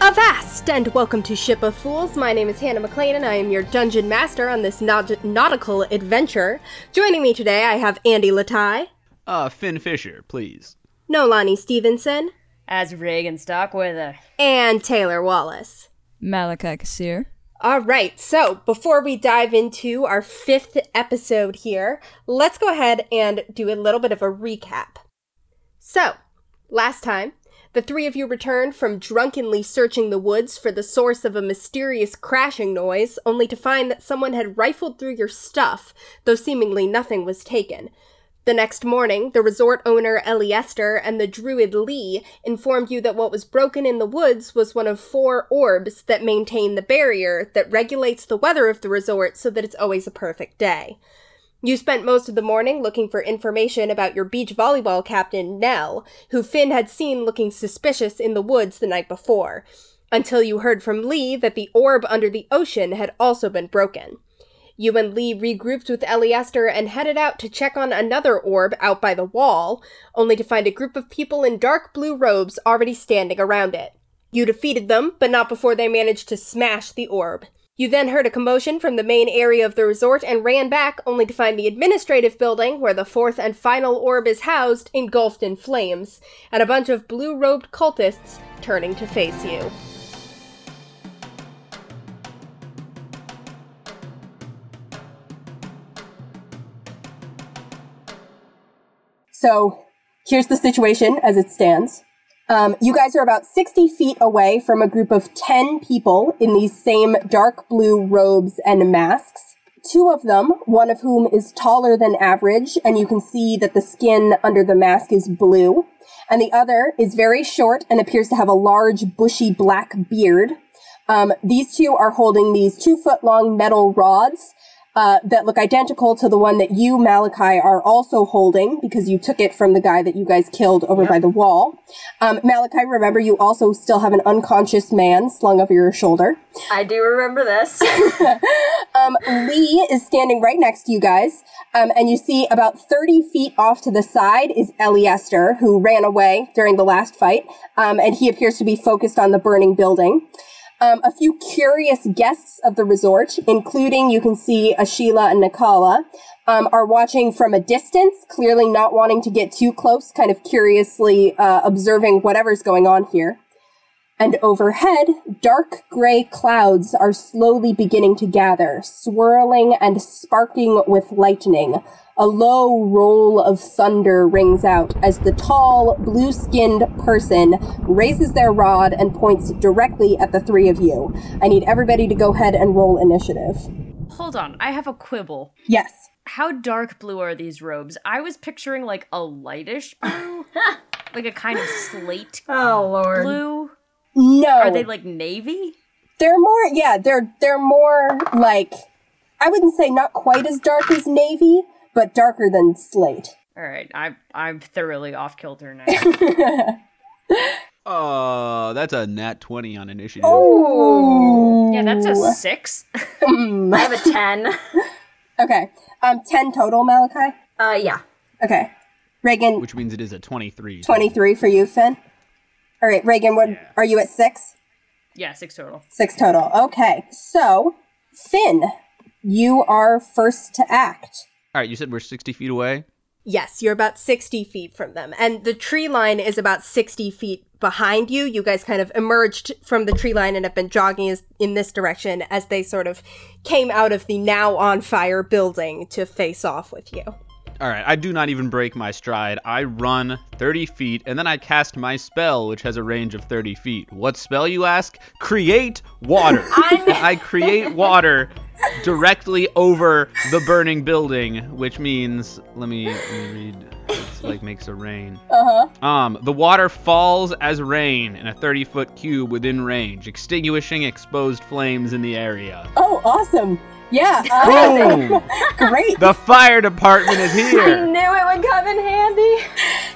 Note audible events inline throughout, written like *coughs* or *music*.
West, and welcome to Ship of Fools. My name is Hannah McLean, and I am your dungeon master on this naut- nautical adventure. Joining me today, I have Andy Latai, Uh, Finn Fisher, please. Nolani Stevenson, As Rig and Stockweather. and Taylor Wallace. Malachi Kassir. All right, so before we dive into our fifth episode here, let's go ahead and do a little bit of a recap. So, last time, the three of you returned from drunkenly searching the woods for the source of a mysterious crashing noise, only to find that someone had rifled through your stuff, though seemingly nothing was taken. The next morning, the resort owner Eliester and the druid Lee informed you that what was broken in the woods was one of four orbs that maintain the barrier that regulates the weather of the resort so that it's always a perfect day. You spent most of the morning looking for information about your beach volleyball captain, Nell, who Finn had seen looking suspicious in the woods the night before, until you heard from Lee that the orb under the ocean had also been broken. You and Lee regrouped with Eliester and headed out to check on another orb out by the wall, only to find a group of people in dark blue robes already standing around it. You defeated them, but not before they managed to smash the orb. You then heard a commotion from the main area of the resort and ran back, only to find the administrative building, where the fourth and final orb is housed, engulfed in flames, and a bunch of blue robed cultists turning to face you. So here's the situation as it stands. Um, you guys are about 60 feet away from a group of 10 people in these same dark blue robes and masks. Two of them, one of whom is taller than average, and you can see that the skin under the mask is blue, and the other is very short and appears to have a large, bushy black beard. Um, these two are holding these two foot long metal rods uh, that look identical to the one that you, Malachi, are also holding because you took it from the guy that you guys killed over by the wall. Um, Malachi, remember, you also still have an unconscious man slung over your shoulder. I do remember this. *laughs* Um, Lee is standing right next to you guys, um, and you see about 30 feet off to the side is Eliester, who ran away during the last fight, um, and he appears to be focused on the burning building. Um, a few curious guests of the resort, including you can see Ashila and Nakala, um, are watching from a distance, clearly not wanting to get too close, kind of curiously uh, observing whatever's going on here. And overhead, dark gray clouds are slowly beginning to gather, swirling and sparking with lightning. A low roll of thunder rings out as the tall, blue skinned person raises their rod and points directly at the three of you. I need everybody to go ahead and roll initiative. Hold on, I have a quibble. Yes. How dark blue are these robes? I was picturing like a lightish *laughs* blue, like a kind of slate Oh lord. blue. No. Are they like navy? They're more, yeah, they're they're more like I wouldn't say not quite as dark as navy, but darker than slate. All right, I'm I'm thoroughly off kilter *laughs* now. Uh, that's a nat 20 on initiative. Oh! Ooh. yeah, that's a six. *laughs* I have a ten. Okay. Um, ten total, Malachi. Uh yeah. Okay. Reagan, Which means it is a 23. twenty-three for you, Finn. All right, Reagan. What Yeah. are you at? Six. yeah, six total. Six total. Okay. So, Finn, you are first to act. All right, you said we're 60 feet away? Yes, you're about 60 feet from them. And the tree line is about 60 feet behind you. You guys kind of emerged from the tree line and have been jogging is- in this direction as they sort of came out of the now on fire building to face off with you. All right, I do not even break my stride. I run 30 feet, and then I cast my spell, which has a range of 30 feet. What spell, you ask? Create water. *laughs* I create water directly over the burning building, which means, let me, let me read. It's like makes a rain. Uh huh. Um, the water falls as rain in a 30 foot cube within range, extinguishing exposed flames in the area. Oh, awesome. Yeah. *laughs* amazing. Boom! Great. the fire department is here! Knew it would come in handy.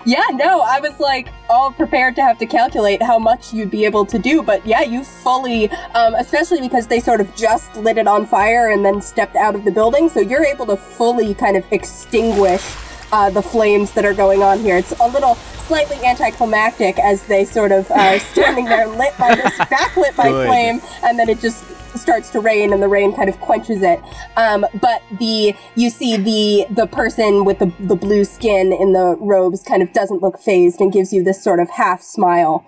Yeah. No, I was like all prepared to have to calculate how much you'd be able to do, but yeah, you fully, um, especially because they sort of just lit it on fire and then stepped out of the building, so you're able to fully kind of extinguish uh, the flames that are going on here. It's a little slightly anticlimactic as they sort of are standing there lit by this backlit by Good. flame, and then it just starts to rain, and the rain kind of quenches it. Um, but the you see the the person with the the blue skin in the robes kind of doesn't look phased and gives you this sort of half smile.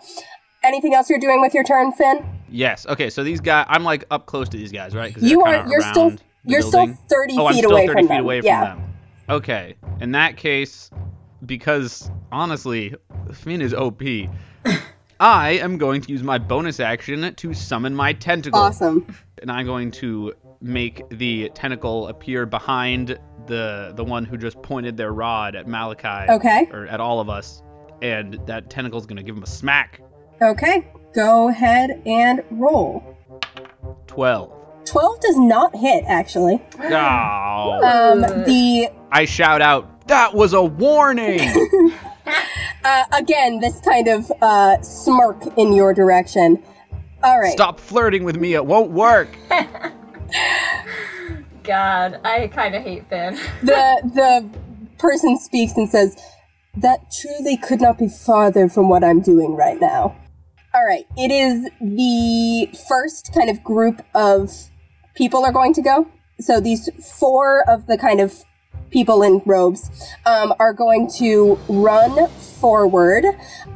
Anything else you're doing with your turn, Finn? Yes. Okay. So these guys, I'm like up close to these guys, right? 'Cause You they're are kinda you're still around the you're building. still thirty oh, I'm feet still away 30 from feet them. away yeah. from them. Okay. In that case, because honestly, Finn is OP. *laughs* I am going to use my bonus action to summon my tentacle, Awesome. and I'm going to make the tentacle appear behind the the one who just pointed their rod at Malachi Okay. or at all of us, and that tentacle's going to give him a smack. Okay. Go ahead and roll. *gasps* Twelve. 12 does not hit, actually. Oh. Um, the I shout out, that was a warning! *laughs* uh, again, this kind of uh, smirk in your direction. All right. Stop flirting with me, it won't work! God, I kind of hate Finn. The the person speaks and says, "That truly could not be farther from what I'm doing right now." All right. It is the first kind of group of people are going to go. So these four of the kind of people in robes um, are going to run forward.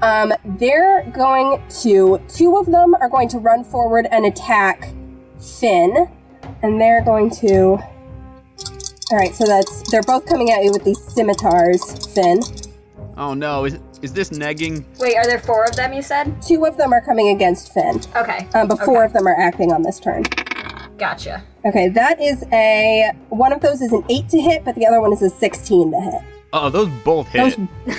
Um, they're going to, two of them are going to run forward and attack Finn. And they're going to, all right, so that's, they're both coming at you with these scimitars, Finn. Oh no, is, is this negging? Wait, are there four of them? You said? Two of them are coming against Finn, Okay, um, but four of them are acting on this turn. gotcha. Okay, that is a, one of those is an 8 to hit, but the other one is a 16 to hit. Oh, those both hit. Those-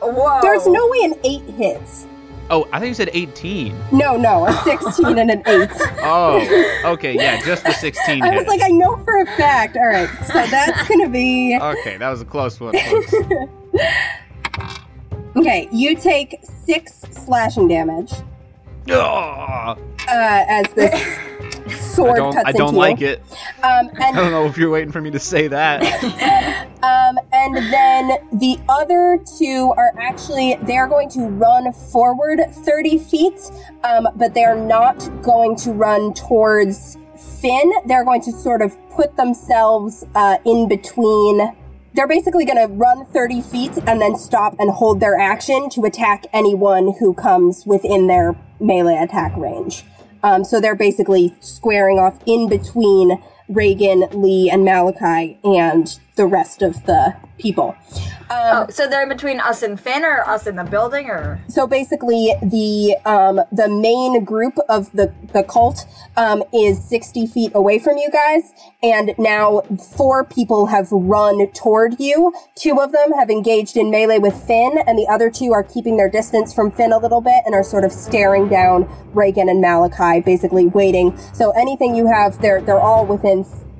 Whoa. There's no way an 8 hits. Oh, I think you said 18. No, no, a *laughs* 16 and an 8. Oh, okay, yeah, just the *laughs* 16 I was hit. like, I know for a fact. All right, so *laughs* that's going to be. okay, that was a *laughs* close one. folks. Okay, you take six slashing damage Ah, uh, as this *laughs* I sword don't, cuts I don't into like you. it. Um, *laughs* I and, don't know if you're waiting for me to say *laughs* that. um, and then the other two are actually, they are going to run forward 30 feet, um, but they are not going to run towards Finn. They're going to sort of put themselves uh, in between they're basically going to run 30 feet and then stop and hold their action to attack anyone who comes within their melee attack range. Um, so they're basically squaring off in between Reagan, Lee, and Malachi and the rest of the people. Oh, so they're in between us and Finn, or us in the building, or So basically, the um, the main group of the the cult um, is sixty feet away from you guys, and now four people have run toward you. Two of them have engaged in melee with Finn, and the other two are keeping their distance from Finn a little bit and are sort of staring down Reagan and Malachi, basically waiting. So anything you have, they're they're all within.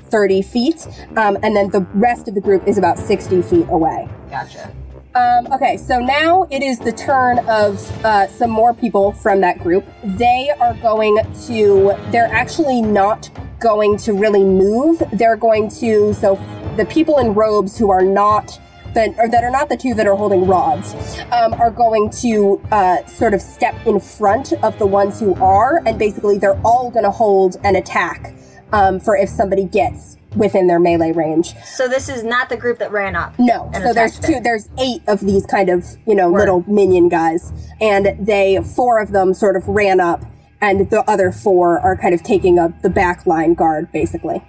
30 feet, um, and then the rest of the group is about 60 feet away. gotcha. Um, okay, so now it is the turn of uh, some more people from that group. They are going to, they're actually not going to really move. They're going to, so the people in robes who are not. That, or that are not the two that are holding rods um, are going to uh, sort of step in front of the ones who are, and basically they're all going to hold an attack um, for if somebody gets within their melee range. So this is not the group that ran up. No, and so there's attacked two. it. There's eight of these kind of you know little minion guys, and they four of them sort of ran up, and the other four are kind of taking up the back line guard basically.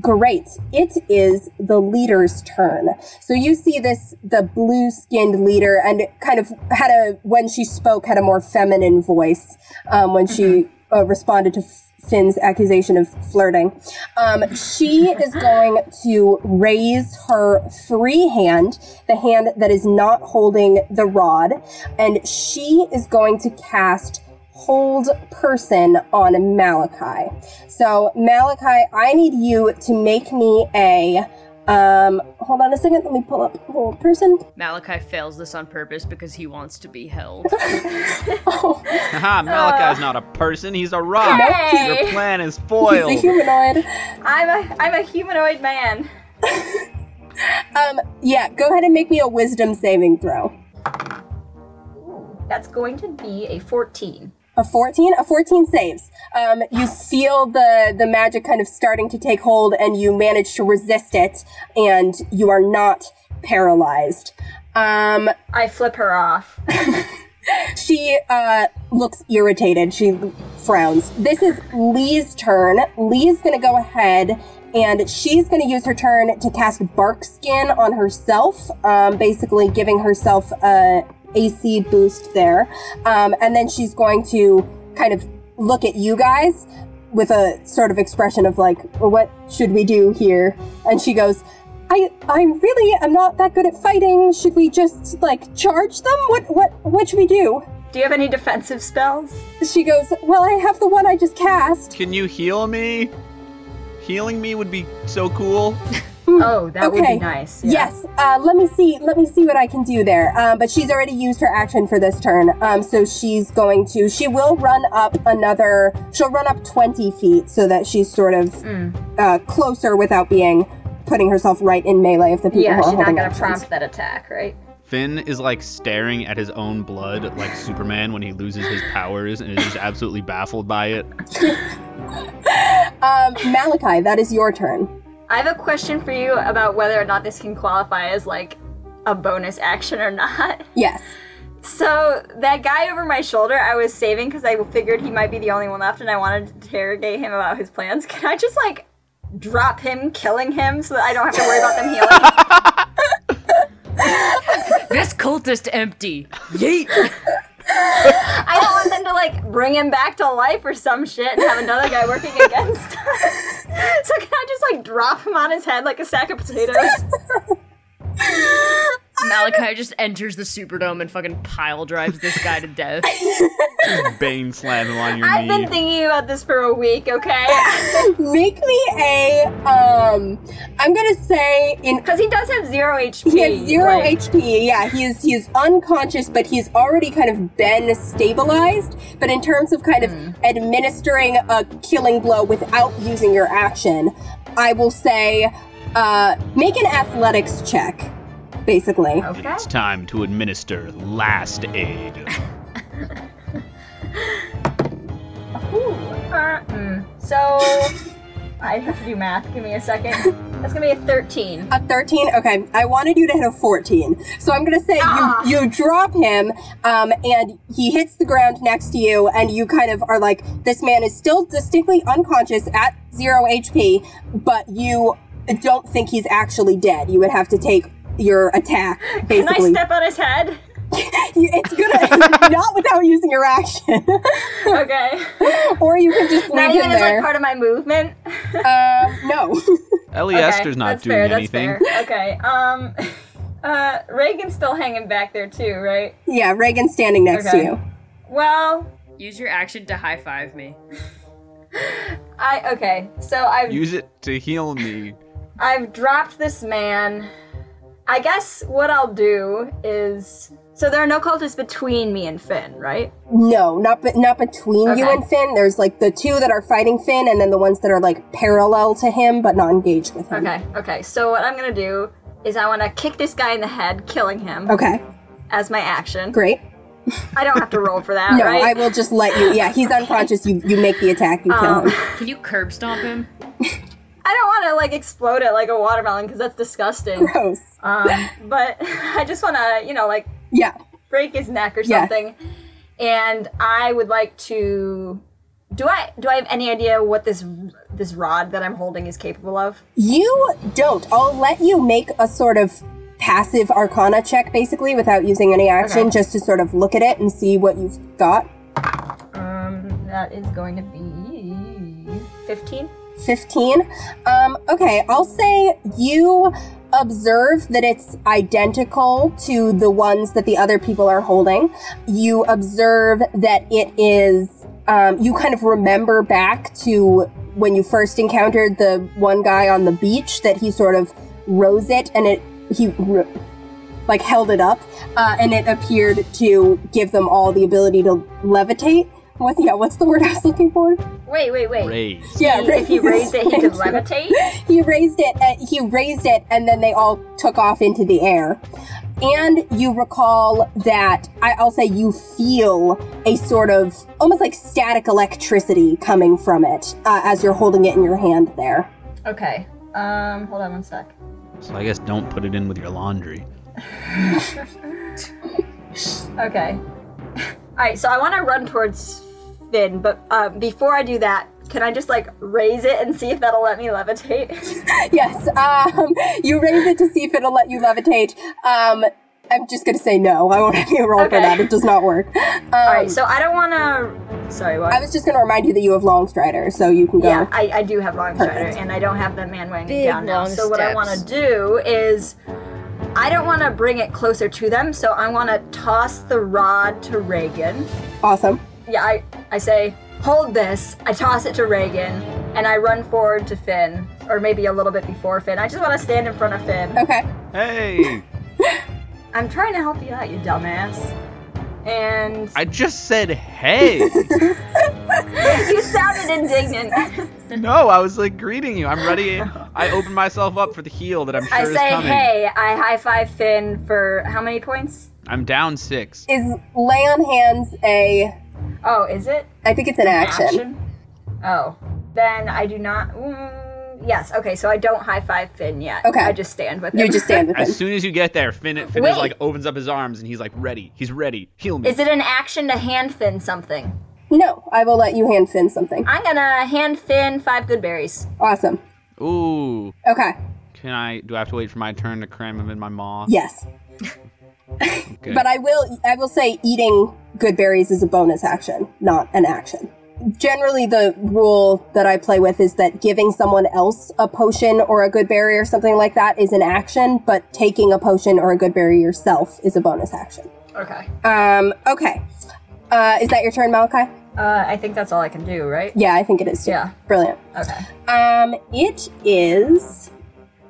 Great. It is the leader's turn. So you see this, the blue skinned leader, and kind of had a, when she spoke, had a more feminine voice um, when she uh, responded to Finn's accusation of flirting. Um, she is going to raise her free hand, the hand that is not holding the rod, and she is going to cast hold person on Malachi. So Malachi, I need you to make me a um hold on a second, let me pull up hold person. Malachi fails this on purpose because he wants to be *laughs* held. Oh, Haha, Malachi's not a person, he's a rock! Your Hey, plan is he's a foiled! humanoid. I'm a I'm a humanoid man. Um, yeah, go ahead and make me a wisdom saving throw. That's going to be a 14. A 14? A 14 saves. Um, you feel the, the magic kind of starting to take hold and you manage to resist it and you are not paralyzed. Um, I flip her off. she uh, looks irritated. She frowns. This is Lee's turn. Lee's going to go ahead and she's going to use her turn to cast Bark Skin on herself, um, basically giving herself uh, a AC boost there. Um, and then she's going to kind of look at you guys with a sort of expression of like, "Well, what should we do here? And she goes, I, I really am not that good at fighting. Should we just like charge them? What, what, what should we do? Do you have any defensive spells? She goes, Well, I have the one I just cast. Can you heal me? Healing me would be so cool. Oh, that would okay. be nice. Yeah. Yes. Uh, let me see. Let me see what I can do there. Um, but she's already used her action for this turn. Um, so she's going to. She will run up another. She'll run up twenty feet so that she's sort of Mm. uh, closer without being putting herself right in melee of the people Yeah, who are she's not holding gonna actions. prompt that attack, right? Finn is like staring at his own blood like Superman when he loses his powers and is just absolutely baffled by it. Um, Malachi, that is your turn. I have a question for you about whether or not this can qualify as like a bonus action or not. *laughs* Yes. So that guy over my shoulder, I was saving because I figured he might be the only one left, and I wanted to interrogate him about his plans. *laughs* Can I just like drop him, killing him, so that I don't have to worry about *laughs* them healing? This cultist empty. Yeet. *laughs* I don't want them to like bring him back to life or some shit and have another guy working against *laughs* us. so can I just like drop him on his head like a sack *laughs* of potatoes? Malachi just enters the Superdome and fucking pile drives this guy to death. Bane slam him on your I've knee. been thinking about this for a week, okay? Make me a. Um, I'm gonna say in Because he does have zero HP. He has zero like- HP. Yeah, he is he is unconscious, but he's already kind of been stabilized. But in terms of kind of administering a killing blow without using your action, I will say uh, make an athletics check, basically. Okay. it's time to administer last aid. Ooh, uh, mm. So I have to do math. Give me a second. That's gonna be a thirteen. A 13? Okay, I wanted you to hit a 14. So I'm going to say Ah. you, you drop him, um, and he hits the ground next to you, and you kind of are like, this man is still distinctly unconscious at zero HP, but you don't think he's actually dead. You would have to take your attack, Can I basically. step on his head? *laughs* You- it's gonna, *laughs* not without using your action. *laughs* Okay. or you could just Not leave him even as like there. part of my movement. Uh, no. *laughs* Eliester's Okay, not that's doing fair, anything. That's fair. Okay. Um. *laughs* Uh, Reagan's still hanging back there too, right? yeah, Reagan's standing next to Okay. you. Well, Use your action to high five me. I okay. So I've Use it to heal me. I've dropped this man. I guess what I'll do is so there are no cultists between me and Finn, right? No, not be- not between you Okay. and Finn. There's like the two that are fighting Finn, and then the ones that are like parallel to him but not engaged with him. Okay, okay. So what I'm gonna do is I wanna kick this guy in the head, killing him Okay, as my action. great. I don't have to roll for that, *laughs* No, right? I will just let you. Yeah, he's unconscious. You you make the attack. You kill Um, him. Can you curb stomp him? I don't wanna like explode it like a watermelon because that's *laughs* disgusting. Gross. um, but *laughs* I just wanna, you know, like Yeah. break his neck or Yeah. something. And I would like to. Do I do I have any idea what this this rod that I'm holding is capable of? You don't. I'll let you make a sort of passive arcana check basically without using any action Okay. just to sort of look at it and see what you've got. Um, that is going to be fifteen. 15. Um, okay, I'll say you observe that it's identical to the ones that the other people are holding. You observe that it is, um, you kind of remember back to when you first encountered the one guy on the beach that he sort of rose it and it, he. r like held it up, uh, and it appeared to give them all the ability to levitate What, yeah, what's the word I was looking for? Wait, wait, wait. Raised. Yeah, He- if he raised it, he *laughs* could Thank you. levitate. he raised it uh, he raised it and then they all took off into the air and you recall that I, i'll say you feel a sort of almost like static electricity coming from it uh, as you're holding it in your hand there Okay. Um, hold on one sec. So I guess don't put it in with your laundry. Okay. *laughs* All right, so I want to run towards Finn, but um, before I do that, can I just like raise it and see if that'll let me levitate? yes um, *laughs* you raise it to see if it'll let you levitate um, i'm just going to say no i won't have you roll for Okay. that it does not work um, All right, so I don't want to. Sorry, what? i was just going to remind you that you have long strider so you can go Yeah, I, I do have long strider, Perfect. and I don't have that man weighing me Big, down now. long So what I want to steps. do is, I don't want to bring it closer to them, so I want to toss the rod to Reagan. awesome Yeah, I, I say, hold this. I toss it to Reagan, and I run forward to Finn, or maybe a little bit before Finn. I just want to stand in front of Finn. okay Hey! I'm trying to help you out, you dumbass. And I just said *laughs* hey! *laughs* you sounded indignant. no, I was like greeting you. I'm ready. I open myself up for the heel that I'm sure I is say, coming. hey, I high five Finn for how many points? I'm down six. is lay on hands a Oh, is it? I think it's an action. Oh, then I do not. Mm, yes. Okay, so I don't high five Finn yet. Okay. I just stand with him. You just stand with As him. soon as you get there, Finn, Finn is Wait. like opens up his arms and he's like ready. He's ready. Heal me. *laughs* Is it an action to hand Finn something? *laughs* No, I will let you hand Finn something. I'm gonna hand Finn five good berries. Awesome. Ooh. Okay. Can I? Do I have to wait for my turn to cram him in my maw? Yes. Okay. But I will I will say eating good berries is a bonus action, not an action. Generally the rule that I play with is that giving someone else a potion or a good berry or something like that is an action, but taking a potion or a good berry yourself is a bonus action. Okay. Um okay. Uh, is that your turn, Malachi? Uh, I think that's all I can do, right? Yeah, I think it is too. Yeah. Brilliant. Okay. Um, it is.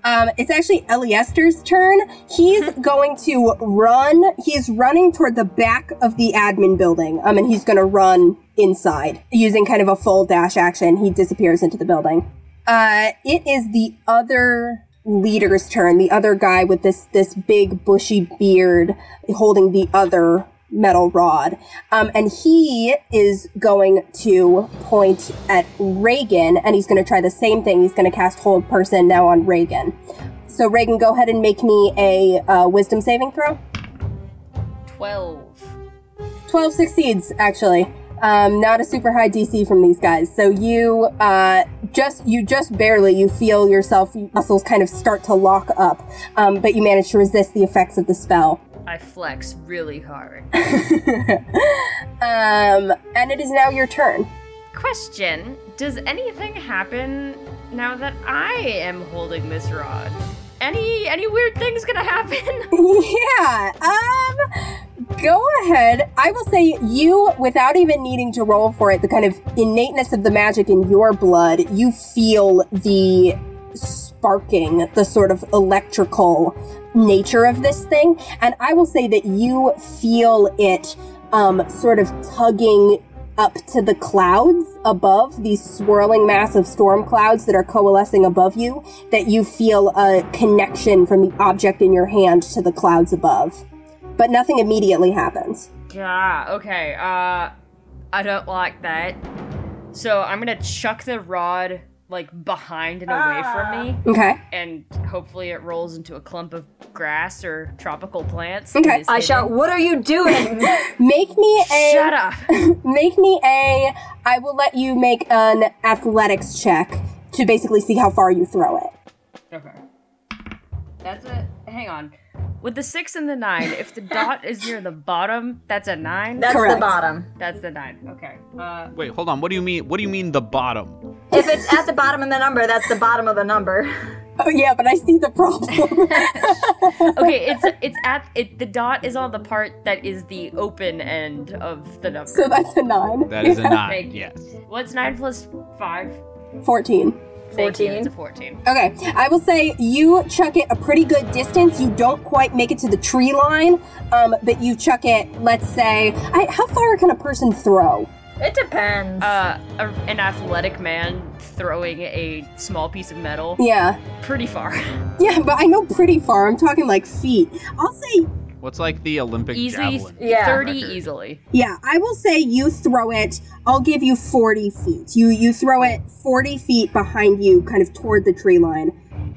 Um, it's actually Eliester's turn. He's going to run. He's running toward the back of the admin building. Um, and he's going to run inside using kind of a full dash action. He disappears into the building. Uh, it is the other leader's turn. The other guy with this this big bushy beard holding the other metal rod, um, and he is going to point at Reagan, and he's going to try the same thing. He's going to cast Hold Person now on Reagan. So Reagan, go ahead and make me a uh, Wisdom saving throw. 12. 12 succeeds actually um, not a super high dc from these guys so you uh, just you just barely you feel yourself muscles kind of start to lock up um, but you manage to resist the effects of the spell *laughs* I flex really hard. um, and it is now your turn Question Does anything happen now that I am holding this rod? Any any weird things gonna happen? *laughs* yeah um go ahead i will say you without even needing to roll for it the kind of innateness of the magic in your blood you feel the sparking the sort of electrical nature of this thing and i will say that you feel it um, sort of tugging up to the clouds above these swirling mass of storm clouds that are coalescing above you that you feel a connection from the object in your hand to the clouds above but nothing immediately happens Yeah, okay. Uh I don't like that. So I'm gonna chuck the rod like behind and away from me, okay and hopefully it rolls into a clump of grass or tropical plants. Okay. I shout, "What are you *laughs* doing?" make me a Shut up! make me a i will let you make an athletics check to basically see how far you throw it Okay. That's a hang on. With the six and the nine, if the dot is near the bottom, that's a nine. That's Correct. the bottom. that's the nine. Okay. Uh, Wait, hold on. What do you mean? What do you mean the bottom? If it's at the bottom of the number, that's the bottom of the number. oh yeah but i see the problem *laughs* okay, it's it's at it. The dot is on the part that is the open end of the number. so that's a 9 That is *laughs* a nine. Thank you. Yes. What's nine plus five? 14 Thank you, It's a Fourteen. fourteen. Okay, I will say you chuck it a pretty good distance. You don't quite make it to the tree line, um, but you chuck it, let's say, I, how far can a person throw? *laughs* It depends. Uh, a, an athletic man throwing a small piece of metal Yeah. pretty far. Yeah, but I know pretty far. I'm talking like feet. I'll say, What's like the Olympic Easily, javelin? Yeah. 30 record? easily. yeah, I will say you throw it. I'll give you 40 feet. You you throw it 40 feet behind you, kind of toward the tree line.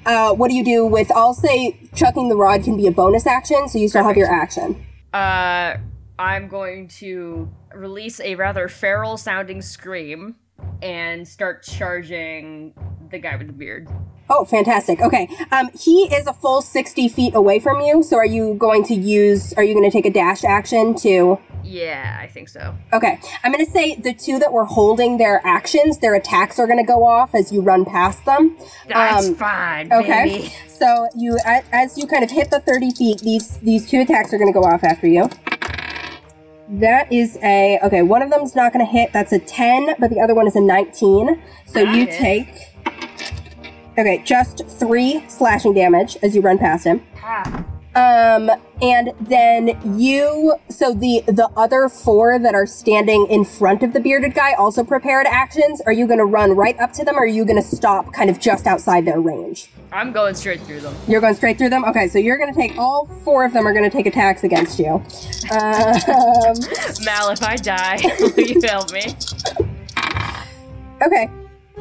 Uh, what do you do with? I'll say chucking the rod can be a bonus action, so you still have your action. Uh, I'm going to release a rather feral sounding scream and start charging the guy with the beard. Oh, fantastic. Okay, um, he is a full 60 feet away from you. So are you going to use? Are you going to take a dash action to? Yeah, I think so. Okay, I'm going to say the two that were holding their actions, their attacks are going to go off as you run past them. That's Um, fine, Okay. baby. So you, a- as you kind of hit the thirty feet, these these two attacks are going to go off after you. That is a okay. One of them's not going to hit. That's a ten, but the other one is a nineteen. So you it. take okay, just three slashing damage as you run past him. Um, and then you, so the the other four that are standing in front of the bearded guy also prepared actions. Are you going to run right up to them, or are you going to stop kind of just outside their range? I'm going straight through them. You're going straight through them. Okay, so you're going to take all four of them are going to take attacks against you. Um, Mal, if I die, *laughs* will you help me? *laughs* okay,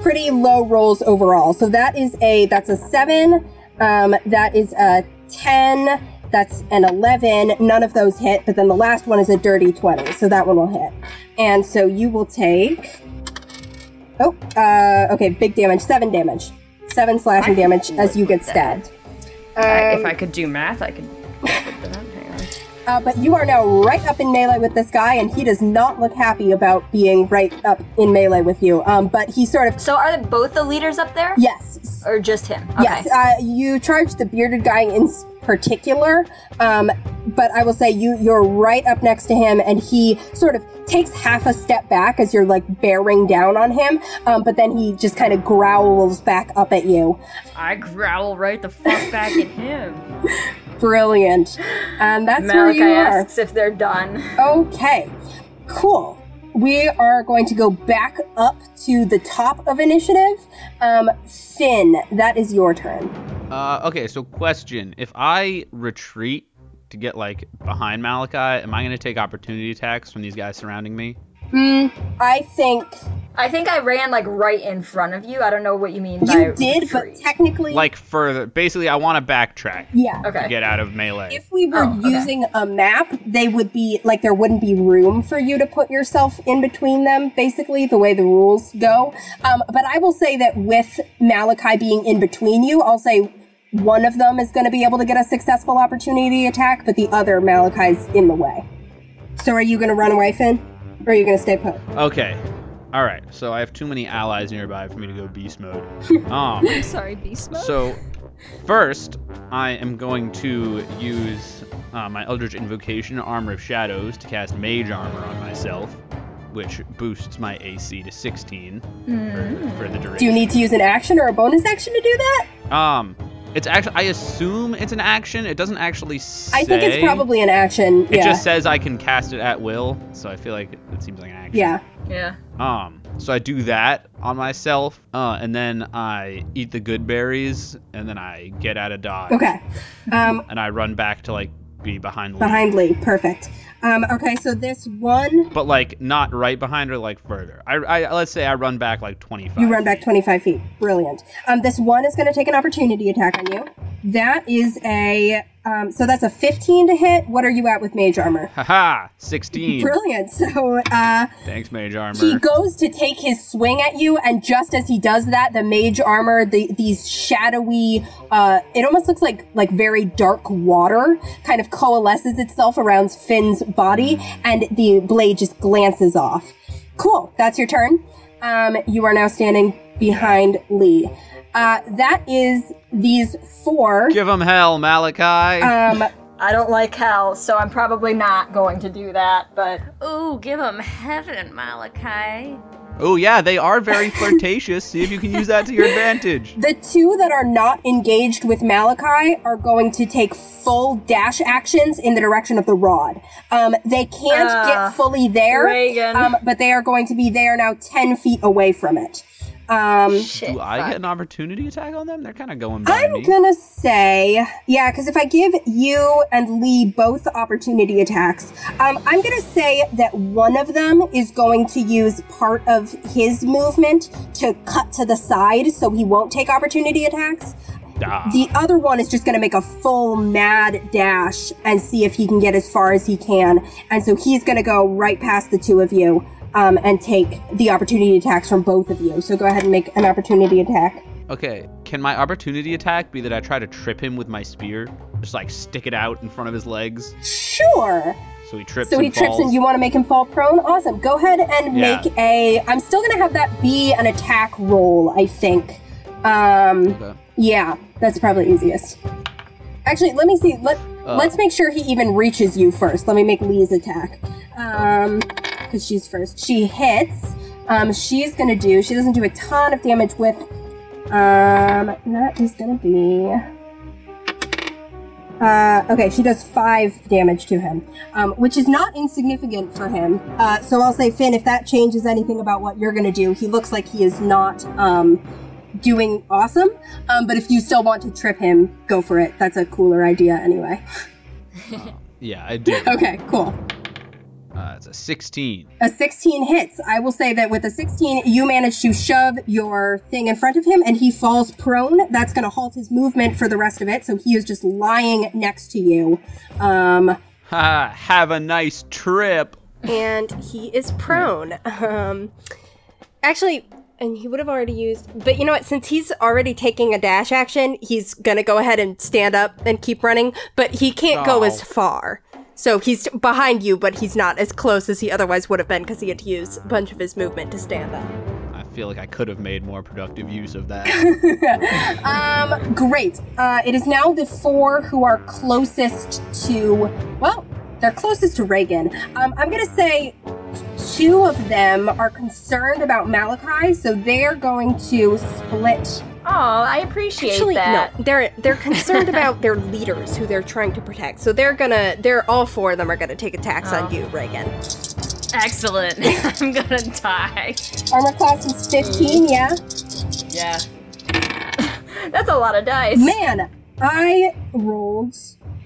pretty low rolls overall. So that is a that's a seven. Um, that is a ten. That's an eleven. None of those hit, but then the last one is a dirty twenty, so that one will hit. And so you will take. Oh, uh, okay, big damage. Seven damage. Seven slashing damage as you get stabbed. I, Um, if I could do math, I could. Hang on. Uh, but you are now right up in melee with this guy, and he does not look happy about being right up in melee with you. Um, but he sort of so are both the leaders up there? yes, s- Or just him? Okay. yes. Uh, you charge the bearded guy in s- particular, um, but I will say you you're right up next to him, and he sort of takes half a step back as you're like bearing down on him. Um, but then he just kind of growls back up at you. I growl right the fuck back at him. Brilliant, and that's Malachi where you are. asks if they're done. Okay, cool. We are going to go back up to the top of initiative. Um, Finn, that is your turn. Uh, okay, so question: If I retreat to get like behind Malachi, am I going to take opportunity attacks from these guys surrounding me? Mm, I think I think I ran like right in front of you. I don't know what you mean by you did, but retreat. technically, Like further? Basically, I want to backtrack yeah. to okay. get out of melee. If we were Oh, okay. using a map, they would be like there wouldn't be room for you to put yourself in between them, basically, the way the rules go. Um, but I will say that with Malachi being in between you, I'll say one of them is going to be able to get a successful opportunity attack, but the other Malachi's in the way. So are you going to run away, Finn? Or are you going to stay put? Okay. All right. So I have too many allies nearby for me to go beast mode. *laughs* Um. I'm sorry, beast mode. So, first, I am going to use uh, my Eldritch Invocation Armor of Shadows to cast Mage Armor on myself, which boosts my AC to 16 Mm. for, for the duration. Do you need to use an action or a bonus action to do that? um, it's actually I assume it's an action. It doesn't actually say. I think it's probably an action. It yeah. just says I can cast it at will, so I feel like it, it seems like an action. yeah. Yeah. Um, so I do that on myself, uh, and then I eat the good berries, and then I get out of dodge. Okay. Um, and I run back to like be behind the lead. Behind Lee, perfect. Um, okay, so this one, but like not right behind her, like further. I, I let's say I run back like 25. you run back 25 feet. Brilliant. Um, this one is going to take an opportunity attack on you. That is a, um, so that's a 15 to hit. What are you at with mage armor? Haha, 16. Brilliant. *laughs* So uh, Thanks, mage armor. he goes to take his swing at you, and just as he does that, the mage armor, the, these shadowy, uh, it almost looks like like very dark water, kind of coalesces itself around Finn's body, and the blade just glances off. Cool. That's your turn. Um, you are now standing behind Lee. Uh, that is these four. Give him hell, Malachi. Um, I don't like hell, so I'm probably not going to do that, but Ooh, give him heaven, Malachi. Oh yeah, they *laughs* are very flirtatious. See if you can use that to your advantage. The two that are not engaged with Malachi are going to take full dash actions in the direction of the rod. Um, they can't Ah, get fully there, Reagan. um, but they are going to be there now 10 feet away from it. Um, Shit. Do I fuck. get an opportunity attack on them? They're kind of going by I'm me. gonna say, yeah, because if I give you and Lee both opportunity attacks, um, I'm gonna say that one of them is going to use part of his movement to cut to the side so he won't take opportunity attacks. Ah. The other one is just gonna make a full mad dash and see if he can get as far as he can. And so he's gonna go right past the two of you um, and take the opportunity attacks from both of you. So go ahead and make an opportunity attack. Okay, can my opportunity attack be that I try to trip him with my spear? Just like stick it out in front of his legs Sure. so he trips So and he trips falls. and you want to make him fall prone? Awesome. Go ahead and Yeah. make a. I'm still going to have that be an attack roll, I think. Um, Okay. yeah, that's probably easiest. Actually, let me see. Let, Uh. let's make sure he even reaches you first. Let me make Lee's attack. Um, because she's first. She hits. Um, she's going to do. She doesn't do a ton of damage with. Um, that is going to be. Uh, okay, she does five damage to him, um, which is not insignificant for him. Uh, so I'll say, Finn, if that changes anything about what you're going to do, he looks like he is not um, doing awesome. Um, but if you still want to trip him, go for it. That's a cooler idea anyway. Yeah, *laughs* I do. Okay, cool. Uh, it's a 16. A 16 hits. I will say that with a 16, you manage to shove your thing in front of him and he falls prone. That's going to halt his movement for the rest of it. So he is just lying next to you. Um, Ha! Have a nice trip. and he is prone. Um, actually, and he would have already used, but you know what? Since he's already taking a dash action, he's gonna go ahead and stand up and keep running, but he can't go Oh. as far. So he's behind you, but he's not as close as he otherwise would have been because he had to use a bunch of his movement to stand up. I feel like I could have made more productive use *laughs* of that. Um, great. Uh, it is now the four who are closest to, well, they're closest to Reagan. Um, I'm going to say two of them are concerned about Malachi, so they're going to split. Oh, I appreciate Actually, that. no, they're *laughs* they're concerned about their leaders who they're trying to protect. So they're gonna, they're all four of them are gonna take attacks Oh. on you, Reagan. Excellent. *laughs* I'm gonna die. Armor class is 15, yeah? Yeah. That's a lot of dice. Man, I rolled.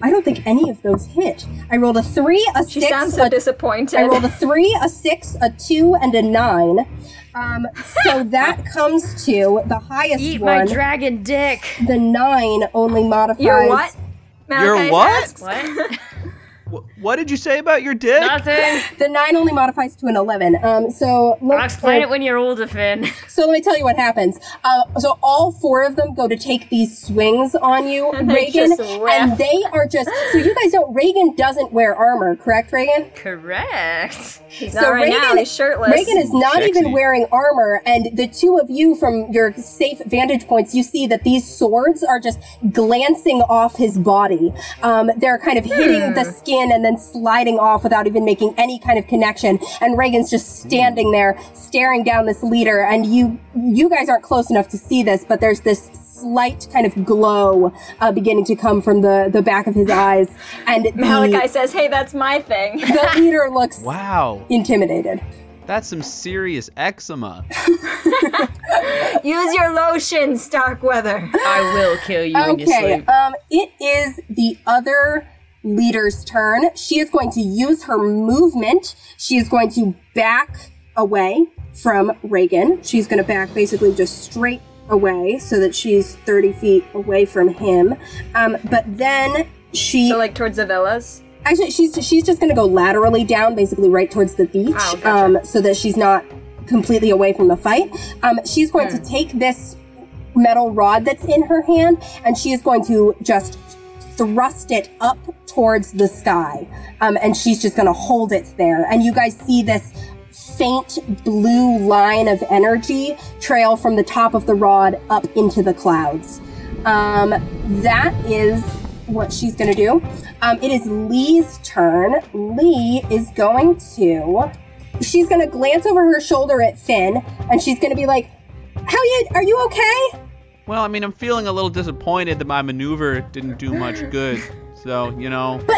I don't think any of those hit. I rolled a three, a she six, sounds so a disappointed. I rolled a three, a six, a two, and a nine. Um, *laughs* so that comes to the highest Eat my one. dragon dick. the nine only modifies. *laughs* You're what? Malachi You're what? asks. *laughs* What? Wh- what did you say about your dick? Nothing. The nine only modifies to an eleven. Um, so let, I'll explain uh, it when you're older, Finn. So let me tell you what happens. Uh, so all four of them go to take these swings on *laughs* you, Reagan, just whiff. and they are just. So you guys don't. Reagan doesn't wear armor, correct, Reagan? *laughs* Correct. He's So not right now. Reagan- He's shirtless. Reagan is not Sexy. even wearing armor, and the two of you from your safe vantage points, you see that these swords are just glancing off his body. Um, they're kind of hitting Hmm. the skin and then sliding off without even making any kind of connection. And Reagan's just Hmm. standing there, staring down this leader, and you you guys aren't close enough to see this, but there's this slight kind of glow uh, beginning to come from the, the back of his eyes, *laughs* and the, Malachi says, "Hey, that's my *laughs* thing." the leader looks Wow, intimidated. that's some serious eczema. Use your *laughs* lotion, Starkweather. I will kill you in your Okay, sleep. um, it is the other leader's turn. She is going to use her movement. She is going to back away from Reagan. She's going to back basically just straight away so that she's 30 feet away from him. Um, but then she So, like towards the villas. actually she's she's just going to go laterally down basically right towards the beach Oh, gotcha. um, so that she's not completely away from the fight um, she's going Hmm. to take this metal rod that's in her hand and she is going to just thrust it up towards the sky um, and she's just going to hold it there and you guys see this faint blue line of energy trail from the top of the rod up into the clouds um, that is what she's going to do. Um, it is Lee's turn. Lee is going to. she's gonna glance over her shoulder at Finn, and she's gonna be like, "How you? Are you okay?" Well, I mean, I'm feeling a little disappointed that my maneuver didn't do much good. So, you know. But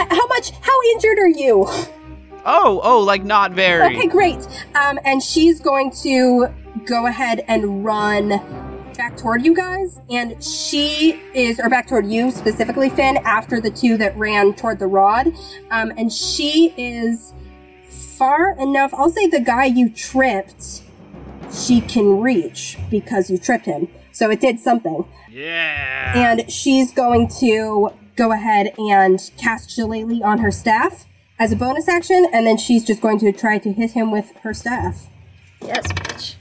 uh, how much? How injured are you? *laughs* Oh, oh, like not very. Okay, great. Um, and she's going to go ahead and run back toward you guys, and she is, or back toward you specifically, Finn, after the two that ran toward the rod. Um, and she is far enough. I'll say the guy you tripped, she can reach because you tripped him. So it did something. Yeah. And she's going to go ahead and cast Shillelagh on her staff as a bonus action, and then she's just going to try to hit him with her staff. Yes, bitch.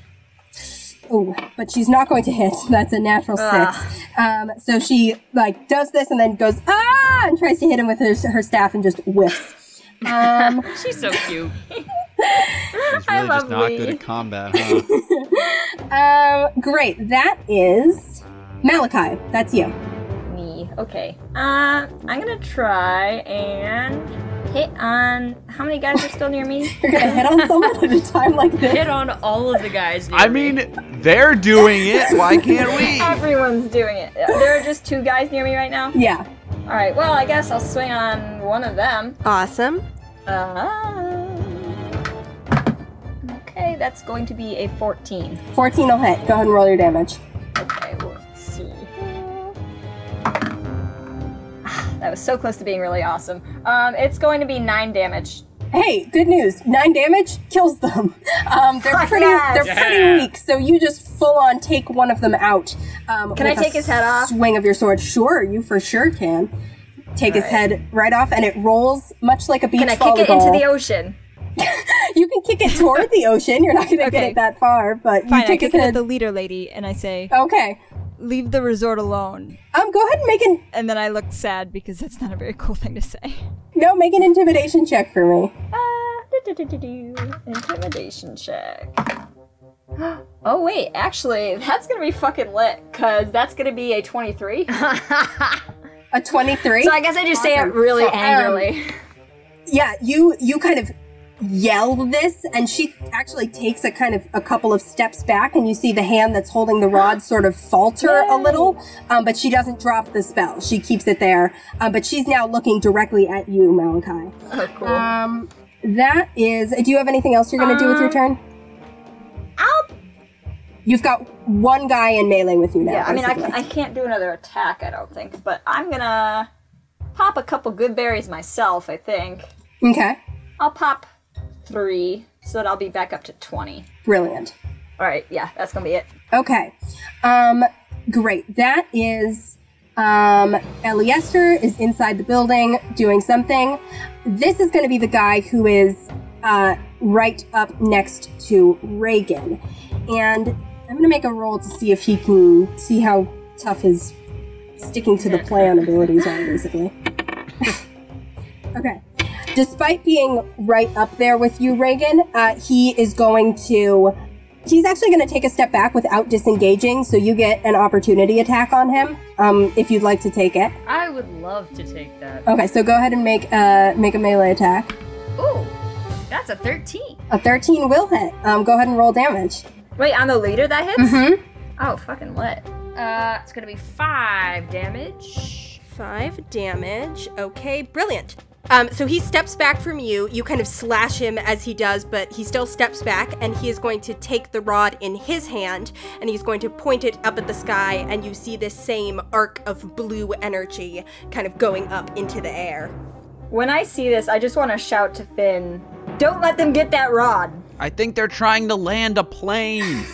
Ooh, but she's not going to hit. *laughs* That's a natural six. Um, so she like does this and then goes ah and tries to hit him with her, her staff and just whiffs. Um, She's so cute. He's really just not good at combat, huh? um, great. That is Malachi. That's you. Me. Okay. Uh, I'm gonna try and hit on. How many guys are still near me? *laughs* You're gonna hit on someone at a time like this. Hit on all of the guys. *laughs* I mean, they're doing it. Why can't we? Everyone's doing it. There are just two guys near me right now. Yeah. All right. Well, I guess I'll swing on one of them. Awesome. Uh, okay, that's going to be a 14. 14 will hit. Go ahead and roll your damage. Okay, let's see. here. *sighs* Ah, That was so close to being really awesome. Um, it's going to be nine damage. Hey, good news. Nine damage kills them. *laughs* Um, they're Fuck pretty. yes. They're pretty weak. So you just full on take one of them out. Um, Can I with a take his head off? Swing of your sword. Sure, you for sure can. Take his head right off, and it rolls much like a beach Can I volleyball. kick it into the ocean? you can kick it toward the ocean. You're not going to get Okay. it that far, but you Fine, I kick kick his it at head. the leader lady and I Oh. say, Okay. leave the resort alone. Um, go ahead and make an And then I look sad because that's not a very cool thing to say. no, make an intimidation check for me. Uh, do-do-do-do-do. Intimidation check. *gasps* Oh, wait, actually, that's gonna be fucking lit, because that's gonna be a 23. A twenty-three. So I guess I just say it really angrily. yeah you you kind of yell this and she actually takes a kind of a couple of steps back and you see the hand that's holding the *gasps* rod sort of falter a little um, but she doesn't drop the spell she keeps it there um, but she's now looking directly at you malachi Oh, cool. um, that is do you have anything else you're going to do with your Um, turn I'll you've got one guy in melee with you now Yeah, I mean, I, basically. ca- I can't do another attack, I don't think, but I'm gonna pop a couple good berries myself, I think. okay I'll pop three, so that I'll be back up to 20. brilliant Alright, yeah, that's gonna be it. Okay. Um, great. That is um, Eliester is inside the building doing something. This is going to be the guy who is uh, right up next to Reagan, and I'm going to make a roll to see if he can see how tough his sticking to the plan abilities are, basically. *laughs* okay. Despite being right up there with you, Reagan, uh, he is going to He's actually going to take a step back without disengaging, so you get an opportunity attack on him um, if you'd like to take it. I would love to take that. Okay, so go ahead and make uh, make a melee attack. Ooh, that's a 13. A thirteen will hit. Um, go ahead and roll damage. Wait, I'm the leader that hits? Mm-hmm. Oh, fucking lit. Uh, it's gonna be five damage. Five damage. Okay, brilliant. Um, so he steps back from you. You kind of slash him as he does, but he still steps back, and he is going to take the rod in his hand, and he's going to point it up at the sky, and you see this same arc of blue energy kind of going up into the air. When I see this, I just wanna shout to Finn, don't let them get that *laughs* rod! I think they're trying to land a plane.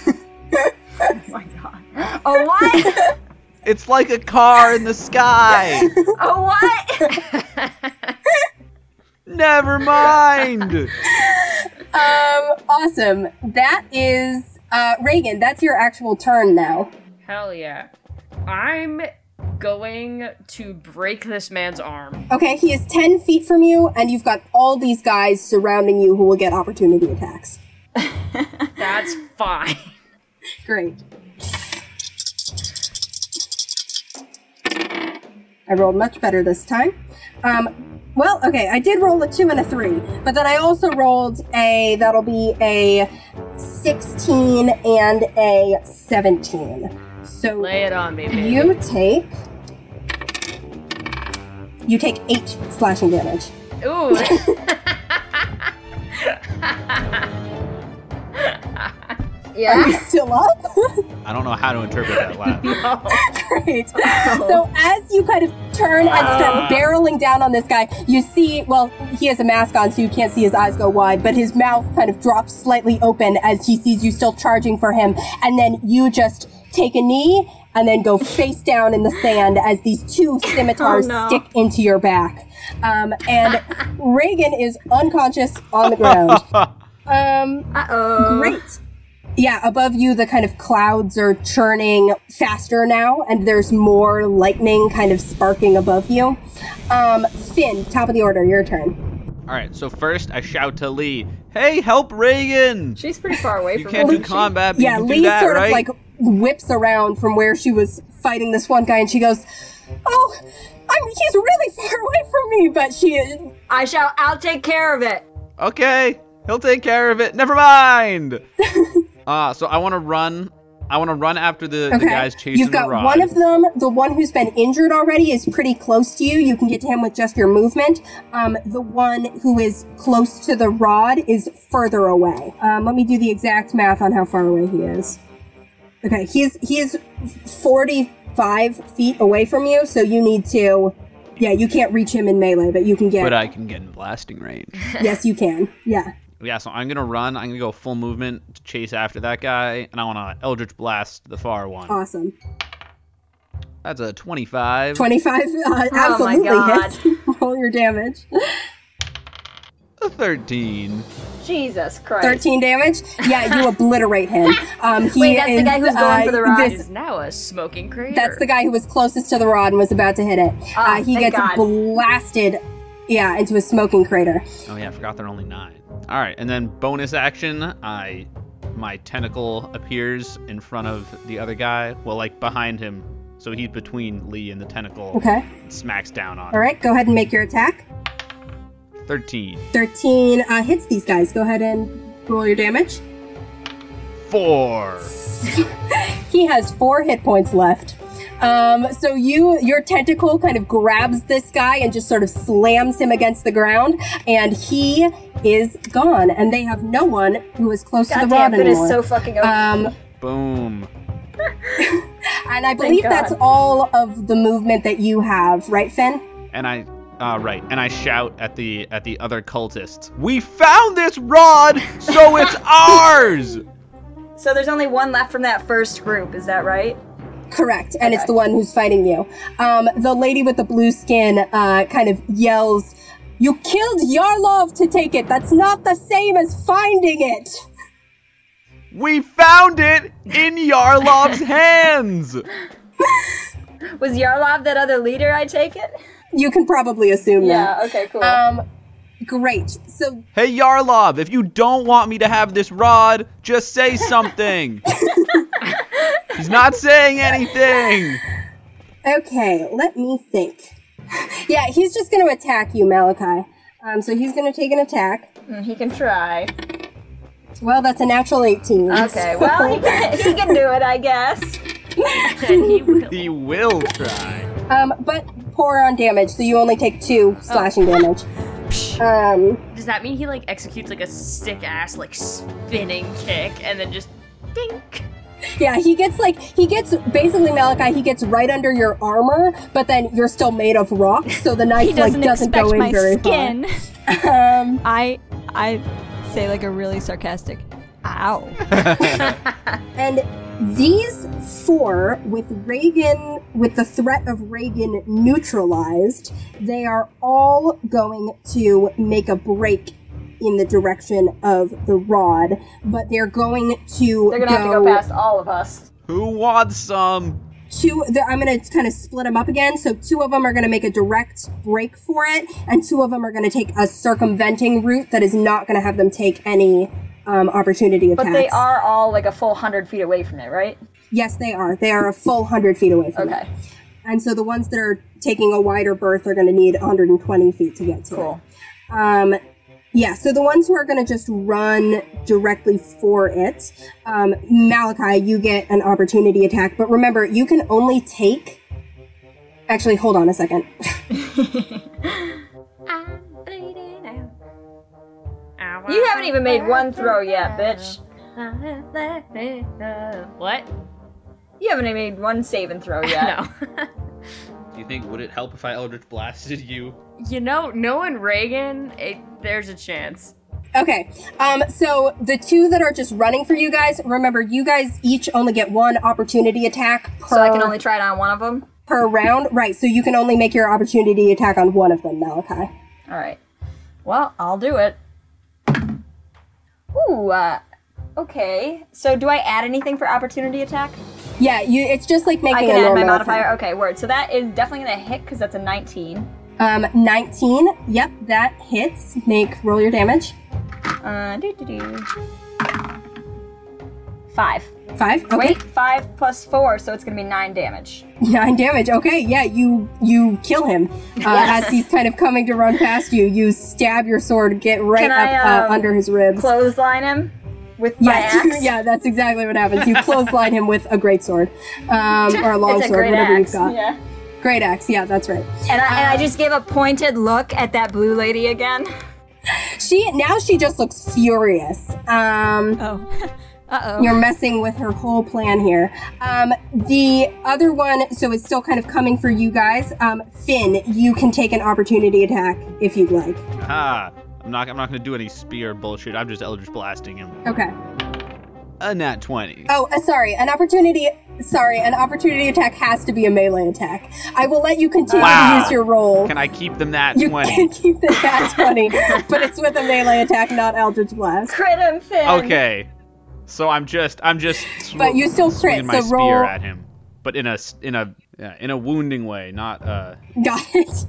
Oh my god. Oh what? It's like a car in the sky. oh what? Never mind. Um, awesome. That is uh, Reagan. That's your actual turn now. Hell yeah. I'm going to break this man's arm. Okay, he is ten feet from you, and you've got all these guys surrounding you who will get opportunity attacks. That's fine. *laughs* Great. I rolled much better this time. Um, well, okay, I did roll a two and a three, but then I also rolled a, that'll be a 16 and a 17. So Lay it on me, baby. you take. You take eight slashing damage. Ooh. Are you Yeah. still up? *laughs* I don't know how to interpret that laugh. Great. So as you kind of turn and start barreling down on this guy, you see, well, he has a mask on, so you can't see his eyes go wide, but his mouth kind of drops slightly open as he sees you still charging for him. And then you just take a knee and then go face down in the sand as these two scimitars stick into your back. Um, and Reagan is unconscious on the ground. Um, Uh oh. Great. Yeah, above you, the kind of clouds are churning faster now, and there's more lightning kind of sparking above you. Um, Finn, top of the order, your turn. All right, so first I shout to Lee, "Hey, help Reagan! She's pretty far away You from can't me. do combat, but yeah, you can Lee do that, sort right?" of like whips around from where she was fighting this one guy, and she goes, "Oh, I'm, he's really far *laughs* away from me," but she I shall. I'll take care of it. okay, he'll take care of it. Never *laughs* mind. Ah, so I want to run. I want to run after the, the guys chasing You've got the rod. one of them. The one who's been injured already is pretty close to you. You can get to him with just your movement. Um, the one who is close to the rod is further away. Um, let me do the exact math on how far away he is. Okay, he's he's forty-five feet away from you, so you need to. Yeah, you can't reach him in melee, but you can get. but I can get in blasting range. *laughs* yes, you can. Yeah. yeah, so I'm gonna run. I'm gonna go full movement to chase after that guy, and I want to Eldritch blast the far one. Awesome. That's a 25. 25 uh, absolutely God. *laughs* hits. Roll your damage. A 13. Jesus Christ. 13 damage. Yeah, you obliterate him. Um, he Wait, that's the is, uh, guy who's going for the rod. It is now a smoking crater. that's the guy who was closest to the rod and was about to hit it. Ah, uh, he thank gets God. blasted, yeah, into a smoking crater. Oh yeah, I forgot they're only nine. All right, and then bonus action, I my tentacle appears in front of the other guy, well like behind him, so he's between Lee and the tentacle. Okay. and Smacks down on. All right, go ahead and make your attack. him. Thirteen. 13 uh, hits these guys. Go ahead and roll your damage. Four. He has four hit points left. Um, so you, your tentacle kind of grabs this guy and just sort of slams him against the ground, and he is gone. And they have no one who is close to God the rod damn, it anymore. is so fucking over. um, Boom. And I believe that's all of the movement that you have, right, Finn? And I uh, right, and I shout at the at the other cultists. We found this rod, so it's ours. so there's only one left from that first group, is that right? Correct. And it's the one who's fighting you. Um, the lady with the blue skin uh, kind of yells, You killed Yarlov to take it. That's not the same as finding it. We found it in Yarlov's hands. Was Yarlov that other leader, I take it? You can probably assume Yeah, okay, cool. that. Um, great. So Hey Yarlov, if you don't want me to have this rod, just say something. He's not saying anything. Okay, let me think. *laughs* yeah, he's just going to attack you, Malachi. Um, so he's going to take an attack. Mm, he can try. Well, that's a natural 18. Okay, well, he can, he can do it, I guess. he will. He will try. Um, but pour on damage, so you only take two slashing damage. Um, Does that mean he like executes like a sick ass like spinning kick and then just dink? yeah, he gets like he gets basically Malachi. He gets right under your armor, but then you're still made of rock, so the knife He doesn't, like doesn't expect go in my very skin. far. Um, I I say like a really sarcastic, ow. and these four, with Reagan, with the threat of Reagan neutralized, they are all going to make a break in the direction of the rod, but they're going to They're gonna have to go past all of us. Who wants some? two the, i'm going to kind of split them up again so two of them are going to make a direct break for it and two of them are going to take a circumventing route that is not going to have them take any um, opportunity But attacks they are all like a full hundred feet away from it, right? yes they are they are a full 100 feet away from Okay. it And so the ones that are taking a wider berth are going to need 120 feet to get to cool. it. Um, yeah, so the ones who are going to just run directly for it, um, Malachi, you get an opportunity attack. But remember, you can only take. Actually, hold on a second. *laughs* I'm bleeding out. You haven't even made one throw yet, bitch. What? You haven't even made one save and throw yet. No. *laughs* Do you think would it help if I Eldritch blasted you? You know, knowing Reagan, it, there's a chance. Okay, um, so the two that are just running for you guys, remember, you guys each only get one opportunity attack per, So I can only try it on one of them. per round. Right, so you can only make your opportunity attack on one of them, Malachi. All right. Well, I'll do it. Ooh. Uh, okay. So do I add anything for opportunity attack? Yeah, you, it's just like I making can a add my normal modifier. attack. Okay, word. So that is definitely gonna hit because that's a 19. Um, 19. Yep, that hits. Make roll your damage. Uh, do do do. Five. Five. Okay. Wait, five plus four, so it's gonna be nine damage. *laughs* Nine damage. Okay, yeah, you you kill him uh, as he's kind of coming to run past you. You stab your sword, get right Can up I, uh, um, under his ribs. Clothesline him with my yes, *laughs* axe. yeah, that's exactly what *laughs* happens. You clothesline him with a great sword um, or a long it's a sword, great whatever axe. you've got. Yeah. Great axe. Yeah, that's right. And I, and I just gave a pointed look at that blue lady again. *laughs* She now she just looks furious. Um, Oh. Uh oh. You're messing with her whole plan here. Um, the other one, so it's still kind of coming for you guys. Um, Finn, you can take an opportunity attack if you'd like. Ah, I'm not. I'm not gonna do any spear bullshit. I'm just Eldritch blasting him. Okay. A nat twenty. Oh, uh, sorry. An opportunity. Sorry, an opportunity attack has to be a melee attack. I will let you continue Wow. to use your roll. Can I keep them that you twenty? can keep the at twenty, but it's with a melee attack, not Eldritch Blast. Crit him, Finn. Okay. So I'm just. I'm just. sw- But you still crit, swinging my so spear roll- at him, but in a s- in a yeah, in a wounding way, not uh Got it.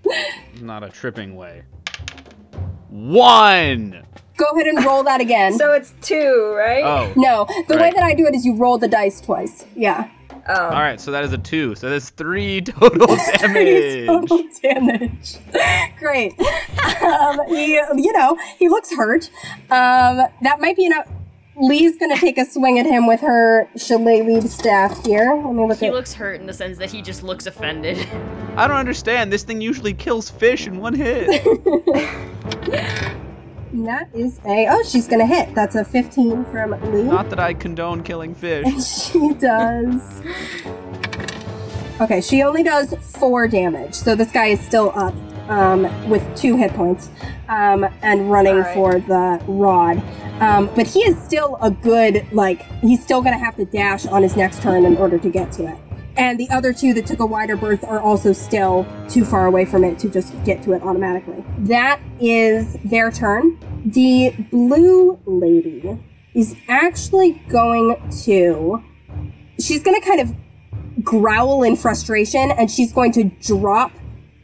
*laughs* not a tripping way. One. Go ahead and roll that again. So it's two, right? Oh. no, the way Right. that I do it is you roll the dice twice. Yeah. *laughs* All right. So that is a two. So that's three *laughs* total damage. total damage. *laughs* Great. Um, he, you know, he looks hurt. Um, that might be enough. Lee's gonna take a swing at him with her shillelagh staff here. Let me look He at. looks hurt in the sense that he just looks offended. *laughs* I don't understand. This thing usually kills fish in one hit. *laughs* that is a. Oh, she's gonna hit. That's a 15 from Lee. Not that I condone killing fish. she does. Okay, she only does four damage, so this guy is still up um, with two hit points um, and running Alright. for the rod. Um, but he is still a good, like, he's still going to have to dash on his next turn in order to get to it. And the other two that took a wider berth are also still too far away from it to just get to it automatically. That is their turn. The blue lady is actually going to. She's going to kind of growl in frustration and she's going to drop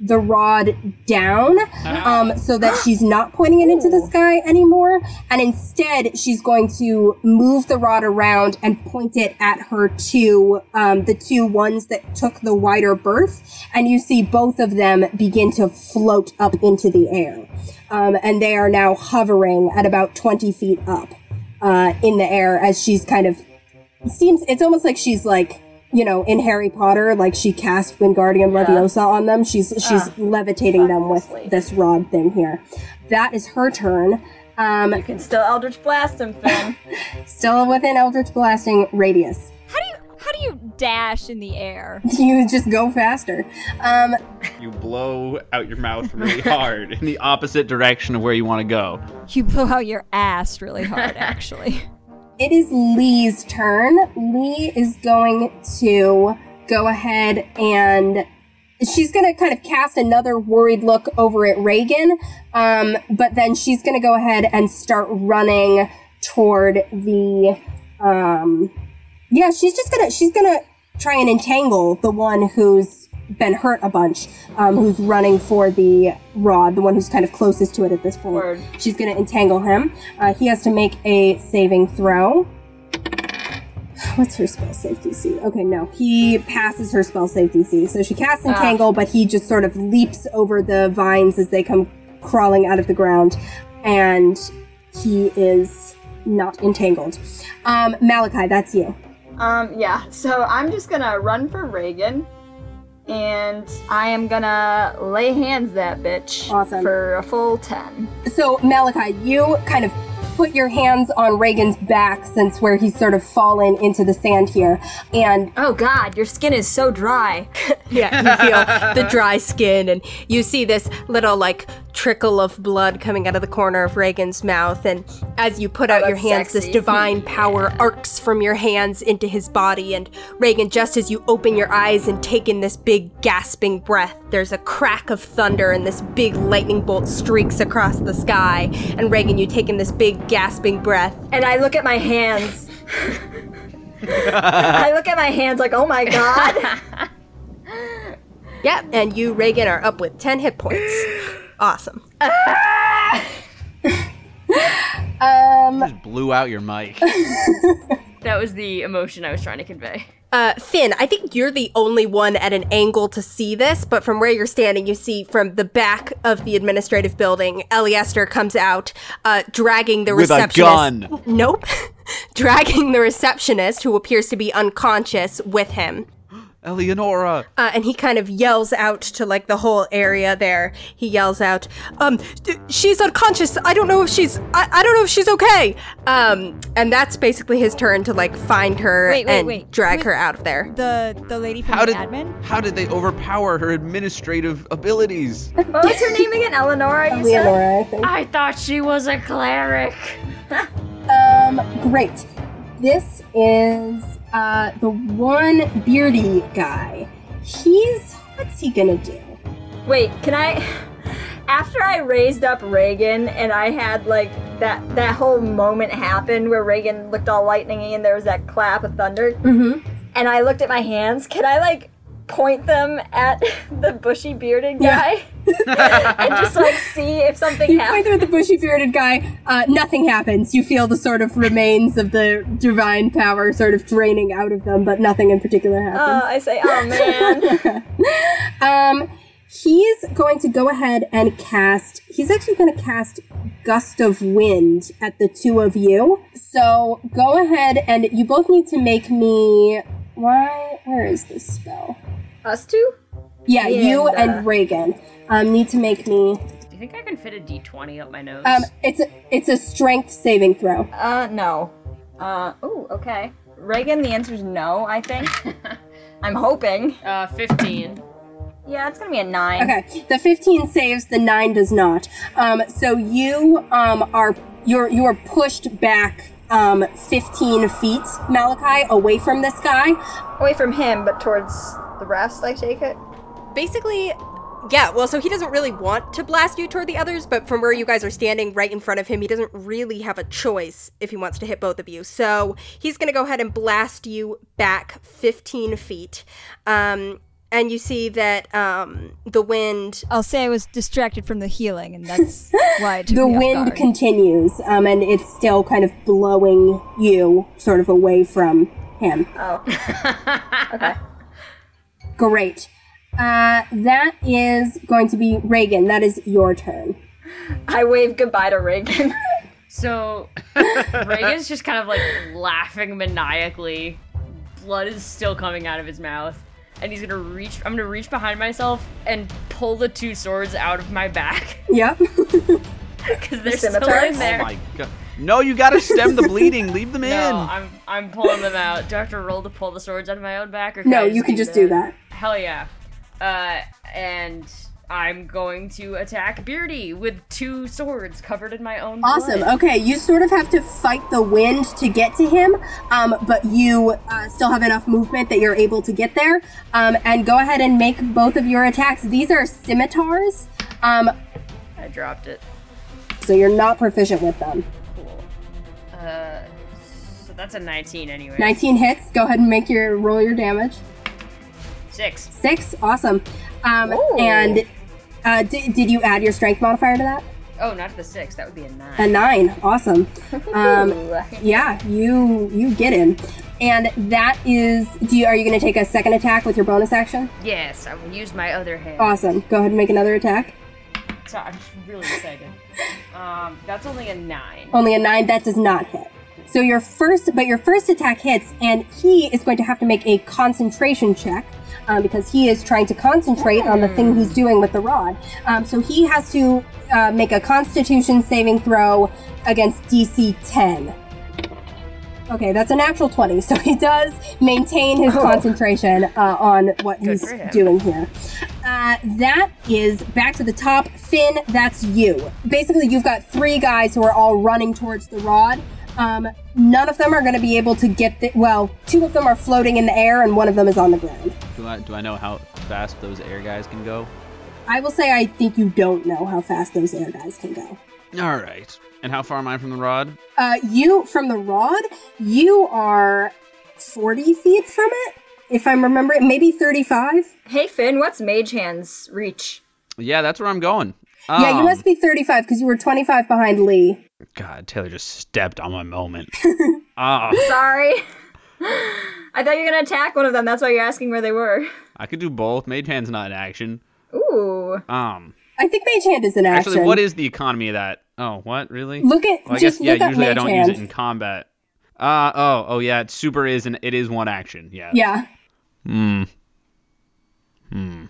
the rod down um, so that she's not pointing it into the sky anymore. And instead, she's going to move the rod around and point it at her two, um, the two ones that took the wider berth. And you see both of them begin to float up into the air. Um, and they are now hovering at about 20 feet up uh, in the air as she's kind of seems it's almost like she's like you know in harry potter like she cast wingardium leviosa on them she's she's levitating them with this rod thing here that is her turn um You can still Eldritch Blast him, Finn. still within eldritch blasting radius *laughs* How do you how do you dash in the air? you just go faster um You blow out your mouth really hard in the opposite direction of where you want to go. You blow out your ass really *laughs* hard, actually. it is lee's turn lee is going to go ahead and she's going to kind of cast another worried look over at Reagan, um, but then she's going to go ahead and start running toward the. Um, yeah, she's just gonna she's gonna try and entangle the one who's been hurt a bunch, um, who's running for the rod, the one who's kind of closest to it at this point. Word. She's gonna entangle him. Uh, he has to make a saving throw. What's her spell safe DC? Okay, no, he passes her spell safe DC. So she casts Entangle, but he just sort of leaps over the vines as they come crawling out of the ground, and he is not entangled. Um, Malachi, that's you. Um, yeah, so I'm just gonna run for Reagan. And I am gonna lay hands that bitch Awesome. for a full 10. So, Malachi, you kind of put your hands on Reagan's back since where he's sort of fallen into the sand here, and Oh god, your skin is so dry. Yeah, you *laughs* feel the dry skin, and you see this little like trickle of blood coming out of the corner of Reagan's mouth. And as you put out your Oh, that's hands, this sexy. divine power arcs from your hands into his body. And Reagan, just as you open your eyes and take in this big gasping breath, there's a crack of thunder, and this big lightning bolt streaks across the sky. And Reagan, you take in this big gasping breath. and I look at my hands. I look at my hands like, oh my god. Yep, and you, Reagan, are up with 10 hit *gasps* points. Awesome. Just blew out your mic. That was the emotion I was trying to convey. Uh, Finn, I think you're the only one at an angle to see this, but from where you're standing, you see from the back of the administrative building, Eliester comes out, uh, dragging the With a receptionist. gun. Nope. *laughs* dragging the receptionist, who appears to be unconscious, with him. Eleonora. Uh, and he kind of yells out to like the whole area there. He yells out, um, "D- she's unconscious. I don't know if she's, I, I don't know if she's okay. Um, and that's basically his turn to like find her Wait, wait, and wait. drag Wait. her out of there. The the lady from How the did admin. how did they overpower her administrative abilities? what was her name again? Eleonora, you said? Leonora, I think. I thought she was a cleric. Um, great. This is uh, the one beardy guy. He's what's he gonna do? Wait, can I? After I raised up Reagan and I had like that that whole moment happen where Reagan looked all lightningy and there was that clap of thunder, Mm-hmm. and I looked at my hands. Can I like point them at *laughs* the bushy bearded guy *laughs* and just like see if something You happens? point at the bushy bearded guy. Uh, nothing happens. You feel the sort of remains of the divine power sort of draining out of them, but nothing in particular Oh, happens. I say, oh *laughs* man. Um, he's going to go ahead and cast. He's actually going to cast gust of wind at the two of you. So go ahead and you both need to make me. Why? Where is this spell? Us two? Yeah, you And, uh, and Reagan um, need to make me. Do you think I can fit a d20 up my nose? Um, it's a it's a strength saving throw. Uh, no. Uh, ooh, okay. Reagan, the answer's no, I *laughs* think. I'm hoping. uh, 15. Yeah, it's gonna be a nine. Okay, the 15 saves, the 9 does not. Um, so you um, are you're you're pushed back um, 15 feet, Malachi, away from this guy. Away from him, but towards the rest, I take it. basically yeah well so he doesn't really want to blast you toward the others but from where you guys are standing right in front of him he doesn't really have a choice if he wants to hit both of you so he's going to go ahead and blast you back 15 feet um, and you see that um, the wind I'll say I was distracted from the healing, and *laughs* that's why it took The me off wind guard. continues, um, and it's still kind of blowing you sort of away from him. Oh. Great. Uh, that is going to be Reagan. That is your turn. I wave goodbye to Reagan. *laughs* *laughs* So Reagan's just kind of like laughing maniacally. Blood is still coming out of his mouth. And he's gonna reach I'm gonna reach behind myself and pull the two swords out of my back. *laughs* Yep. Because they're still Scimitars? in Oh there. my god. No, you gotta stem the bleeding. Leave *laughs* them in. no, I'm I'm pulling them out. Do I have to roll to pull the swords out of my own back or can *laughs* no, I you can just do that. Hell yeah. Uh and I'm going to attack Beardy with two swords covered in my own Awesome. blood. Okay, you sort of have to fight the wind to get to him, um, but you uh, still have enough movement that you're able to get there. Um, and go ahead and make both of your attacks. These are scimitars, um, I dropped it. so you're not proficient with them. Cool. Uh so that's a 19 anyway. 19 hits. Go ahead and make your roll your damage. Six. Six. Awesome. Um, and uh, di- did you add your strength modifier to that? Oh, not the six. That would be a nine. A nine. Awesome. Um, yeah, you you get him. And that is. Do you, are you going to take a second attack with your bonus action? Yes, I will use my other hand. Awesome. Go ahead and make another attack. So I'm just really excited. um, that's only a nine. Only a nine. That does not hit. So your first, but your first attack hits, and he is going to have to make a concentration check um, because he is trying to concentrate on the thing he's doing with the rod. Um, so he has to uh, make a Constitution saving throw against DC 10. Okay, that's a natural 20. *laughs* So he does maintain his concentration uh, on what he's Oh. for him. doing here. Uh, that is back to the top. Finn, that's you. Basically, you've got three guys who are all running towards the rod. Um, none of them are going to be able to get the. Well, two of them are floating in the air and one of them is on the ground. Do I, do I know how fast those air guys can go? I will say I think you don't know how fast those air guys can go. All right. And how far am I from the rod? Uh, you from the rod, you are forty feet from it, if I'm remembering, maybe thirty-five. Hey Finn, what's Mage Hand's reach? Yeah, that's where I'm going. yeah, you Um, must be thirty-five because you were twenty-five behind Lee. God, Taylor just stepped on *laughs* my moment. Ah, Sorry. *laughs* I thought you were gonna attack one of them. That's why you're asking where they were. I could do both. Mage hand's not in action. Ooh. Um, I think Mage Hand is in action. actually, what is the economy of that? Oh, what really? Look at Well, I just guess yeah. look up Usually, I Mage don't Hand. use it in combat. Uh oh, oh yeah. It's super is an it is one action. Yeah. yeah, Hmm. Hmm.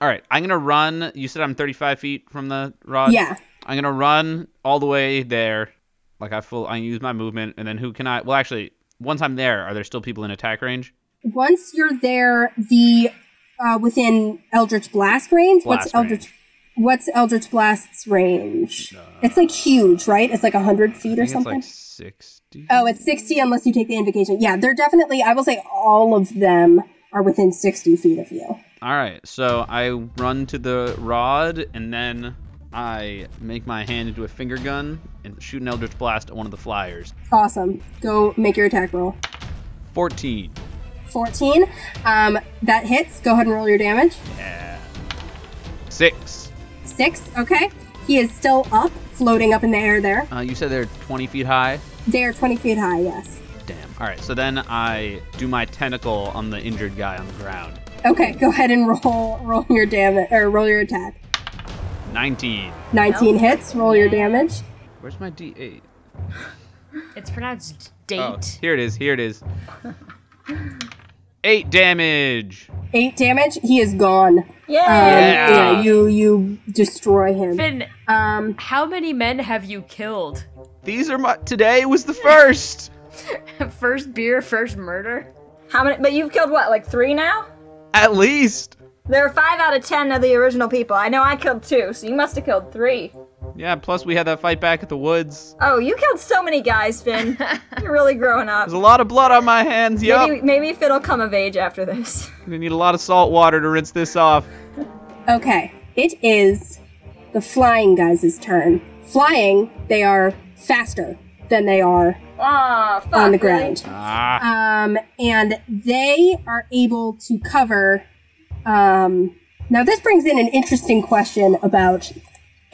All right, I'm gonna run. You said I'm 35 feet from the rod. yeah. I'm gonna run all the way there. Like I full, I use my movement, and then who can I? Well, actually, once I'm there, are there still people in attack range? Once you're there, the uh, within Eldritch Blast range. what's Blast range. Uh, Eldritch? What's Eldritch Blast's range? it's like huge, right? It's like hundred feet or I think it's something. like 60. Oh, it's 60 unless you take the invocation. Yeah, they're definitely, I will say all of them are within 60 feet of you. All right, so I run to the rod, and then I make my hand into a finger gun and shoot an eldritch blast at one of the flyers. Awesome. Go make your attack roll. 14. 14. Um, that hits. Go ahead and roll your damage. Six. Six. Okay. He is still up, floating up in the air there. Uh, you said they're 20 feet high. They are 20 feet high, yes. Damn. All right, so then I do my tentacle on the injured guy on the ground. Okay, go ahead and roll roll your damage or roll your attack. 19. 19 hits, roll your damage. Where's my D8? It's pronounced Oh, date. here it is. Here it is. *laughs* Eight damage. Eight damage, he is gone. Um, Yeah. yeah, you you destroy him. Finn, Um how many men have you killed? *laughs* These are my. Today was the first. First beer, first murder. How many? But you've killed what? Like three now? At least. There are five out of ten of the original people. I know I killed two, so you must have killed three. Yeah. Plus, we had that fight back at the woods. Oh, you killed so many guys, Finn. You're really growing up. There's a lot of blood on my hands. Yup. Maybe, maybe Finn will come of age after this. We need a lot of salt water to rinse this off. Okay, it is the flying guys' turn. Flying, they are faster than they are Ah, fuck. on the really? ground. Ah. Um, and they are able to cover. Um, now, this brings in an interesting question about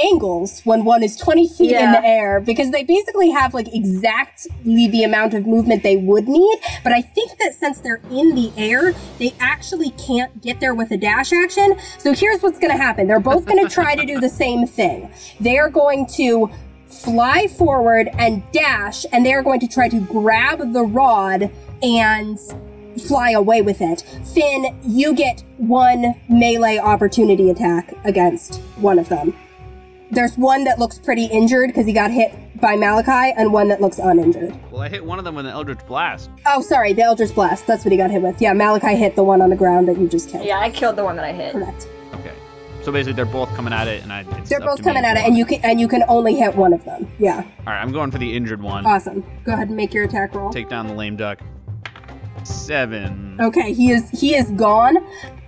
angles when one is 20 feet in Yeah. the air because they basically have like exactly the amount of movement they would need but i think that since they're in the air they actually can't get there with a dash action so here's what's going to happen they're both going to try to do the same thing they're going to fly forward and dash and they're going to try to grab the rod and fly away with it. Finn, you get one melee opportunity attack against one of them. There's one that looks pretty injured because he got hit by Malachi, and one that looks uninjured. Well, I hit one of them with an eldritch blast. Oh, sorry, the Elder's Blast. That's what he got hit with. Yeah, Malachi hit the one on the ground that you just killed. Yeah, I killed the one that I hit. Correct. Okay. So basically, they're both coming at it, and I. It's They're up to both me coming if at it, I and you want. can and you can only hit one of them. Yeah, All right, I'm going for the injured one. Uh, awesome. Go ahead and make your attack roll. Take down the lame duck. Seven. Okay, he is he is gone,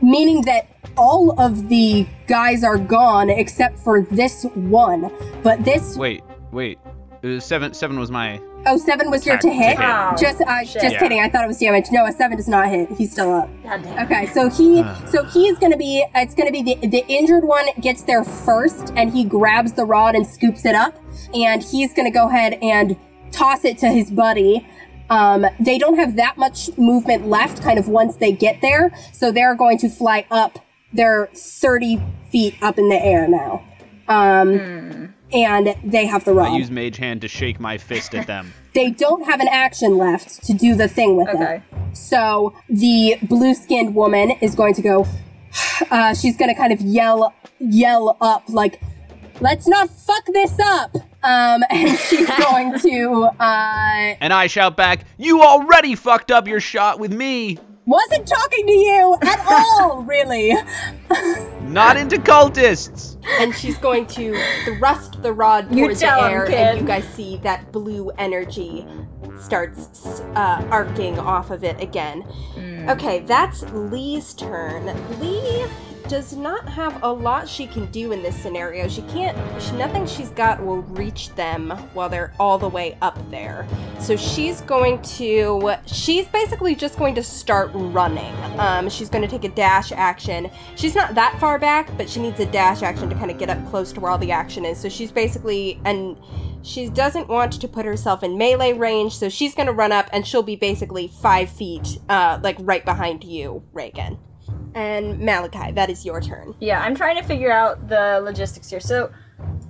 meaning that all of the guys are gone except for this one. But this Wait, wait. It was Uh, seven. Seven was my Oh, seven was your Time to to hit. hit. Oh. Just, uh, Shit. just Yeah. kidding. I thought it was damage. No, a seven does not hit. He's still up. God damn. Okay, so he, Uh. so he's gonna be. It's gonna be the the injured one gets there first, and he grabs the rod and scoops it up, and he's gonna go ahead and toss it to his buddy. Um, they don't have that much movement left, kind of once they get there, so they're going to fly up. They're thirty feet up in the air now, um, Hmm. and they have the I Um, rod. use Mage Hand to shake my fist at them. *laughs* they don't have an action left to do the thing with Okay. it. So the blue skinned woman is going to go. *sighs* Uh, she's going to kind of yell, yell up like, "Let's not fuck this up!" Um, *laughs* and she's going to. Uh, And I shout back, You already fucked up your shot with me! wasn't talking to you at all, really. Not into cultists! *laughs* and she's going to thrust the rod You towards the tell 'em, air, kid. and you guys see that blue energy starts uh, arcing off of it again. Hmm. Okay, that's Lee's turn. Lee does not have a lot she can do in this scenario. She can't. She, nothing she's got will reach them while they're all the way up there. So she's going to. She's basically just going to start running. Um, she's going to take a dash action. She's not that far back, but she needs a dash action to kind of get up close to where all the action is. So she's basically and she doesn't want to put herself in melee range, so she's going to run up and she'll be basically five feet, uh, like right behind you, Reagan. And Malachi, that is your turn. Yeah, I'm trying to figure out the logistics here. So,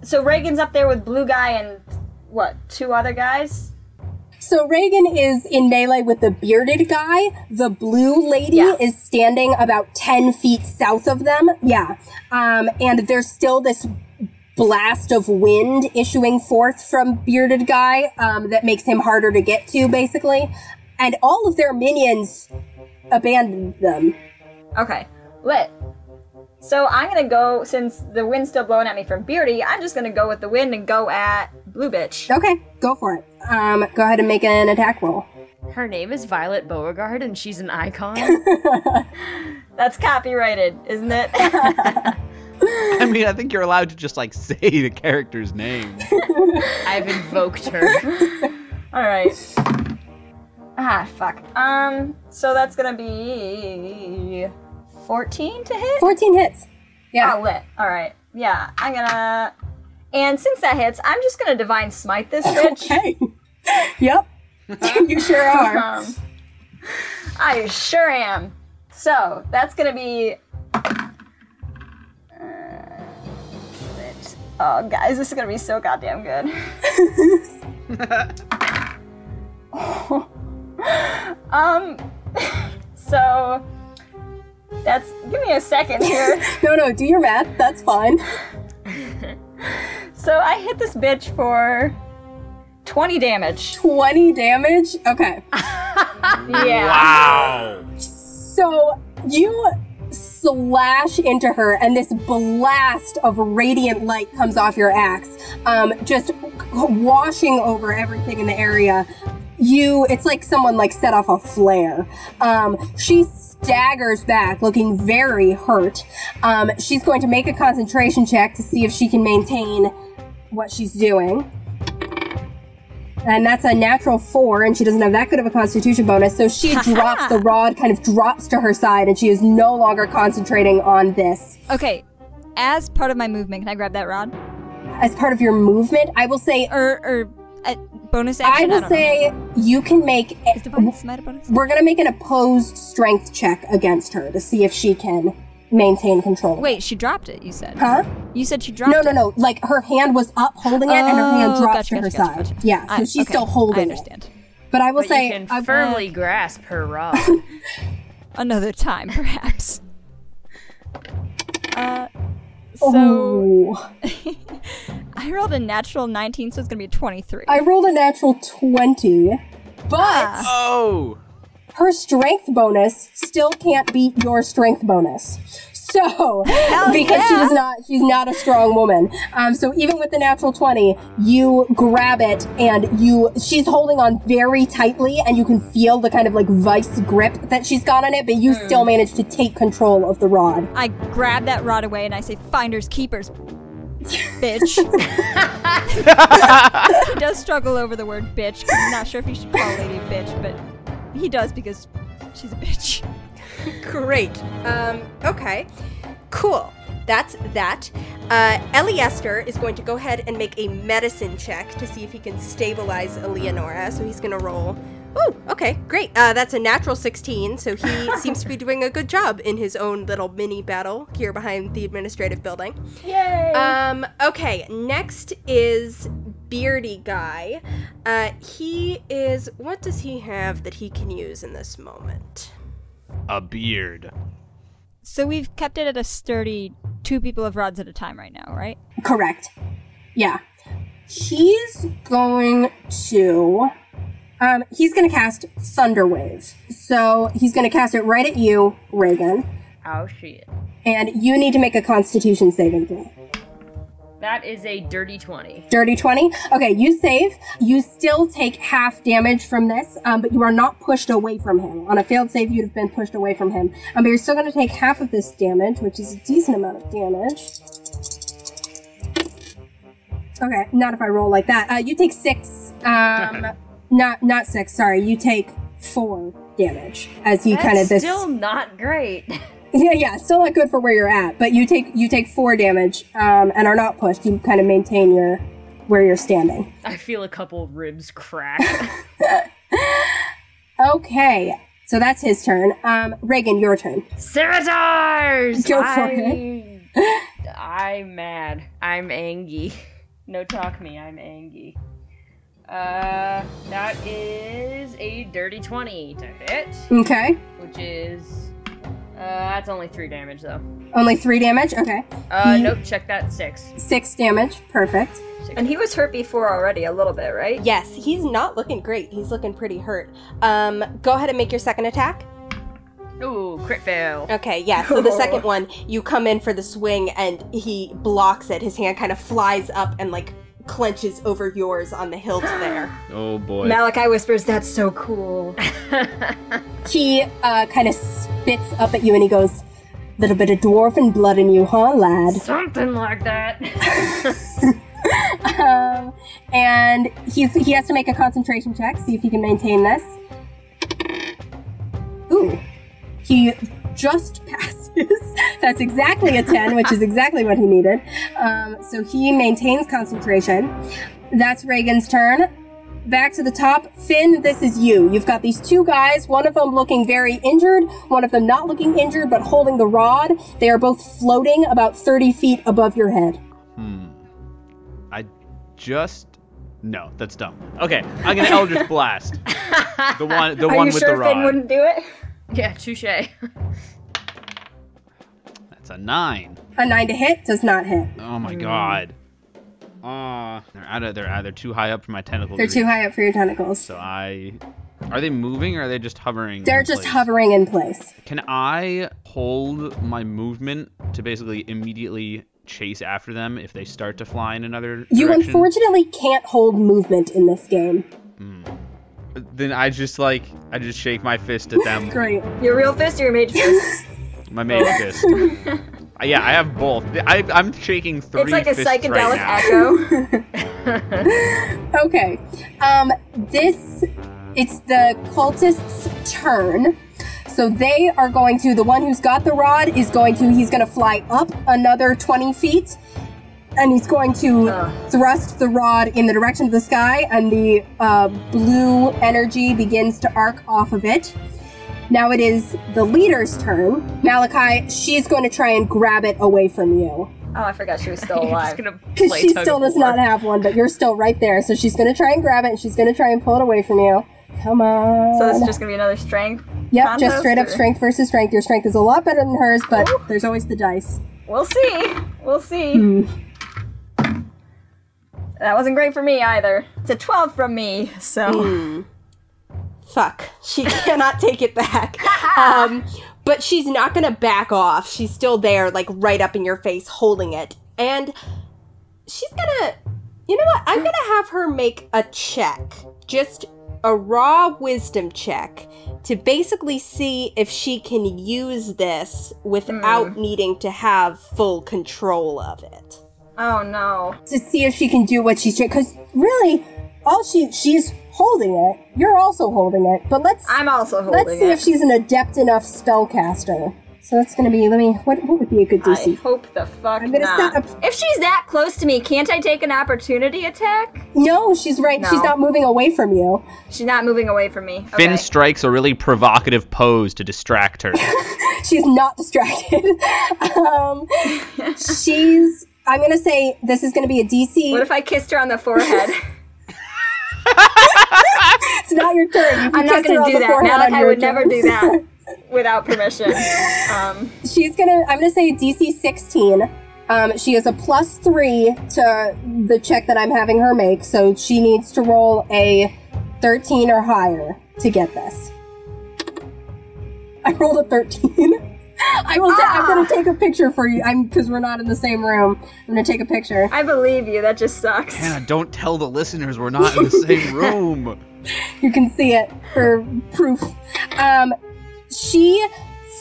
so Reagan's up there with blue guy and what two other guys? So Reagan is in melee with the bearded guy. The blue lady Yeah. is standing about 10 feet south of them. Yeah. Um, and there's still this blast of wind issuing forth from bearded guy um, that makes him harder to get to, basically. And all of their minions abandoned them. Okay, lit. So I'm gonna go since the wind's still blowing at me from Beardy. I'm just gonna go with the wind and go at blue bitch. Okay, go for it. Um, go ahead and make an attack roll. Her name is Violet Beauregard, and she's an icon. That's copyrighted, isn't it? *laughs* I mean, I think you're allowed to just, like, *laughs* say the character's *laughs* name. I've invoked her. All right. Ah, fuck. Um, so that's gonna be 14 to hit. 14 hits. Yeah, Yeah. lit. All right. Yeah, I'm gonna. And since that hits, I'm just gonna divine smite this bitch. *laughs* Okay. yep. *laughs* you sure are. Um, I sure am. So that's gonna be. Uh, it- Oh, guys, this is gonna be so goddamn good. *laughs* um, *laughs* so that's. Give me a second *laughs* here. *laughs* No, no, do your math. That's fine. so I hit this bitch for 20 damage. 20 damage? Okay. Yeah. Wow! So you slash into her, and this blast of radiant light comes off your axe, um, just c- washing over everything in the area. You, it's like someone like set off a flare. Um, she staggers back, looking very hurt. Um, she's going to make a concentration check to see if she can maintain what she's doing. and that's a natural four, and she doesn't have that good of a constitution bonus. So she drops the rod, kind of drops to her side, and she is no longer concentrating on this. Okay, as part of my movement, can I grab that rod? As part of your movement, I will say, Or, or uh, bonus I action? will don't know. say you can make. Is the bonus? Am I the bonus? We're gonna make an opposed strength check against her to see if she can maintain control. Wait, she dropped it, you said. Huh? You said she dropped No, it. no, no. Like her hand was up holding it, and her hand Oh, dropped gotcha, to her gotcha, side. gotcha, gotcha. Yeah, so I- she's okay, still holding I it. understand. But I will But say, uh, you can I've- firmly grasp her rod. Another time, *laughs* perhaps. uh, Oh. so Ooh. I rolled a natural 19, so it's gonna be 23. I rolled a natural 20, but Oh! her strength bonus still can't beat your strength bonus. So, *laughs* because she's not she's not a strong woman. Um, so even with the natural 20, you grab it and you she's holding on very tightly and you can feel the kind of like vice grip that she's got on it, but you still manage to take control of the rod. I grab that rod away and I say, "Finders keepers." *laughs* bitch. he does struggle over the word bitch. 'cause He's not sure if he should call a lady a bitch, but he does because she's a bitch. Great. Um, okay. Cool. That's that. Uh, Eliester is going to go ahead and make a medicine check to see if he can stabilize Eleonora. So he's going to roll. Oh, okay, great. Uh, that's a natural 16, so he seems to be doing a good job in his own little mini battle here behind the administrative building. Yay! Um, okay, next is Beardy Guy. Uh, he is. What does he have that he can use in this moment? A beard. So we've kept it at a sturdy two people of rods at a time right now, right? Correct. Yeah. He's going to. Um, he's going to cast Thunder Wave. So he's going to cast it right at you, Reagan. Oh shit. And you need to make a Constitution saving throw. That is a dirty 20. Dirty 20. Okay, you save. You still take half damage from this, um, but you are not pushed away from him. On a failed save, you'd have been pushed away from him. Um, but you're still going to take half of this damage, which is a decent amount of damage. Okay, not if I roll like that. Uh, you take six. Um, not not six. Sorry, you take four damage as you kind of this. Still not great. *laughs* Yeah, yeah, still not good for where you're at, but you take you take four damage um, and are not pushed. You kind of maintain your where you're standing. I feel a couple ribs crack. *laughs* Okay, so that's his turn. Um, Reagan, your turn. Scimitars! Go for I'm... *laughs* I'm mad. I'm angry. No talk me, I'm angry. Uh, that is a dirty 20 to hit, Okay, which is. Uh, that's only three damage though. only three damage. Okay, Uh, nope, check that six. six damage. Perfect. and he was hurt before already a little bit, right? Yes, he's not looking great. He's looking pretty hurt. Um, go ahead and make your second attack. Ooh, crit fail. *laughs* Okay, yeah. So the *laughs* second one, you come in for the swing and he blocks it. His hand kind of flies up and like clenches over yours on the hilt there. Oh boy. Malachi whispers, "That's so cool." *gasps* He uh, kind of spits up at you and he goes, "Little bit of dwarven blood in you, huh, lad?" Something like that. Um, and he's he has to make a concentration check, see if he can maintain this. Ooh, he just *laughs* passes. That's exactly a ten, which is exactly what he needed. Um, so he maintains concentration. That's Reagan's turn. Back to the top, Finn. This is you. You've got these two guys. One of them looking very injured. One of them not looking injured, but holding the rod. They are both floating about thirty feet above your head. I just no, that's dumb. Okay, I'm gonna Eldritch *laughs* Blast. The one, the Are one you with sure the rod. Finn wouldn't do it? yeah, touche. That's a nine. A nine to hit does not hit. Oh my Mm. god. Ah, they're out of, they're either too high up for my tentacles. They're to too reach, high up for your tentacles. So I, are they moving or are they just hovering? They're in just place? hovering in place. Can I hold my movement to basically immediately chase after them if they start to fly in another You direction? unfortunately can't hold movement in this game. Then I just like I just shake my fist at them. Great. Oh. Your real fist or your mage fist? My main fist. Uh, yeah, I have both. I, I'm shaking three. it's like a fists right psychedelic now. *laughs* echo. Okay. Um, this it's the cultist's turn. So they are going to the one who's got the rod is going to he's going to fly up another 20 feet and he's going to thrust the rod in the direction of the sky and the uh, blue energy begins to arc off of it. Now it is the leader's turn. Malachi, she's going to try and grab it away from you. Oh, I forgot she was *laughs* still You're just alive. gonna Because play she tug still of does war. not have one, but you're still right there. So she's going to try and grab it and she's going to try and pull it away from you. Come on. So it's just gonna be another strength. yep, just contest, straight up or- strength versus strength. Your strength is a lot better than hers, but there's always the dice. We'll see. We'll see. Hmm. That wasn't great for me either. It's a 12 from me, so. Hmm. Fuck. She *laughs* cannot take it back. Um, but she's not going to back off. She's still there, like right up in your face, holding it. And she's going to, you know what? I'm going to have her make a check, just a raw wisdom check, to basically see if she can use this without needing to have full control of it. Oh no. to see if she can do what she's because really, all she she's holding it. You're also holding it, but let's I'm also holding let's see it. if she's an adept enough spellcaster. So that's gonna be. Let me. What, what would be a good I DC? hope the fuck I'm gonna not. set up- *laughs* If she's that close to me, can't I take an opportunity attack? No, she's right. She's No. not moving away from you. She's not moving away from me. Okay. Finn strikes a really provocative pose to distract her. She's not distracted. *laughs* um, she's. I'm gonna say this is gonna be a DC. what if I kissed her on *laughs* the forehead? it's not your turn. You can I'm not kiss her gonna on do the that. forehead Malik, on I your would never turn. do that without permission. Um, She's gonna. I'm gonna say DC 16. Um, she is a plus three to the check that I'm having her make, so she needs to roll a 13 or higher to get this. I rolled a 13. *laughs* I will. ta- I'm gonna take a picture for you. I'm because we're not in the same room. I'm gonna take a picture. I believe you. That just sucks. Hannah, don't tell the listeners we're not in the *laughs* same room. You can see it for proof. Um, she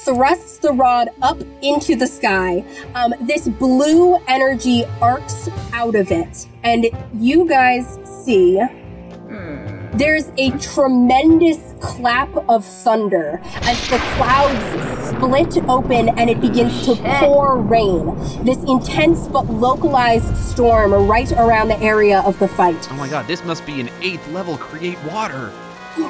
thrusts the rod up into the sky. Um, this blue energy arcs out of it, and you guys see. There's a tremendous clap of thunder as the clouds split open and it begins to pour rain. This intense but localized storm right around the area of the fight. Oh my god, this must be an eighth level create water.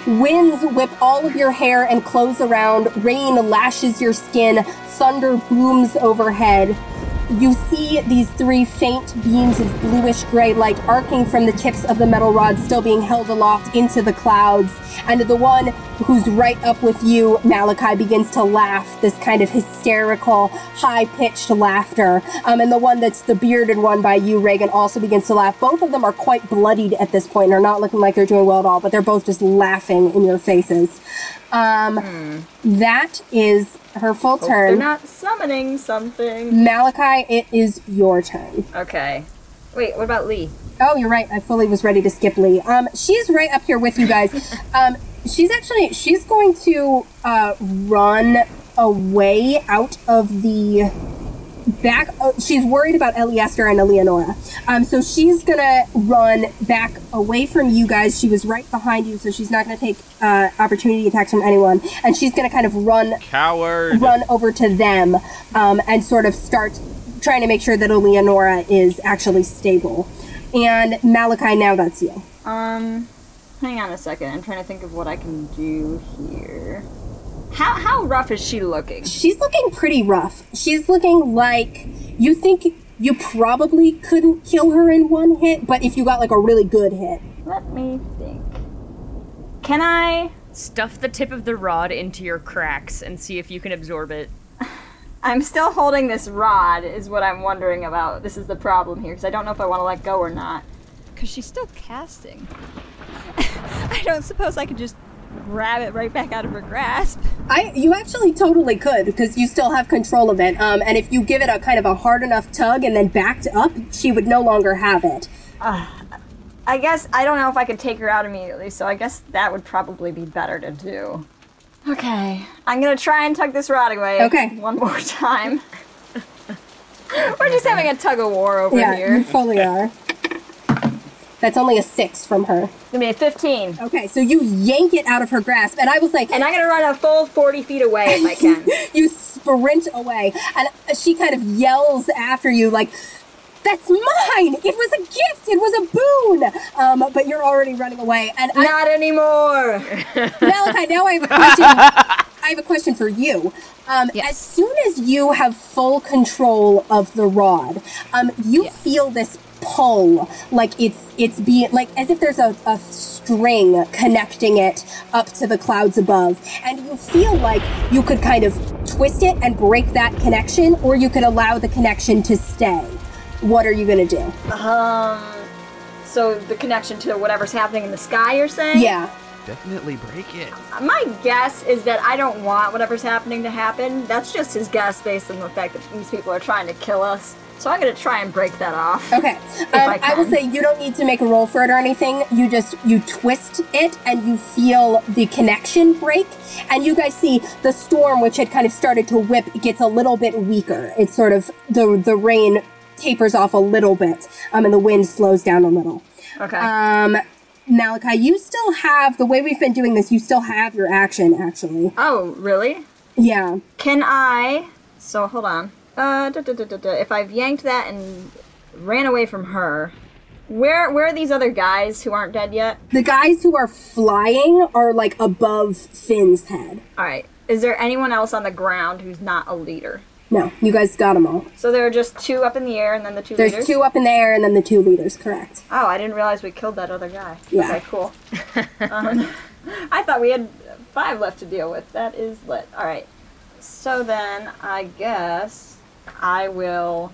Winds whip all of your hair and clothes around. Rain lashes your skin. Thunder booms overhead. You see these three faint beams of bluish gray light arcing from the tips of the metal rods still being held aloft into the clouds. And the one who's right up with you, Malachi, begins to laugh, this kind of hysterical, high pitched laughter. Um, and the one that's the bearded one by you, Reagan, also begins to laugh. Both of them are quite bloodied at this point and are not looking like they're doing well at all, but they're both just laughing in your faces. Um, That is her full Hmm. They're turn. not summoning something. Malachi, it is your turn. Okay. Wait, what about Lee? Oh, you're right. I fully was ready to skip Lee. Um, she's right up here with you guys. Um, she's actually she's going to uh, run away out of the back. Oh, she's worried about Eliester and Eleonora. Um, so she's gonna run back away from you guys. She was right behind you, so she's not gonna take uh, opportunity attacks from anyone. And she's gonna kind of run Coward. run over to them um, and sort of start trying to make sure that Eleonora is actually stable. And Malachi, now that's you. Um, hang on a second. I'm trying to think of what I can do here. How how rough is she looking? She's looking pretty rough. She's looking like you think you probably couldn't kill her in one hit, but if you got like a really good hit, *laughs* Let me think. Can I? Stuff the tip of the rod into your cracks and see if you can absorb it. I'm still holding this rod, is what I'm wondering about. This is the problem here, because I don't know if I want to let go or not. Because she's still *laughs* casting. I don't suppose I could just grab it right back out of her grasp. I you actually totally could because you still have control of it. Um, and if you give it a kind of a hard enough tug and then backed up, she would no longer have it. I guess I don't know if I could take her out immediately, so I guess that would probably be better to do. Okay, I'm gonna try and tug this rod away. Okay. one more *laughs* time. We're just having a tug of war over yeah, you here. fully are. That's only a six from her. Give me a 15. Okay, so you yank it out of her grasp, and I was like, And I'm gonna run a full 40 feet away if I can. *laughs* you sprint away, and she kind of yells after you, like, that's mine! It was a gift! It was a boon! Um, but you're already running away, and I, Not anymore. *laughs* Malachi, *laughs* now I have a question. I have a question for you. Um, Yes. As soon as you have full control of the rod, um, you feel this pull, like it's it's being like as if there's a, a string connecting it up to the clouds above, and you feel like you could kind of twist it and break that connection, or you could allow the connection to stay. What are you gonna do? Um, so the connection to whatever's happening in the sky, you're saying? Yeah. Definitely break it. My guess is that I don't want whatever's happening to happen. That's just his guess based on the fact that these people are trying to kill us. So I'm gonna try and break that off. Okay. I Um, I will can. say you don't need to make a roll for it or anything. You just you twist it and you feel the connection break, and you guys see the storm, which had kind of started to whip, gets a little bit weaker. It's sort of the the rain tapers off a little bit, um, and the wind slows down a little. Okay. Um, Malachi, you still have the way we've been doing this. You still have your action, actually. oh, really? Yeah. Can I? So hold on. Uh, da, da, da, da, da. if I've yanked that and ran away from her, where where are these other guys who aren't dead yet? The guys who are flying are like above Finn's head. All right. Is there anyone else on the ground who's not a leader? No, you guys got them all. So there are just two up in the air and then the two There's leaders. two up in the air and then the two leaders, correct? Oh, I didn't realize we killed that other guy. Yeah. Okay, *laughs* cool. um, *laughs* I thought we had five left to deal with. That is lit. All right. So then I guess I will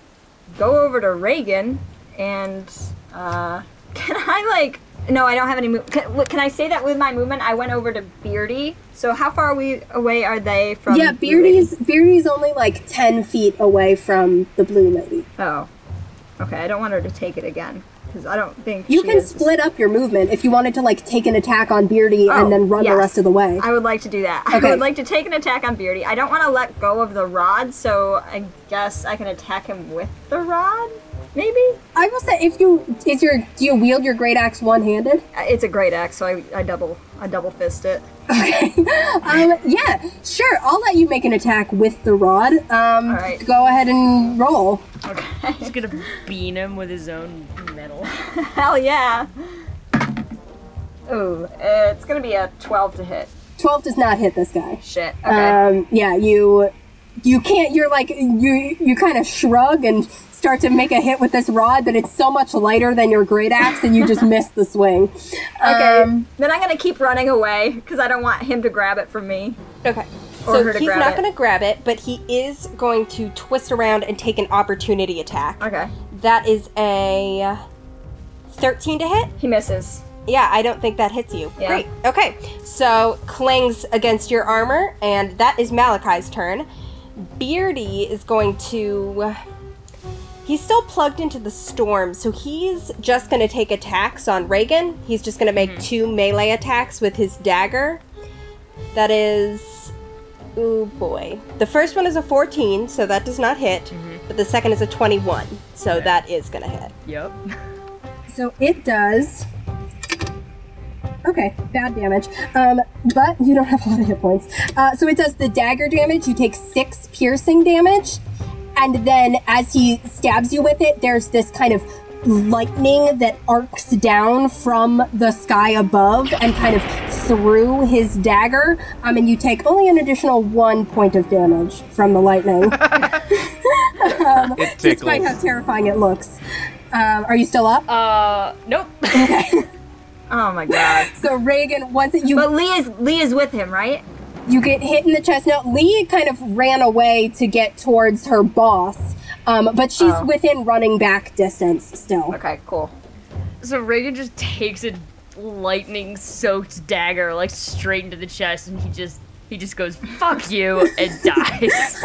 go over to Reagan and uh, *laughs* can I like? No, I don't have any. Mo- can, look, can I say that with my movement? I went over to Beardy. So how far we away are they from? yeah, Blue Lady? Beardy's Beardy's only like ten feet away from the blue lady. Oh. Okay, I don't want her to take it again because I don't think You she can is- split up your movement if you wanted to like take an attack on Beardy Oh, and then run yes. the rest of the way. I would like to do that. *laughs* I Okay. would like to take an attack on Beardy. I don't want to let go of the rod, so I guess I can attack him with the rod. Maybe I will say if you is your do you wield your great axe one handed? Uh, it's a great axe, so I, I double I double fist it. Okay. *laughs* um, yeah, sure. I'll let you make an attack with the rod. Um, right. Go ahead and roll. Okay, He's *laughs* gonna bean him with his own metal. hell yeah. Ooh, uh, it's gonna be a twelve to hit. Twelve does not hit this guy. Shit. Okay. Um, yeah, you you can't. You're like you you kind of shrug and start to make a hit with this rod, but it's so much lighter than your great axe, *laughs* and you just miss the swing. okay. Um, then I'm gonna keep running away because I don't want him to grab it from me. Okay. Or So her to he's grab not it. going to grab it, but he is going to twist around and take an opportunity attack. Okay. That is a 13 to hit. He misses. Yeah, I don't think that hits you. Yeah. Great. Okay. So clangs against your armor, and that is Malachi's turn. Beardy is going to. He's still plugged into the storm, so he's just going to take attacks on Reagan. He's just going to make two melee attacks with his dagger. That is. Ooh boy. The first one is a 14, so that does not hit. But the second is a 21, so that is going to hit. Yep. So it does. Okay, bad damage. Um, but you don't have a lot of hit points. Uh, so it does the dagger damage. You take six piercing damage. And then as he stabs you with it, there's this kind of lightning that arcs down from the sky above and kind of through his dagger. Um, and you take only an additional one point of damage from the lightning, It despite how tickles. terrifying it looks. Um, are you still up? Uh, nope. *laughs* Oh my god. so Reagan, once it, you but Lee is Lee is with him, right? you get hit in the chest. Now, Lee kind of ran away to get towards her boss, um, but she's Oh. within running back distance still. Okay. Cool. So Reagan just takes a lightning soaked dagger like straight into the chest and he just he just goes, fuck you, *laughs* and dies.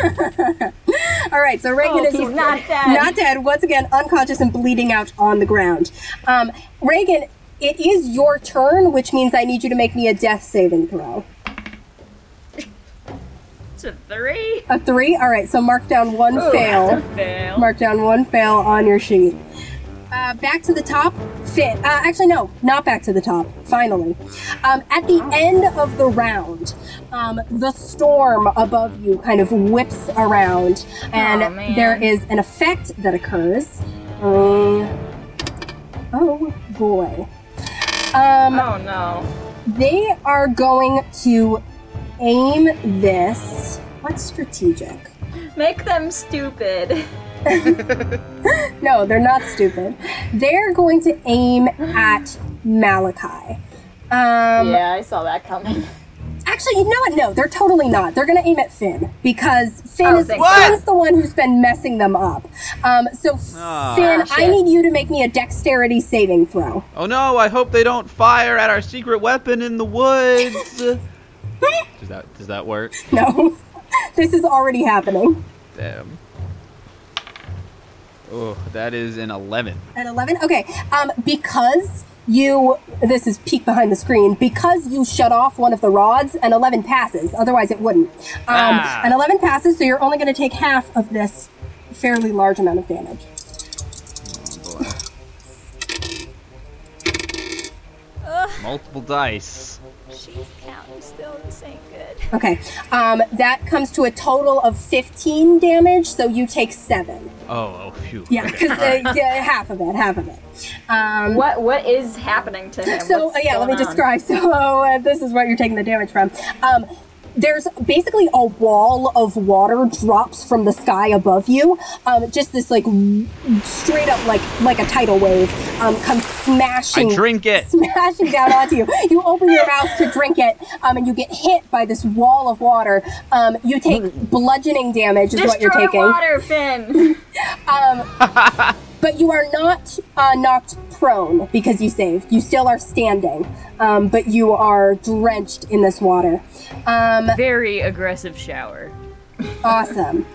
All right, so Reagan is Oh, He's not dead. Oh, not dead, once again, unconscious and bleeding out on the ground. Um, Reagan, it is your turn, which means I need you to make me a death saving throw. it's a three. A three? All right, so mark down one fail. Fail. Mark down one fail on your sheet. Uh, back to the top. Fit. Uh, actually, no, not back to the top. Finally, um, at the end of the round, um, the storm above you kind of whips around, and Aw, man. there is an effect that occurs. Uh, oh boy! Um, Oh no. they are going to aim this. What's strategic? Make them stupid. No, they're not stupid. They're going to aim at Malachi. Um, Yeah, I saw that coming. Actually, you know what? No, they're totally not. They're going to aim at Finn because Finn Oh, is thank God. Finn's the one who's been messing them up. Um, so, Ah. Finn, Ah, I shit. need you to make me a dexterity saving throw. *laughs* Oh no, I hope they don't fire at our secret weapon in the *laughs* woods. does that does that work? No, this is already happening. Damn. Oh, that is an 11. At 11? Okay. Um, because you, this is peek behind the screen, because you shut off one of the rods, an 11 passes. Otherwise, it wouldn't. Um, Ah. An 11 passes, so you're only going to take half of this fairly large amount of damage. Multiple dice. She's counting still. This ain't good. Okay. Um, that comes to a total of 15 damage, so you take seven. Oh, oh, phew. Yeah, Okay. because yeah, half of it, half of it. Um, What what is happening to him? So uh, What's yeah, let me going on? describe. *laughs* So uh, this is what you're taking the damage from. Um, there's basically a wall of water drops from the sky above you. Um, just this like w- straight up like like a tidal wave um, comes I smashing drink it. *laughs* smashing down onto you. You open your mouth to drink it, um, and you get hit by this wall of water. Um, you take bludgeoning damage, is what you're Destroy taking. water, *laughs* Finn. But you are not uh, knocked prone because you saved. You still are standing, um, but you are drenched in this water. Um, Very aggressive shower. awesome.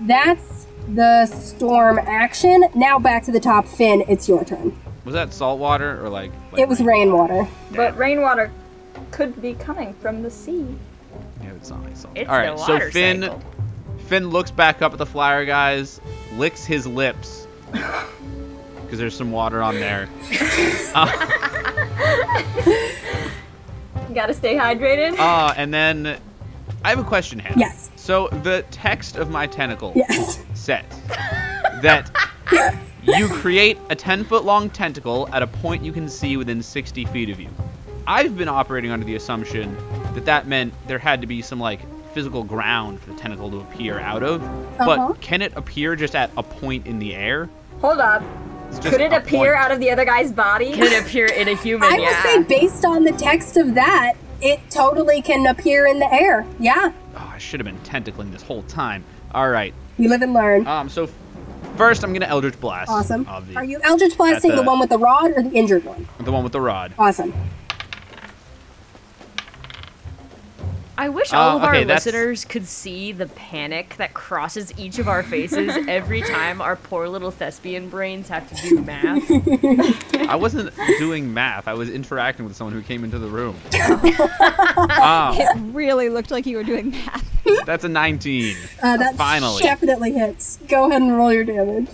That's the storm action. Now back to the top, Finn. It's your turn. Was that salt water or like? like It was rainwater. but rainwater could be coming from the sea. Yeah, it's not like salt. It's All right, the so water Finn, cycle. Finn looks back up at the flyer guys, licks his lips because there's some water on *laughs* there. You gotta stay hydrated. Ah, and then I have a question, Hannah. Yes. So the text of my tentacle Yes. says that you create a 10 foot long tentacle at a point you can see within 60 feet of you. I've been operating under the assumption that that meant there had to be some like physical ground for the tentacle to appear out of. Uh-huh. But can it appear just at a point in the air? Hold up. It's just Could it a appear point. out of the other guy's body? Can it appear in a human? I yeah. would say, based on the text of that, it totally can appear in the air. Yeah. Oh, I should have been tentacling this whole time. All right. We live and learn. Um. So f- first, I'm gonna Eldritch Blast. Awesome. Of the- Are you Eldritch Blasting At the the- one with the rod or the injured one? the one with the rod? Awesome. I wish all Uh, of our okay, that's- listeners could see the panic that crosses each of our faces every time our poor little thespian brains have to do math. I wasn't doing math. I was interacting with someone who came into the room. um, It really looked like you were doing math. that's a 19. Uh, that Finally. definitely hits. Go ahead and roll your damage.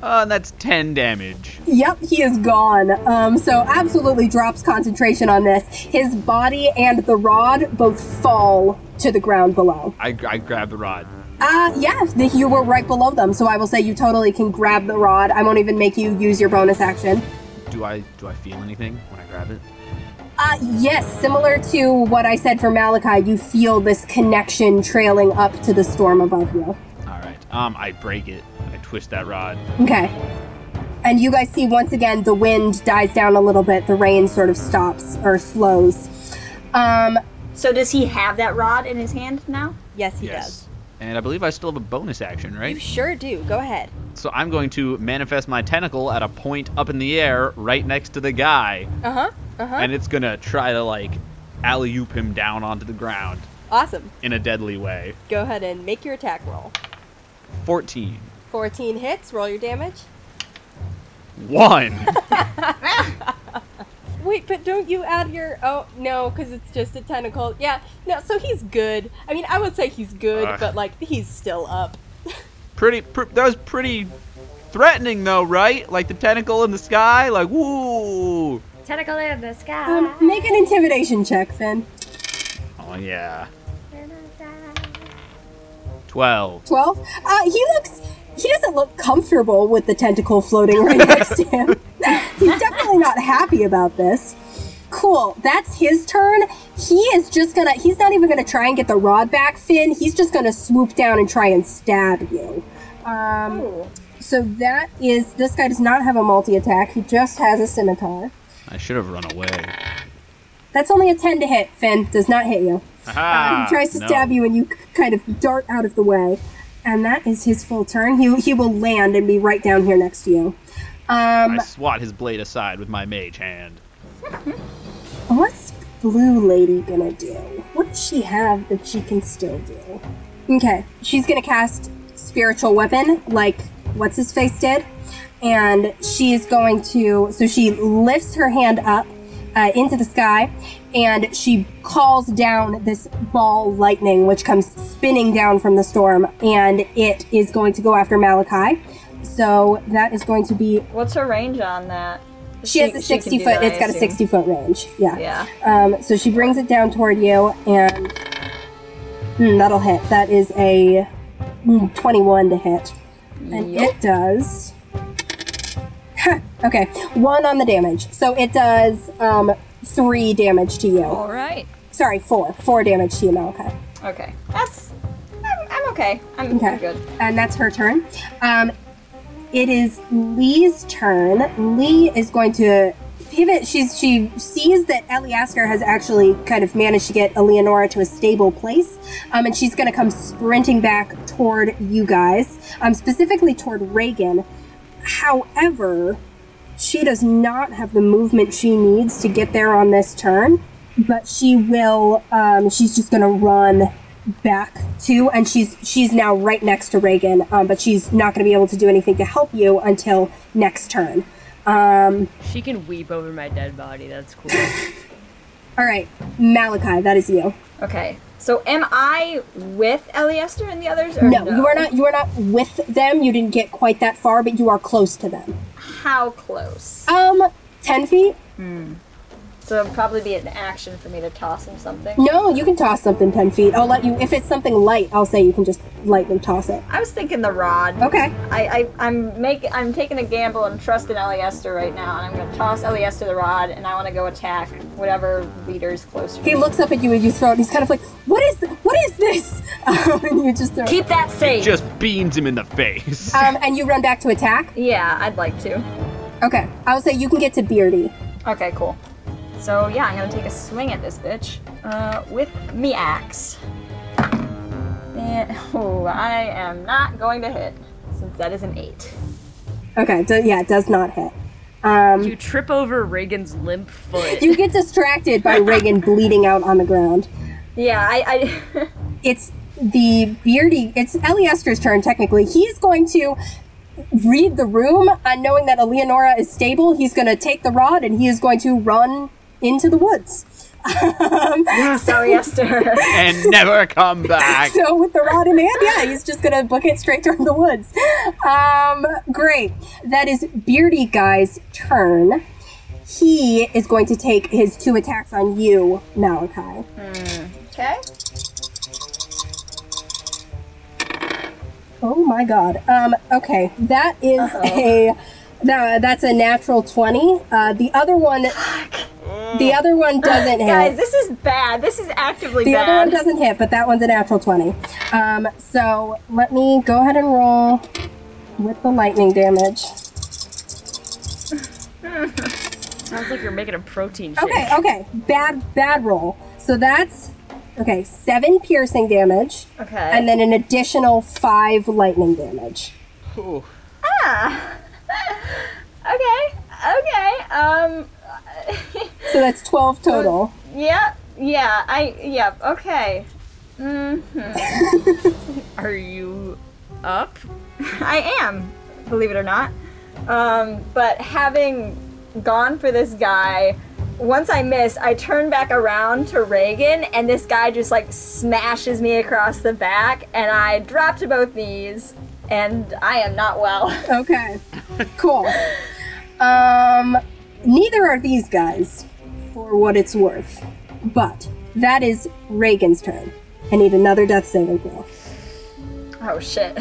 Uh, and that's 10 damage. Yep, he is gone. Um, so absolutely drops concentration on this. His body and the rod both fall to the ground below. I, I grabbed the rod. Uh, yeah, the, you were right below them, so I will say you totally can grab the rod. I won't even make you use your bonus action. Do I do I feel anything when I grab it? Uh, yes, similar to what I said for Malachi, you feel this connection trailing up to the storm above you. All right. Um, I break it. I twist that rod. Okay. And you guys see once again the wind dies down a little bit, the rain sort of stops or slows. Um, so does he have that rod in his hand now? Yes, he yes. And I believe I still have a bonus action, does. You right? sure do. Go ahead. So I'm going to manifest my tentacle at a point up in the air right next to the guy, Uh huh. Uh huh. and it's gonna try to like alley oop him down onto the ground Awesome. in a deadly way. Go ahead and make your attack roll. 14. 14 hits. Roll your damage. *laughs* One. Wait, but don't you add your? Oh no, because it's just a tentacle. Yeah, no. So he's good. I mean, I would say he's good, Ugh. but like he's still up. pretty pr- that was pretty threatening though right like the tentacle in the sky like woo Tentacle in the sky. um, make an intimidation check, Finn. oh yeah 12 12. Uh, he looks. He doesn't look comfortable with the tentacle floating right next to him. He's definitely not happy about this. Cool. That's his turn. He is just gonna. He's not even gonna try and get the rod back, Finn. He's just gonna swoop down and try and stab you. Um, so that is. This guy does not have a multi attack. He just has a scimitar. i should have run away That's only a 10 to hit, Finn. Does not hit you. Aha, he tries to no. stab you and you k- kind of dart out of the way and that is his full turn he, he will land and be right down here next to you i um swat his blade aside with my mage hand what's blue lady gonna do what does she have that she can still do okay she's gonna cast spiritual weapon like what's his face did and she is going to so she lifts her hand up uh, into the sky and she calls down this ball lightning which comes spinning down from the storm and it is going to go after malachi so that is going to be What's her range on that? She has a she can 60 do foot, that, it's I got a assume. 60 foot range. Yeah. Yeah. Um, so she brings it down toward you, and Mm, that'll hit. That is a mm, 21 to hit. And it does. Ha, okay, one on the damage. So it does um, three damage to you. All right. Sorry, four. Four damage to you, Malachi. Okay. That's. I'm, I'm okay. I'm Okay. good. And that's her turn. Um, it is Lee's turn. Lee is going to pivot. She's she sees that Eliasker has actually kind of managed to get Eleonora to a stable place, um, and she's going to come sprinting back toward you guys, um, specifically toward Reagan. However, she does not have the movement she needs to get there on this turn, but she will. Um, she's just going to run back to, and she's she's now right next to Reagan, um, but she's not going to be able to do anything to help you until next turn. Um, She can weep over my dead body. That's cool. all right, Malachi, that is you. Okay. So am I with Eliester and the others? Or No, you are not. You are not with them. You didn't get quite that far, but you are close to them. How close? Um, ten feet. So it'd probably be an action for me to toss him something. No, you can toss something ten feet. I'll let you. If it's something light, I'll say you can just lightly toss it. I was thinking the rod. Okay. I, I I'm make I'm taking a gamble and trusting Eliester right now, and I'm gonna toss Eliester the rod, and I want to go attack whatever leader's closer. He looks up at you and you throw it. And he's kind of like, "What is? Th- what is this?" *laughs* Um, and you just throw. it. Keep that safe. Just beans him in the face. Um, and you run back to attack. yeah, I'd like to. Okay, I'll say you can get to Beardy. Okay, cool. So yeah, I'm gonna take a swing at this bitch uh, with me axe. And *laughs* oh, I am not going to hit since that is an eight. Okay, do, yeah, it does not hit. Um, you trip over Reagan's limp *laughs* foot. you get distracted by Reagan bleeding out on the ground. Yeah, I, *laughs* I It's the *laughs* Beardy. It's Eliester's turn technically. He's going to read the room, uh, knowing that Eleonora is stable. He's going to take the rod and he is going to run into the woods. *laughs* Um, Eliester. *laughs* and never *laughs* come back. So with the rod in hand, yeah, he's just gonna book it straight toward the woods. Um, great. That is Beardy Guy's turn. He is going to take his two attacks on you, Malachi. okay. Oh my god. Um, okay, that is a that, that's a natural twenty. Uh, the other one, the *sighs* other one doesn't Guys, hit. this is bad. This is actively The bad. other one doesn't hit, but that one's a natural twenty. Um, so let me go ahead and roll with the lightning damage. Sounds like you're making a protein shake. Okay, okay. Bad bad roll. So that's okay, seven piercing damage. Okay. And then an additional five lightning damage. Ooh. Ah. okay. Okay. Um. *laughs* So that's twelve total. Yeah. Yeah. I. Yeah. Okay. Are you up? I am, believe it or not. Um, but having gone for this guy, once I miss, I turn back around to Reagan, and this guy just like smashes me across the back, and I drop to both knees, and I am not well. *laughs* Okay. Cool. Um neither are these guys, for what it's worth. But that is Reagan's turn. I need another death saving throw. oh shit.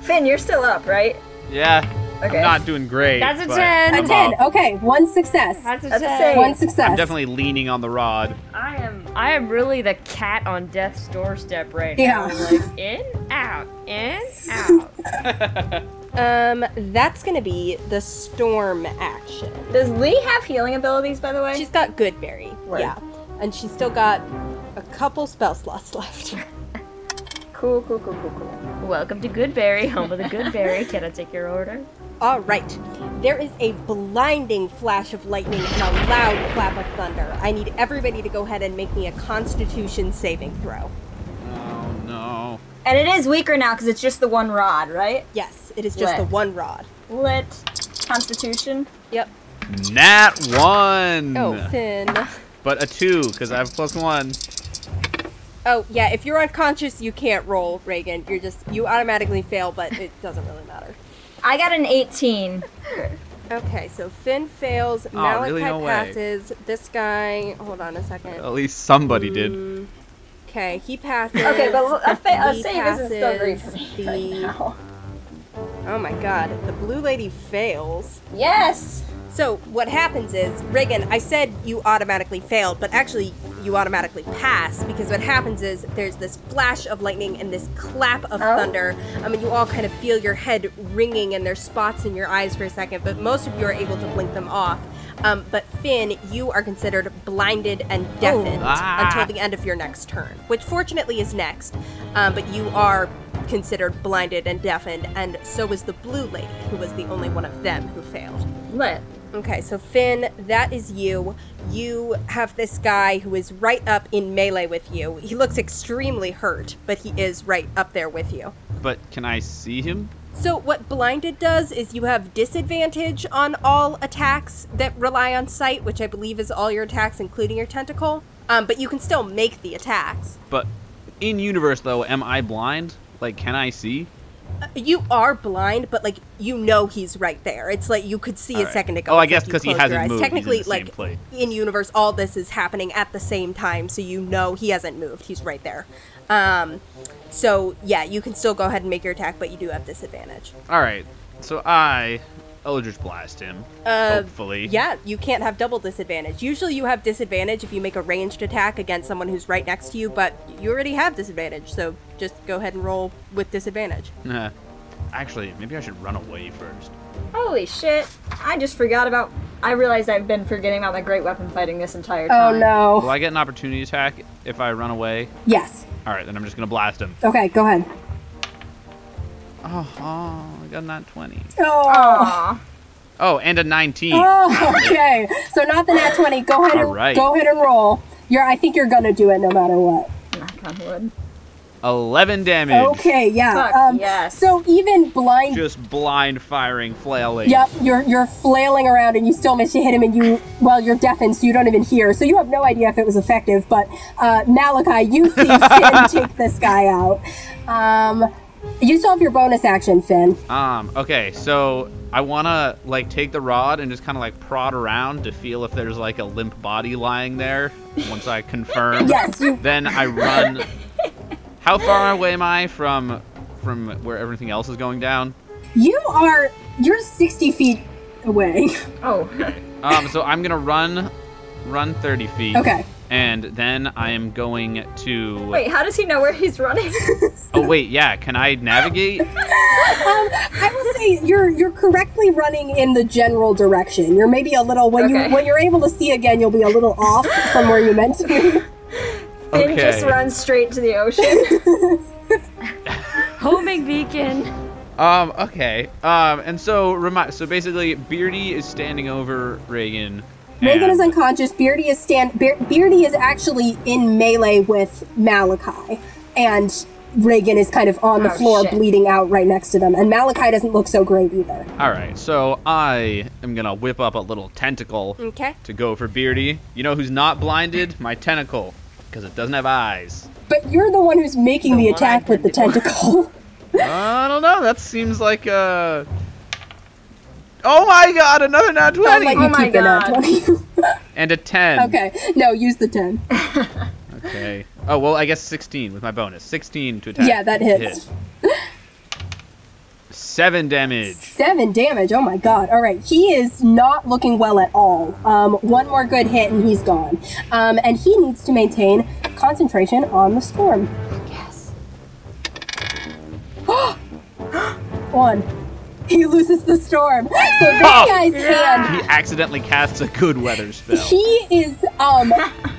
Finn, you're still up, right? Yeah. Okay. I'm not doing great. That's a but 10. I'm A ten. Oh, up. Okay, one success. That's a That's a ten. save. One success. I'm definitely leaning on the rod. I am. I am really the cat on death's doorstep right now. Yeah. I'm Like in, out, in, out. Um, that's gonna be the storm action. Does Lee have healing abilities, by the way? She's got Goodberry, yeah, and she's still got a couple spell slots *laughs* left. cool, cool, cool, cool, cool. Welcome to Goodberry, home of the Goodberry. Can I take your order? All right, there is a blinding flash of lightning and a loud clap of thunder. I need everybody to go ahead and make me a Constitution saving throw. Oh no. And it is weaker now because it's just the one rod, right? Yes, it is just the Lit. one rod. Lit. Constitution. Yep. Nat one. Oh, Finn. But a two, because I have plus one. Oh, yeah, if you're unconscious, you can't roll, Reagan. You're just, you automatically fail, but it doesn't really matter. I got an 18. Okay, so Finn fails, Malachi Oh, really? No way. Oh. passes, this guy, hold on a second. At least somebody did. Okay, he passes. Okay, but l- a, fa- a He save isn't still great for passes me right the- *laughs* now. oh my god, the blue lady fails. Yes. So what happens is, Reagan, I said you automatically failed, but actually you automatically pass because what happens is there's this flash of lightning and this clap of Oh. thunder. I mean, you all kind of feel your head ringing and there's spots in your eyes for a second, but most of you are able to blink them off. Um, but Finn, you are considered blinded and deafened Ah. until the end of your next turn, which fortunately is next. Um, but you are considered blinded and deafened, and so was the blue lady, who was the only one of them who failed. Lit. Okay, so Finn, that is you. You have this guy who is right up in melee with you. He looks extremely hurt, but he is right up there with you. But can I see him? So, what blinded does is you have disadvantage on all attacks that rely on sight, which I believe is all your attacks, including your tentacle. Um, but you can still make the attacks. But in universe though, am I blind? Like, can I see? You are blind, but like you know he's right there. It's like you could see a Alright. second ago. Oh, I It's guess like you 'cause he closed your hasn't eyes. moved. He's in Technically, the same like place. in universe, all this is happening at the same time, so you know he hasn't moved. He's right there. Um, so yeah, you can still go ahead and make your attack, but you do have disadvantage. All right. So I Eldritch blast him. Uh, hopefully. Yeah, you can't have double disadvantage. Usually, you have disadvantage if you make a ranged attack against someone who's right next to you, but you already have disadvantage, so just go ahead and roll with disadvantage. Nah. *laughs* Actually, maybe I should run away first. Holy shit! I just forgot about. I realized I've been forgetting about my great weapon fighting this entire Oh time. Will no. I get an opportunity attack if I run away? Yes. All right, then I'm just gonna blast him. Okay, go ahead. Oh, oh I got a nat 20. Oh. Aw. Oh, and a 19. Oh, *laughs* okay. So not the nat twenty. Go ahead and All right. go ahead and roll. You're. I think you're gonna do it no matter what. Knock on wood. 11 damage. Okay. Yeah. Fuck um, yes. So even blind. Just blind firing, flailing. Yep, you're you're flailing around and you still miss. You hit him and you well, you're deafened, so you don't even hear. So you have no idea if it was effective. But uh, Malachi, you see Finn take this guy out. Um, you still have your bonus action, Finn. Um, okay, so I want to like take the rod and just kind of like prod around to feel if there's like a limp body lying there. Once I confirm, *laughs* Yes, you then I run. How far away am I from from where everything else is going down? you are you're sixty feet away. Oh. Um, so I'm gonna run, run 30 feet. Okay. And then I am going to. Wait, how does he know where he's running? *laughs* Oh wait, yeah. Can I navigate? *laughs* Um, I will say you're you're correctly running in the general direction. You're maybe a little when Okay. you when you're able to see again, you'll be a little off from where you meant to be. Finn just runs straight to the *laughs* ocean. Homing beacon. Um. Okay. Um. And so, remi- so basically, Beardy is standing over Reagan. Reagan and- is unconscious. Beardy is stand. Bear- Beardy is actually in melee with Malachi, and Reagan is kind of on the Oh, floor, shit. bleeding out right next to them. And Malachi doesn't look so great either. All right. So I am gonna whip up a little tentacle Mm. Okay. to go for Beardy. You know who's not blinded? My tentacle, because it doesn't have eyes. But you're the one who's making the, The attack with the *laughs* tentacle. I don't know. That seems like uh Oh my God! Another nat Sounds twenty like you Oh my keep an eye God. on it. and a ten. *laughs* okay, no, use the ten. Okay. Oh well, I guess sixteen with my bonus. Sixteen to attack. Yeah, that hits. Hit. Seven damage. Seven damage. Oh my god. All right. He is not looking well at all. Um, one more good hit and he's gone. Um, and he needs to maintain concentration on the storm. Yes. *gasps* one. He loses the storm. So this Oh. guy's hand He accidentally casts a good weather *laughs* spell. he is um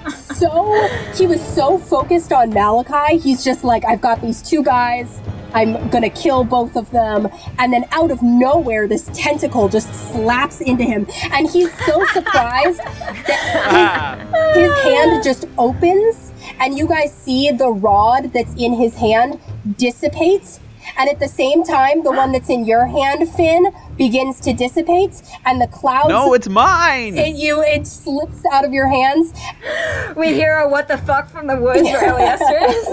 so he was so focused on Malachi. He's just like, I've got these two guys. I'm gonna kill both of them. And then out of nowhere, this tentacle just slaps into him, and he's so surprised that Ah, his, his hand just opens, and you guys see the rod that's in his hand dissipates. And at the same time, the one that's in your hand, Finn, begins to dissipate, and the clouds no, it's mine. it, you it slips out of your hands *laughs* we hear a what the fuck from the woods where Eliester is.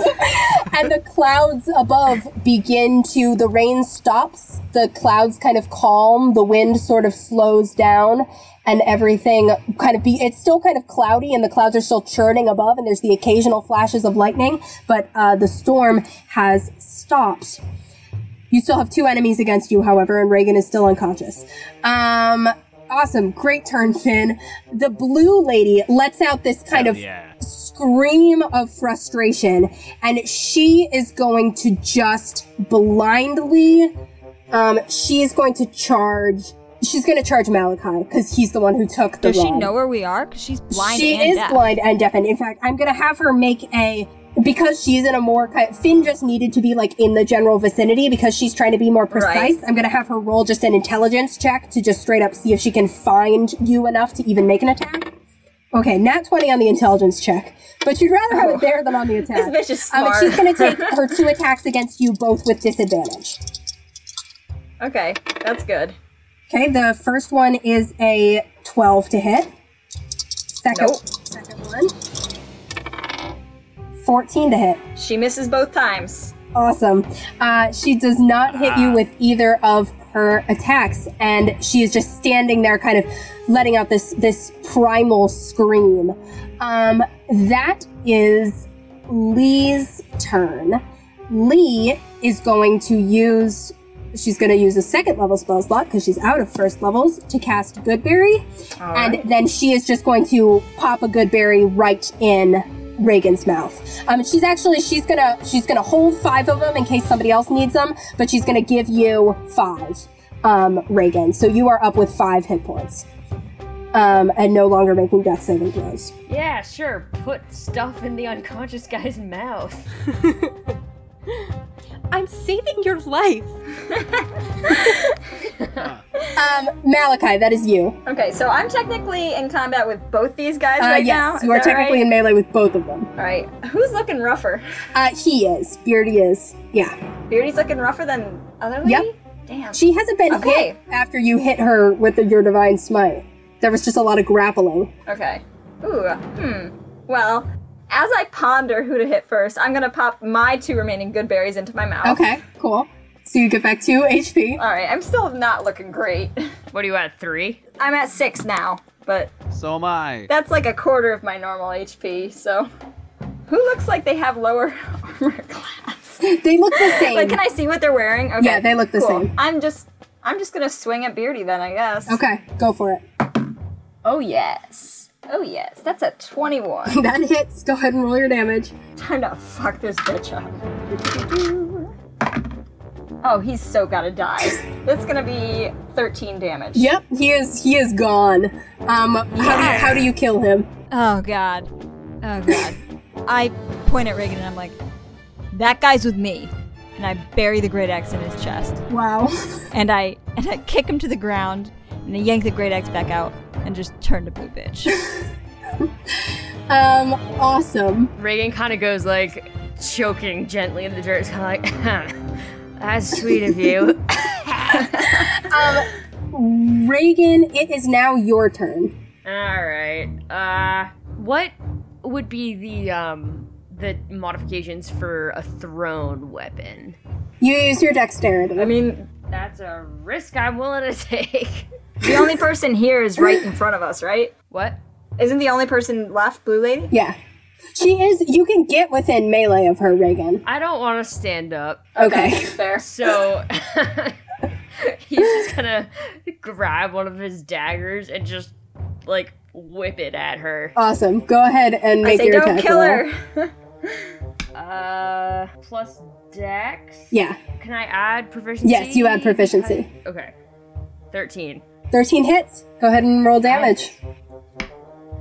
and the the clouds above begin to, the rain stops, the clouds kind of calm, the wind sort of slows down, and everything kind of be, it's still kind of cloudy and the clouds are still churning above, and there's the occasional flashes of lightning, but uh, the storm has stopped. You still have two enemies against you, however, and Reagan is still unconscious. Um, awesome. Great turn, Finn. The blue lady lets out this kind of yeah. scream of frustration, and she is going to just blindly. Um, she is going to charge. She's going to charge Malachi because he's the one who took the. Does she rod. know where we are? Because she's blind She and is deaf. blind and deaf, and in fact, I'm gonna have her make a because she's in a more kind. Finn just needed to be like in the general vicinity because she's trying to be more precise. I'm gonna have her roll just an intelligence check to just straight up see if she can find you enough to even make an attack. Okay, nat 20 on the intelligence check, but you'd rather have it there than on the attack. Oh, This bitch is Um, smart. and she's *laughs* gonna take her two attacks against you both with disadvantage. okay, that's good. Okay, the first one is a 12 to hit. Second, second one. 14 to hit. She misses both times. Awesome. Uh, she does not hit you with either of her attacks, and she is just standing there, kind of letting out this this primal scream. Um, that is Lee's turn. Lee is going to use. She's going to use a second level spell slot because she's out of first levels to cast Goodberry, and then she is just going to pop a Goodberry right in Reagan's mouth. Um, she's actually she's gonna she's gonna hold five of them in case somebody else needs them, but she's gonna give you five, um, Reagan. So you are up with five hit points, um, and no longer making death saving throws. Yeah, sure. Put stuff in the unconscious guy's mouth. I'm saving your life. Um, Malachi, that is you. Okay, so I'm technically in combat with both these guys Uh, right now. yes, Is you are that technically in melee with both of them. right? All right. Who's looking rougher? Uh, he is. Beardy is. Yeah, Beardy's looking rougher than other lady. Yep. Damn. she hasn't been Okay. hit after you hit her with your divine smite. There was just a lot of grappling. Okay. Ooh. Hmm. Well, as I ponder who to hit first, I'm gonna pop my two remaining good berries into my mouth. Okay, cool. So you get back two HP. All right. I'm still not looking great. *laughs* What are you at, three? I'm at six now, but So am I. that's like a quarter of my normal HP. So, who looks like they have lower *laughs* armor class? They look the *laughs* same. Like, can I see what they're wearing? Okay. Yeah, they look the cool. same. I'm just, I'm just gonna swing at Beardy then, I guess. Okay, go for it. *laughs* Oh yes. Oh yes. That's a 21. That hits. Go ahead and roll your damage. Time to fuck this bitch up. Oh, he's so gotta die. That's gonna be 13 damage. Yep, he is he is gone. Um, how do you, how do you kill him? Oh god. Oh god. I point at Reagan and I'm like, that guy's with me. And I bury the great axe in his chest. Wow. And I and I kick him to the ground and I yank the great axe back out and just turn to blue bitch. *laughs* *laughs* Um, awesome. Reagan kind of goes like choking gently in the dirt. It's kind of like, *laughs* that's sweet of you. Reagan, it is now your turn. All right. Uh, what would be the um the modifications for a thrown weapon? You use your dexterity. I mean, That's a risk I'm willing to *laughs* take. the only person here is right in front of us, right? What? Isn't the only person left Blue Lady? Yeah. She is. You can get within melee of her, Reagan. I don't want to stand up, Okay. *laughs* Fair. so *laughs* he's just gonna grab one of his daggers and just like whip it at her. Awesome. Go ahead and I make say your don't attack kill roll. her. Uh, plus dex. Yeah. Can I add proficiency? Yes, you add proficiency. Okay. 13. Thirteen hits. Go ahead and roll damage.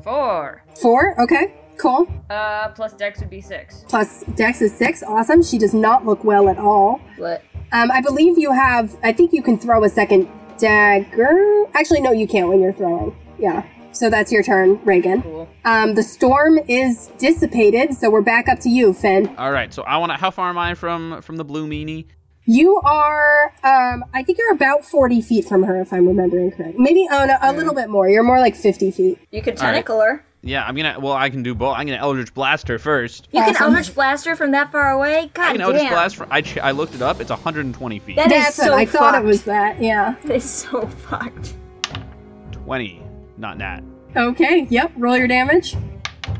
4. Four. Okay. Cool. Uh, plus dex would be 6. Plus dex is six. Awesome. She does not look well at all. What? Um, I believe you have. I think you can throw a second dagger. Actually, no, you can't when you're throwing. Yeah. So that's your turn, Reagan. Cool. Um, the storm is dissipated, so we're back up to you, Finn. All right. So I want to. How far am I from from the blue meanie? You are. Um, I think you're about 40 feet from her, if I'm remembering correct. Maybe oh, no, a little bit more. You're more like 50 feet. You could All right. tentacle her. Yeah, I'm gonna. Well, I can do both. I'm gonna Eldritch Blast her first. You can Awesome. Eldritch Blast her from that far away? God I can Eldritch damn. Blast. From, I ch- I looked it up. It's 120 feet. That is That's so it. I fucked. thought it was that. Yeah. That is so fucked. 20, not nat. Okay. Yep. Roll your damage.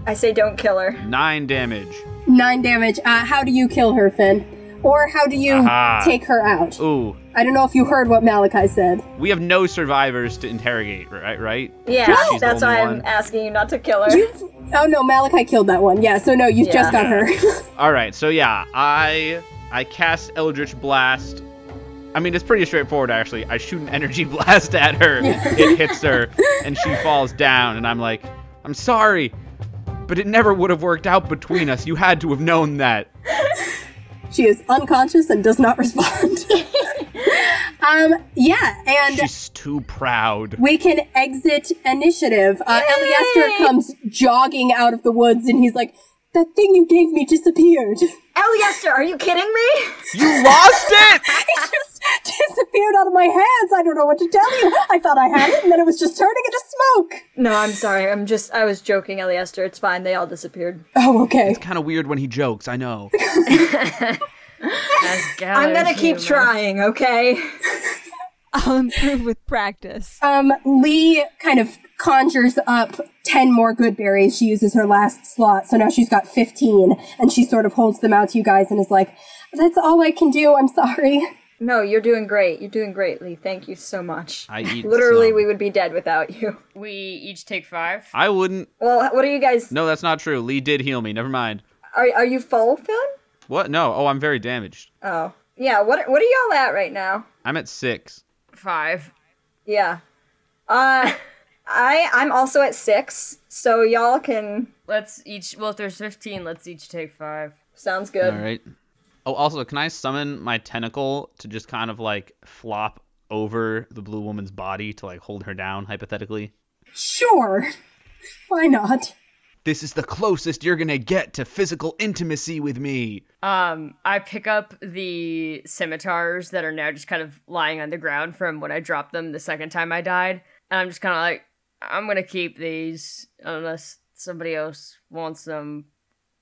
I say don't kill her. Nine damage. Nine damage. Uh, how do you kill her, Finn? Or how do you Uh-huh. Aha. Oh, take her out? Ah. Ooh, I don't know if you heard what Malachi said. we have no survivors to interrogate. Right, right. Yeah, She's the that's only why I'm one. asking you not to kill her. You've, oh no, Malachi killed that one. Yeah. So no, you've Yeah. just got her. All right, so yeah, I I cast Eldritch Blast. I mean, it's pretty straightforward actually. I shoot an energy *laughs* blast at her. it hits her and she falls down and I'm like, "I'm sorry, but it never would have worked out between us. You had to have known that." she is unconscious and does not respond. *laughs* um. Yeah. And She's too proud. We can exit initiative. Uh, Eliester comes jogging out of the woods and he's like, That thing you gave me disappeared. *laughs* Eliester, are you kidding me? You lost it. *laughs* it just disappeared out of my hands. I don't know what to tell you. I thought I had it and then it was just turning into smoke. No, I'm sorry. I'm just, I was joking, Eliester. It's fine. They all disappeared. Oh, okay. Kind of weird when he jokes, I know. I'm gonna keep trying, okay? I'll improve with practice. Um, Lee kind of conjures up 10 more good berries. She uses her last slot, so now she's got 15 and she sort of holds them out to you guys and is like, That's all I can do. I'm sorry. *laughs* No, you're doing great. You're doing great, Lee. Thank you so much. I eat Literally, some. we would be dead without you. *laughs* We each take five. I wouldn't. Well, what are you guys? No, that's not true. Lee did heal me. Never mind. Are, are you full, Finn? What? No. Oh, I'm very damaged. Oh, yeah. What are- What are y'all at right now? I'm at 6. Five. Yeah. Uh, *laughs* I I'm also at six, so y'all can. Let's each. Well, if there's fifteen, let's each take five. Sounds good. All right. Oh, also, can I summon my tentacle to just kind of like flop over the blue woman's body to like hold her down hypothetically? Sure. Why not? This is the closest you're gonna get to physical intimacy with me. Um, I pick up the scimitars that are now just kind of lying on the ground from when I dropped them the second time I died, and I'm just kind of like, I'm gonna keep these unless somebody else wants them.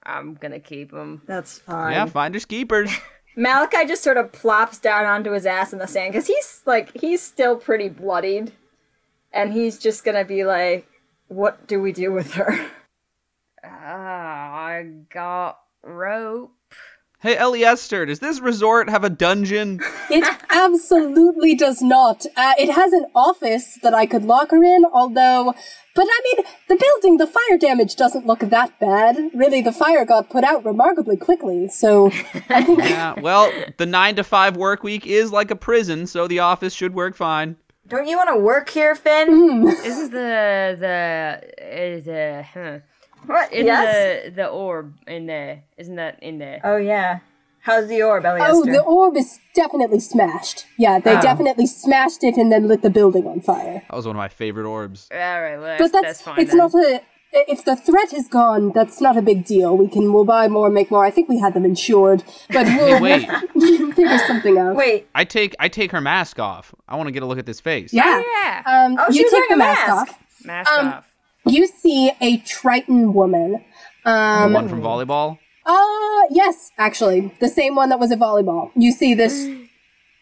I'm gonna keep them. That's fine. Yeah, finders keepers. Malachi just sort of plops down onto his ass in the sand because he's like he's still pretty bloodied, and he's just gonna be like, "What do we do with her?" *laughs* Ah, I got rope. hey, Eliester, does this resort have a dungeon? It absolutely does not. Uh, it has an office that I could lock her in, although. But I mean, the building, the fire damage doesn't look that bad. Really, the fire got put out remarkably quickly, so I think. yeah. Well, the nine to five work week is like a prison, so the office should work fine. Don't you want to work here, Finn? Isn't the the uh, the huh. What? in yes. the the orb in there? Isn't that in there? Oh yeah. How's the orb, Eliester? Oh, the orb is definitely smashed. Yeah, Ah. they definitely smashed it and then lit the building on fire. That was one of my favorite orbs. All right, well, that's, But that's that's, fine. it's then. not a. If the threat is gone, that's not a big deal. We can we'll buy more, make more. I think we had them insured, *laughs* but we'll Wait, *laughs* figure something out. Oh, Wait. I take I take her mask off. I want to get a look at this face. Yeah. Yeah. Um, Oh, you she's take wearing the a mask, mask. off. Mask um, off. You see a Triton woman. The Um, Mm. one from volleyball. uh, yes, actually, the same one that was a volleyball. You *gasps* see this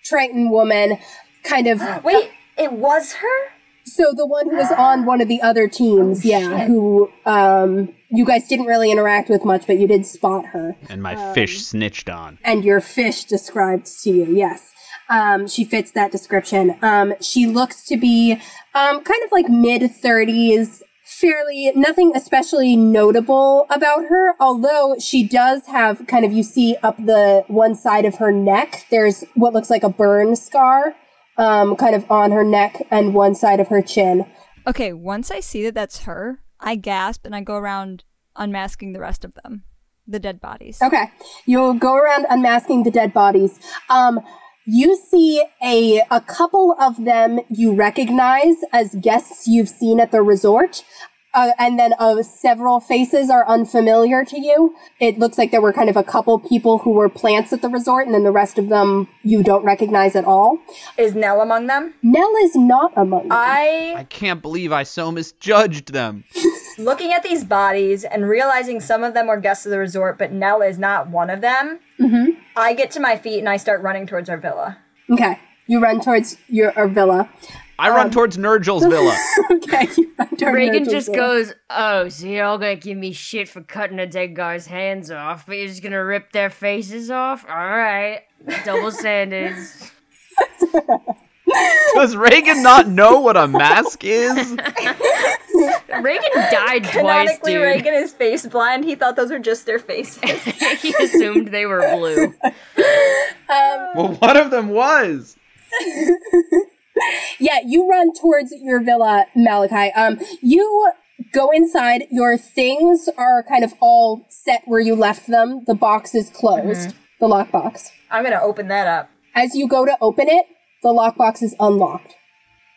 Triton woman, kind of. Wait. It was her. So the one who was on one of the other teams, Oh, yeah, who um, you guys didn't really interact with much, but you did spot her, And my fish snitched on. and your fish described to you. Yes. Um, she fits that description. Um, she looks to be um, kind of like mid 30s, fairly nothing especially notable about her, although she does have kind of you see up the one side of her neck, there's what looks like a burn scar um, kind of on her neck and one side of her chin. Okay, once I see that that's her, I gasp and I go around unmasking the rest of them, the dead bodies. Oh. Okay. You'll go around unmasking the dead bodies. Um, you see a a couple of them you recognize as guests you've seen at the resort. Uh, and then uh, several faces are unfamiliar to you. It looks like there were kind of a couple people who were plants at the resort, and then the rest of them you don't recognize at all. Is Nell among them? Nell is not among them. I I can't believe I so misjudged them. looking at these bodies and realizing some of them were guests of the resort, but Nell is not one of them, Mm-hmm. I get to my feet and I start running towards our villa. Okay. You run towards your or villa. *laughs* I run towards Nurgle's villa. Okay. You run towards Reagan Virgil's just villa. goes, "Oh, so you're all gonna give me shit for cutting a dead guy's hands off, but you're just gonna rip their faces off? All right, double *laughs* standards." Does Reagan not know what a mask is? Reagan died twice, Canonically, dude. Reagan is face blind. He thought those were just *laughs* their faces. *laughs* he assumed they were blue. Well, one of them was. Yeah, you run towards your villa, Malachi. Um, you go inside. Your things are kind of all set where you left them. The box is closed, the lockbox. I'm gonna open that up. As you go to open it, the lockbox is unlocked.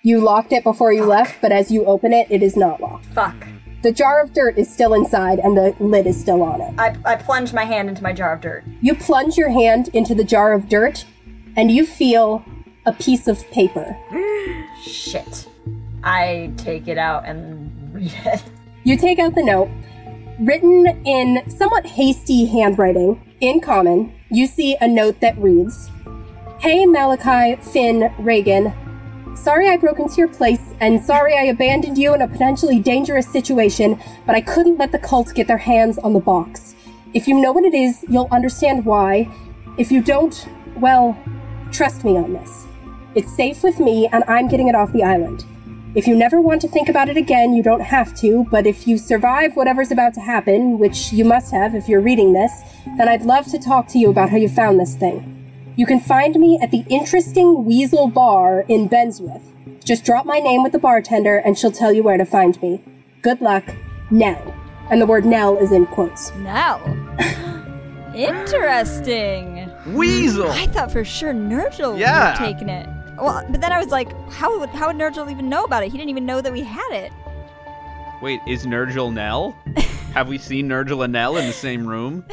You locked it before you left, but as you open it, it is not locked. Fuck. The jar of dirt is still inside and the lid is still on it. I, I plunge my hand into my jar of dirt. You plunge your hand into the jar of dirt and you feel a piece of paper. Shit. I take it out and read it. You take out the note, written in somewhat hasty handwriting, in common. You see a note that reads Hey, Malachi, Finn, Reagan. Sorry I broke into your place, and sorry I abandoned you in a potentially dangerous situation, but I couldn't let the cult get their hands on the box. If you know what it is, you'll understand why. If you don't, well, trust me on this. It's safe with me, and I'm getting it off the island. If you never want to think about it again, you don't have to, but if you survive whatever's about to happen, which you must have if you're reading this, then I'd love to talk to you about how you found this thing. You can find me at the Interesting Weasel Bar in Benswith. Just drop my name with the bartender and she'll tell you where to find me. Good luck, Nell. And the word Nell is in *gasps* quotes. Now. Interesting. Weasel. I thought for sure Nurgle would Yeah. have taken it. Well, but then I was like, how would how would Nurgle even know about it? He didn't even know that we had it. Wait, is Nurgle Nell? Have we seen Nurgle and Nell in the same room?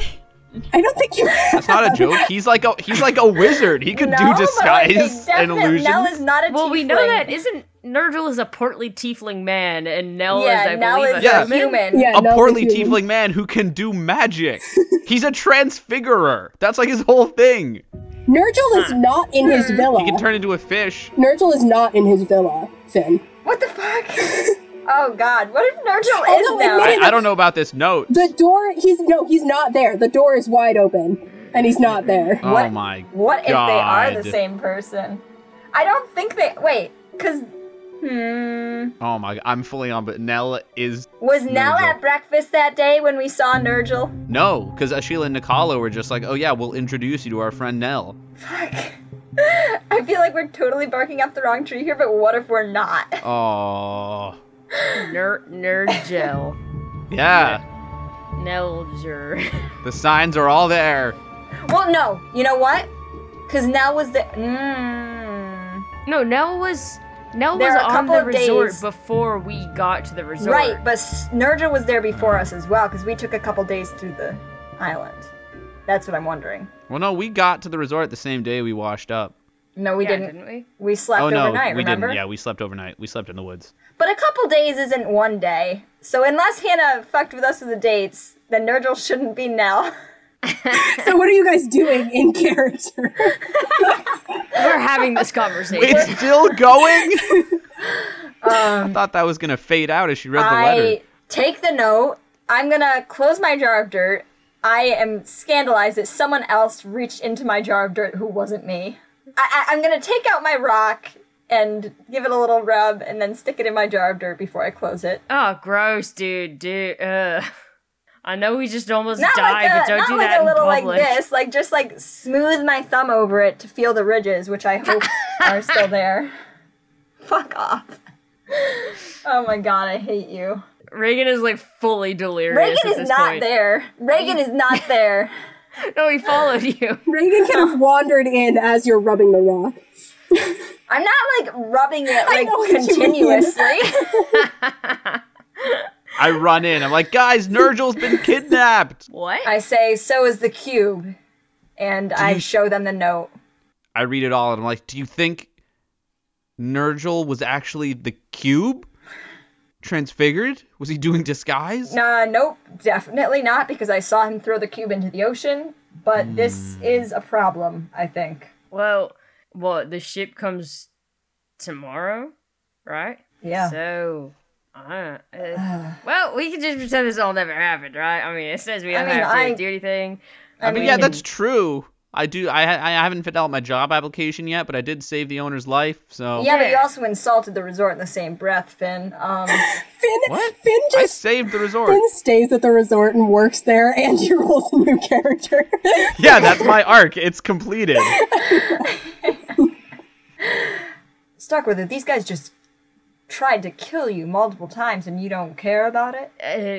I don't think you *laughs* That's not a joke. He's like a he's like a wizard. He could *laughs* do disguise and illusion. Nell is not a Well, we know tiefling. that isn't Nurgle is a portly tiefling man, and Nell yeah, is, I Nell believe, is Yeah. a a human. Yeah, a Nell's poorly human. tiefling man who can do *laughs* magic. He's a transfigurer. That's like his whole thing. Nurgle is not in his villa. He Hmm. can turn into a fish. Nurgle is not in his villa, Finn. What the fuck? *laughs* oh god, what if Nurgle Oh, is no, now? admit I, I don't know about this note. The door, he's no, he's not there. The door is wide open, and he's not there. Oh What- my What if they are God. the same person? I don't think they. Wait, because. Hmm. Oh my I'm fully on but Nell is Was Nell Nurgle. at breakfast that day when we saw Nurgle? no, because Ashila and Nicola were just like, Oh yeah, we'll introduce you to our friend Nell. Fuck. *laughs* I feel like we're totally barking up the wrong tree here, but what if we're not? *laughs* Oh ner- Nurgle. *laughs* Yeah. Nelger. The signs are all there. Well, no. You know what? Because Nell was the. Mm. No, Nell was Nell There was are a on couple the of resort days- before we got to the resort. Right, but S- Nurgle was there before us as well because we took a couple days through the island. That's what I'm wondering. Well no, we got to the resort the same day we washed up. No, we Yeah, didn't. didn't we? We slept oh no, overnight, we remember? didn't. Yeah, we slept overnight. We slept in the woods. But a couple days isn't one day. So unless Hannah fucked with us with the dates, then Nurgle shouldn't be Nell. So what are you guys doing in *laughs* character? We're having *laughs* this conversation. It's still going? I thought that was gonna fade out as she read the letter. Um, I take the note. I'm gonna close my jar of dirt. I am scandalized that someone else reached into my jar of dirt who wasn't me. I, I, I'm gonna take out my rock and give it a little rub and then stick it in my jar of dirt before I close it. oh, gross, dude, dude. Ugh. I know we just almost Not died, like but a, don't not do like that a in little public. like this, like just like smooth my thumb over it to feel the ridges, which I *laughs* hope are still there. Fuck off. *laughs* Oh my god, I hate you. Reagan is like fully delirious. at Reagan is this not point. there. Reagan is not there. No, he followed you. *laughs* Reagan kind of wandered in as you're rubbing the rock. I'm not like rubbing it like know what you mean. continuously. *laughs* I run in. I'm like, guys, Nurgle's been kidnapped. What? I say, so is the cube. And I show them the note. I read it all and I'm like, do you think Nurgle was actually the cube? transfigured? Was he doing disguise? Nah, nope, definitely not because I saw him throw the cube into the ocean. But this is a problem, I think. Well, well, the ship comes tomorrow, right? Yeah. So, I don't. Uh, well, we can just pretend this all never happened, right? I mean, it says we I don't mean, have to I- do anything. I mean, mean- yeah, that's true. I do. I ha- I haven't filled out my job application yet, but I did save the owner's life. So Yeah, but you Yeah. also insulted the resort in the same breath, Finn. *coughs* Um, Finn, What? Finn I just saved the resort. Finn stays at the resort and works there, and he rolls a new *laughs* character. yeah, *laughs* that's my arc. It's completed. stuck with it. These guys just tried to kill you multiple times, and you don't care about it.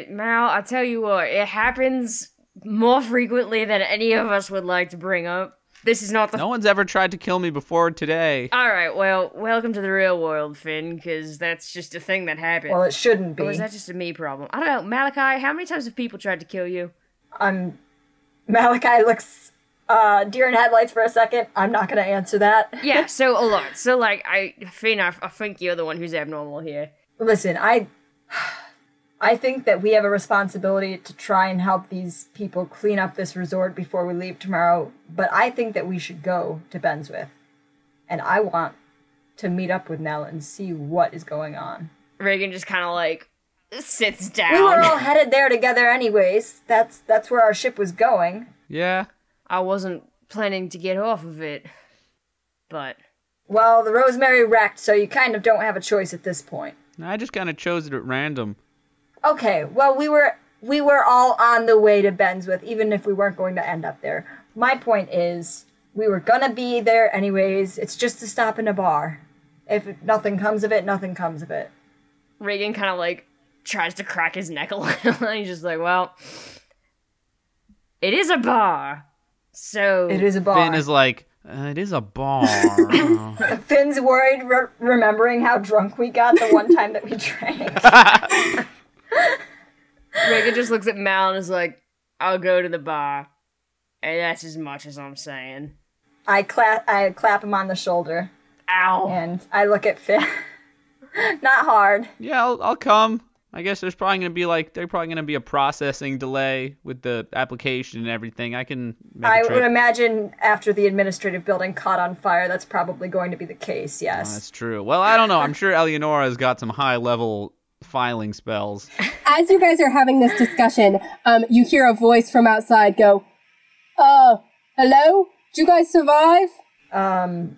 Uh, Mal, I tell you what, it happens more frequently than any of us would like to bring up. This is not the. No one's ever tried to kill me before today. All right, well, welcome to the real world, Finn, because that's just a thing that happened. Well, it shouldn't be. Or was that just a me problem? I don't know, Malachi. How many times have people tried to kill you? I'm Malachi looks uh, deer in headlights for a second. I'm not gonna answer that. *laughs* Yeah, *laughs* so a lot. So like, I Finn, I, I think you're the one who's abnormal here. Listen, I I think that we have a responsibility to try and help these people clean up this resort before we leave tomorrow, but I think that we should go to Benswith. And I want to meet up with Nell and see what is going on. Reagan just kind of like sits down. We were all headed there together anyways. That's that's where our ship was going. Yeah. I wasn't planning to get off of it, but Well, the Rosemary wrecked, so you kind of don't have a choice at this point. I just kind of chose it at random. Okay, well we were we were all on the way to Benswith, even if we weren't going to end up there. My point is we were gonna be there anyways. It's just to stop in a bar. If nothing comes of it, nothing comes of it. Reagan kind of like tries to crack his neck a *laughs* little. and he's just like, well, it is a bar, so It is a bar. Finn is like, uh, it is a bar. Finn's worried, re- remembering how drunk we got the one time that we drank. Reagan just looks at Mal and is like, I'll go to the bar, and that's as much as I'm saying. I clap, I clap him on the shoulder, Ow. and I look at Finn. *laughs* Not hard. *laughs* yeah, I'll, I'll come. I guess there's probably gonna be like there's probably gonna be a processing delay with the application and everything. I can make I a trip. would imagine after the administrative building caught on fire, that's probably going to be the case. Yes. That's true. Well, I don't know. I'm sure Eleonora's got some high level filing spells. As you guys are having this discussion, um, you hear a voice from outside go, "Uh, hello? Did you guys survive?" Um,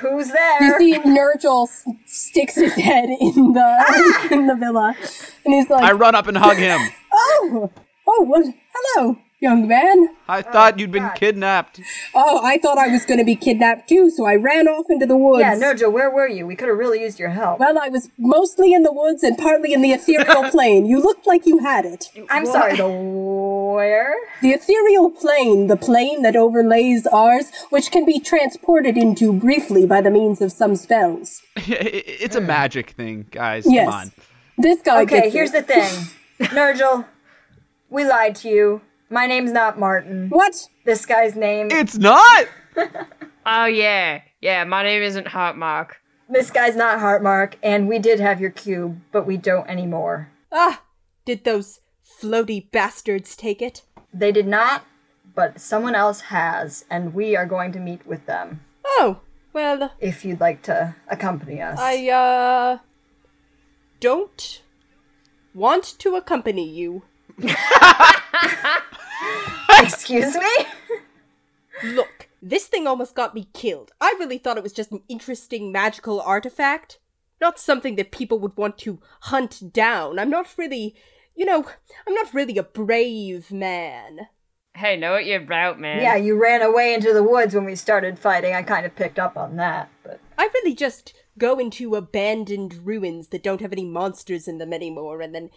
who's You there? see, *laughs* Nurgle s- sticks his head in the *laughs* in the villa, and he's like, I run up and hug him. "Oh, oh, well, hello, young man. I thought you'd been kidnapped. *laughs* Oh, I thought I was going to be kidnapped too, so I ran off into the woods. Yeah, Nojo, where were you? We could have really used your help. Well, I was mostly in the woods and partly in *laughs* the ethereal plane. You looked like you had it. I'm sorry, the where? The ethereal plane, the plane that overlays ours, which can be transported into briefly by the means of some spells. it's a magic thing, guys. Yes. Come on. This guy Okay, gets here's it. the thing. *laughs* Nurgle, we lied to you. My name's not Martin. What? This guy's name. It's not. Oh yeah, yeah. My name isn't Hot Mark. This guy's not Heartmark, and we did have your cube, but we don't anymore. Ah, did those floaty bastards take it? They did not, but someone else has, and we are going to meet with them. Oh, well, If you'd like to accompany us, I, uh, don't want to accompany you. *laughs* excuse me. Look, this thing almost got me killed. I really thought it was just an interesting magical artifact, not something that people would want to hunt down. I'm not really, you know, I'm not really a brave man. Hey, know what you're about, man? Yeah, you ran away into the woods when we started fighting. I kind of picked up on that, but I really just go into abandoned ruins that don't have any monsters in them anymore and then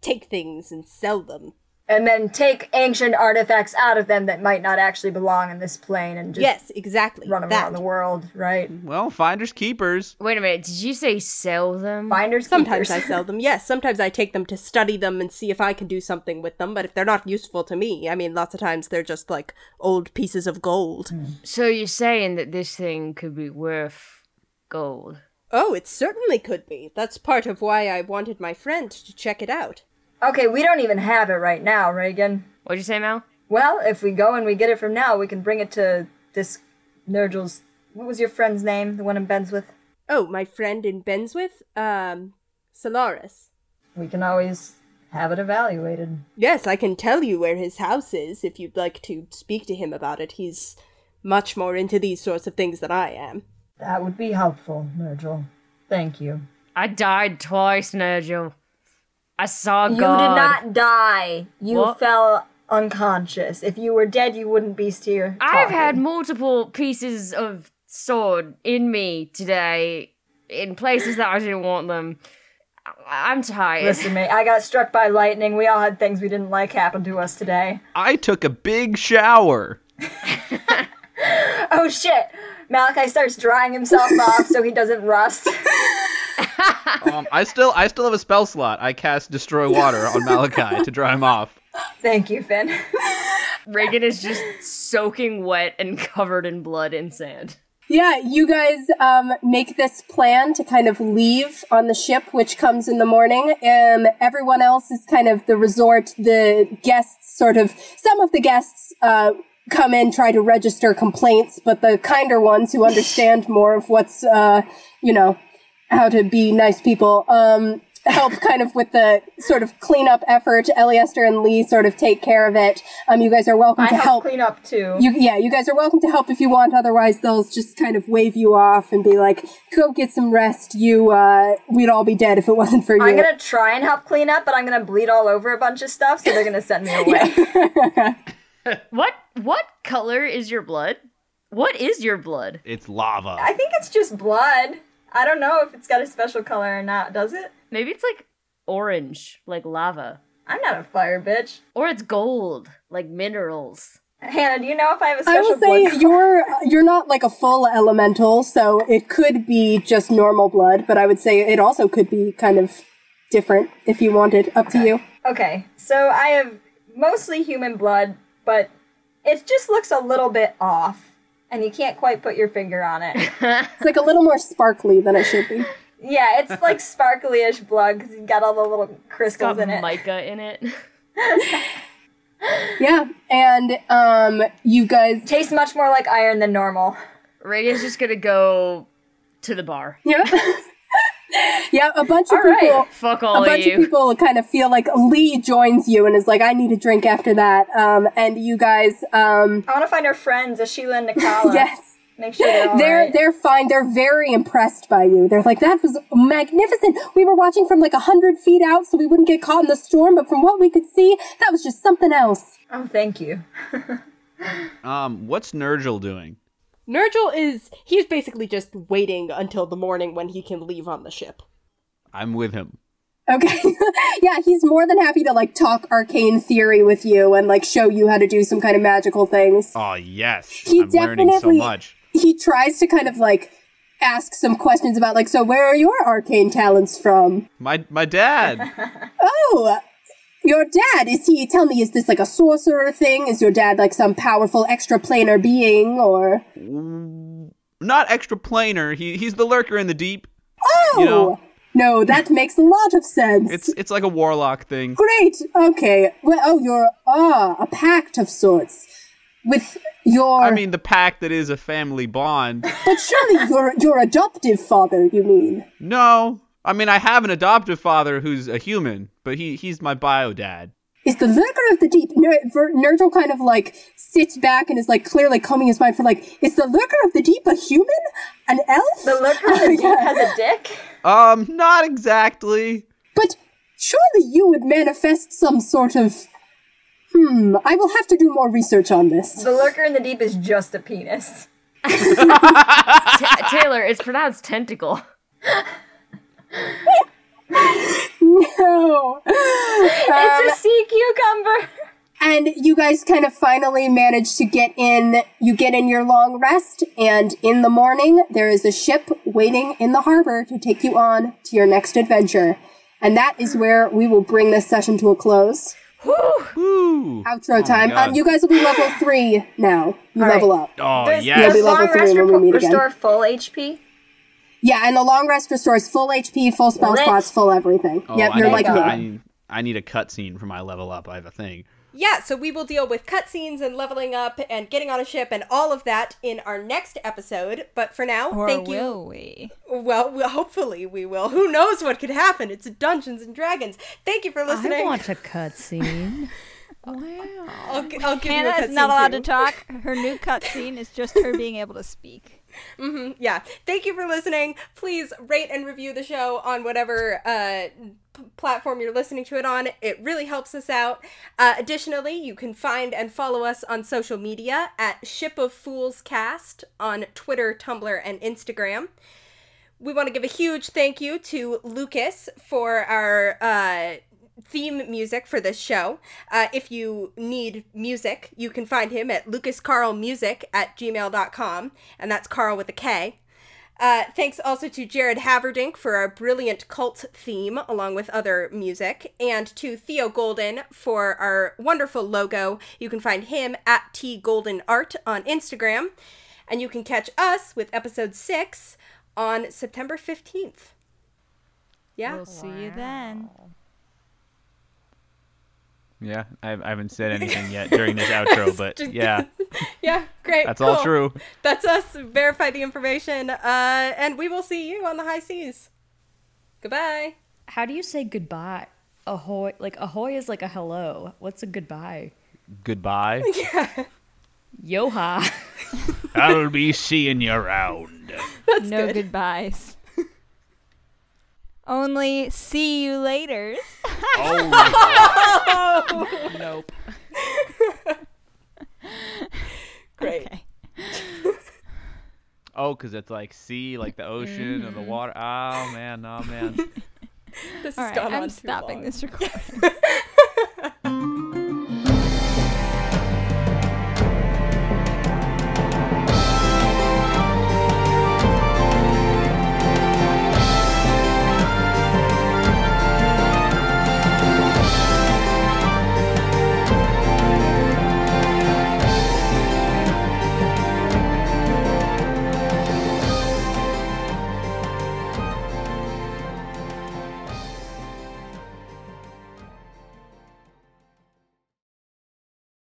take things and sell them. and then take ancient artifacts out of them that might not actually belong in this plane and just yes, exactly. run them that. Mm-hmm. around the world, right? Well, finders keepers. Wait a minute. Did you say sell them? Finders Sometimes I keepers. sell them, yes. Sometimes I take them to study them and see if I can do something with them, but if they're not useful to me, I mean, lots of times they're just like old pieces of gold. So you're saying that this thing could be worth gold? Oh, it certainly could be. That's part of why I wanted my friend to check it out. Okay, we don't even have it right now, Reagan. What'd you say, Mal? Well, if we go and we get it from now, we can bring it to this Nergal's. What was your friend's name? The one in Ben's with? Oh, my friend in Benswith? Um, Solaris. We can always have it evaluated. Yes, I can tell you where his house is if you'd like to speak to him about it. He's much more into these sorts of things than I am. That would be helpful, Nergal. Thank you. I died twice, Nigel. I saw You did God. not die. You What? fell unconscious. If you were dead, you wouldn't be here. I've talking. had multiple pieces of sword in me today, in places that I didn't want them. I- I'm tired. Listen, mate, I got struck by lightning. We all had things we didn't like happen to us today. I took a big shower. Oh shit! Malachi starts drying *laughs* himself off so he doesn't rust. Um, I still I still have a spell slot. I cast Destroy Water *laughs* on Malachi to dry him off. Thank you, *laughs* Finn. *laughs* Reagan is just soaking wet and *laughs* covered in blood and sand. Yeah, you guys um, make this plan to kind of leave on the ship, which comes in the morning. Um, everyone else is kind of the resort. The guests, sort of, some of the guests uh, come in, try to register complaints, but the kinder ones who understand more of what's, uh, you know, how to be nice people, um, help kind of with the sort of cleanup effort. Eliester and Lee sort of take care of it. Um, you guys are welcome I to help help. clean up too. You, yeah, you guys are welcome to help if you want. Otherwise, they'll just kind of wave you off and be like, "Go get some rest. You, uh, we'd all be dead if it *laughs* wasn't for you." I'm gonna try and help clean up, but I'm gonna bleed all over a bunch of stuff, so they're gonna send *laughs* me away. What what color is your blood? What is your blood? It's lava. I think it's just blood. I don't know if it's got a special color or not, does it? Maybe it's like orange, like lava. I'm not a fire bitch. Or it's gold, like minerals. Hannah, do you know if I have a I special will blood say you're you're not like a full elemental, so it could be just normal blood, but I would say it also could be kind of different if you wanted. Up to you. Okay, so I have mostly human blood, but it just looks a little bit off, and you can't quite put your finger on *laughs* it. It's like a little more sparkly than it should be. yeah, it's like sparkly-ish blood because you got all the little It's got crystals in it. mica in *laughs* it. Yeah, and um, you guys. Tastes much more like iron than normal. Reagan's just gonna go to the bar. Yeah. *laughs* Yeah, a bunch of All right. people *laughs* Fuck all a of bunch you. of people kind of feel like Lee joins you and is like, I need a drink after that. Um, and you guys, um, I want to find our friends, Ashila and Nikala. *laughs* yes, Make sure they're all they're right. they're fine. They're very impressed by you. They're like, that was magnificent. We were watching from like a hundred feet out, so we wouldn't get caught in the storm. But from what we could see, that was just something else. Oh, thank you. Um, what's Nergal doing? Nergal is. He's basically just waiting until the morning when he can leave on the ship. I'm with him. Okay, *laughs* yeah, he's more than happy to like talk arcane theory with you and like show you how to do some kind of magical things. Oh yes, He I'm learning so definitely- much. he tries to kind of like ask some questions about like so where are your arcane talents from My my *laughs* dad. oh your dad is he tell me is this like a sorcerer thing is your dad like some powerful extraplanar being or Not extra planar. He he's the lurker in the deep. oh You know- no that makes a lot of sense It's it's like a warlock thing. great okay well oh you're ah a pact of sorts with your I mean the pact that is a family bond. *laughs* but surely your your adoptive father you mean No. I mean I have an adoptive father who's a human, but he he's my bio dad. is the lurker of the deep. Ner- Ver- Nergal kind of like sits back and is like clearly combing his mind for like, is the lurker of the deep a human? An elf? The lurker *laughs* in the deep has a dick. Um, not exactly. but surely you would manifest some sort of. Hmm, I will have to do more research on this. The lurker in the deep is just a penis. Ta- Taylor, it's pronounced tentacle. *laughs* No. it's a sea cucumber. And you guys kind of finally manage to get in. You get in your long rest, and in the morning, there is a ship waiting in the harbor to take you on to your next adventure. And that is where we will bring this session to a close. Woo. Outro time. Oh God. Um, you guys will be level three now. You level up. Oh Does, yes. be does long level three rest when we repo- meet again. restore full HP? Yeah, and the long rest restores full HP, full spell Lit. slots, full everything. Oh, yep, I you're need, like a- me. I need, I need a cutscene for my level up. I have a thing. Yeah, so we will deal with cutscenes and leveling up and getting on a ship and all of that in our next episode. But for now, Or thank you. will we? Well, we- hopefully we will. Who knows what could happen? It's Dungeons and Dragons. Thank you for listening. a cutscene. I'll, gi- I'll give Hannah you a is not allowed cutscene to talk. Her new cutscene is just her being able to speak. too. Mm-hmm. Yeah. Thank you for listening. Please rate and review the show on whatever uh, p- platform you're listening to it on. It really helps us out. Uh, additionally, you can find and follow us on social media at Ship of Fools Cast on Twitter, Tumblr, and Instagram. We want to give a huge thank you to Lucas for our uh, theme music for this show. Uh, if you need music, you can find him at lucascarlmusic at gmail.com, and that's Carl with a K. Uh, thanks also to Jared Haverdink for our brilliant cult theme, along with other music, and to Theo Golden for our wonderful logo. You can find him at T Golden Art on Instagram, and you can catch us with episode six on September 15th. Yeah. We'll see you then. Yeah, I, I haven't *laughs* said anything yet during this outro, but yeah, yeah, great. that's all cool. true. That's us. Verify the information. Uh, and we will see you on the high seas. Goodbye. *laughs* How do you say goodbye? Ahoy, like ahoy is like a hello. What's a goodbye? Goodbye. Yoha. *laughs* I'll be seeing you around. no goodbyes. *laughs* Only see you later. Oh, nope. Great. oh, because it's like sea, like the ocean or the water. Oh man, oh man. This All has right, gone on I'm too stopping long. this recording.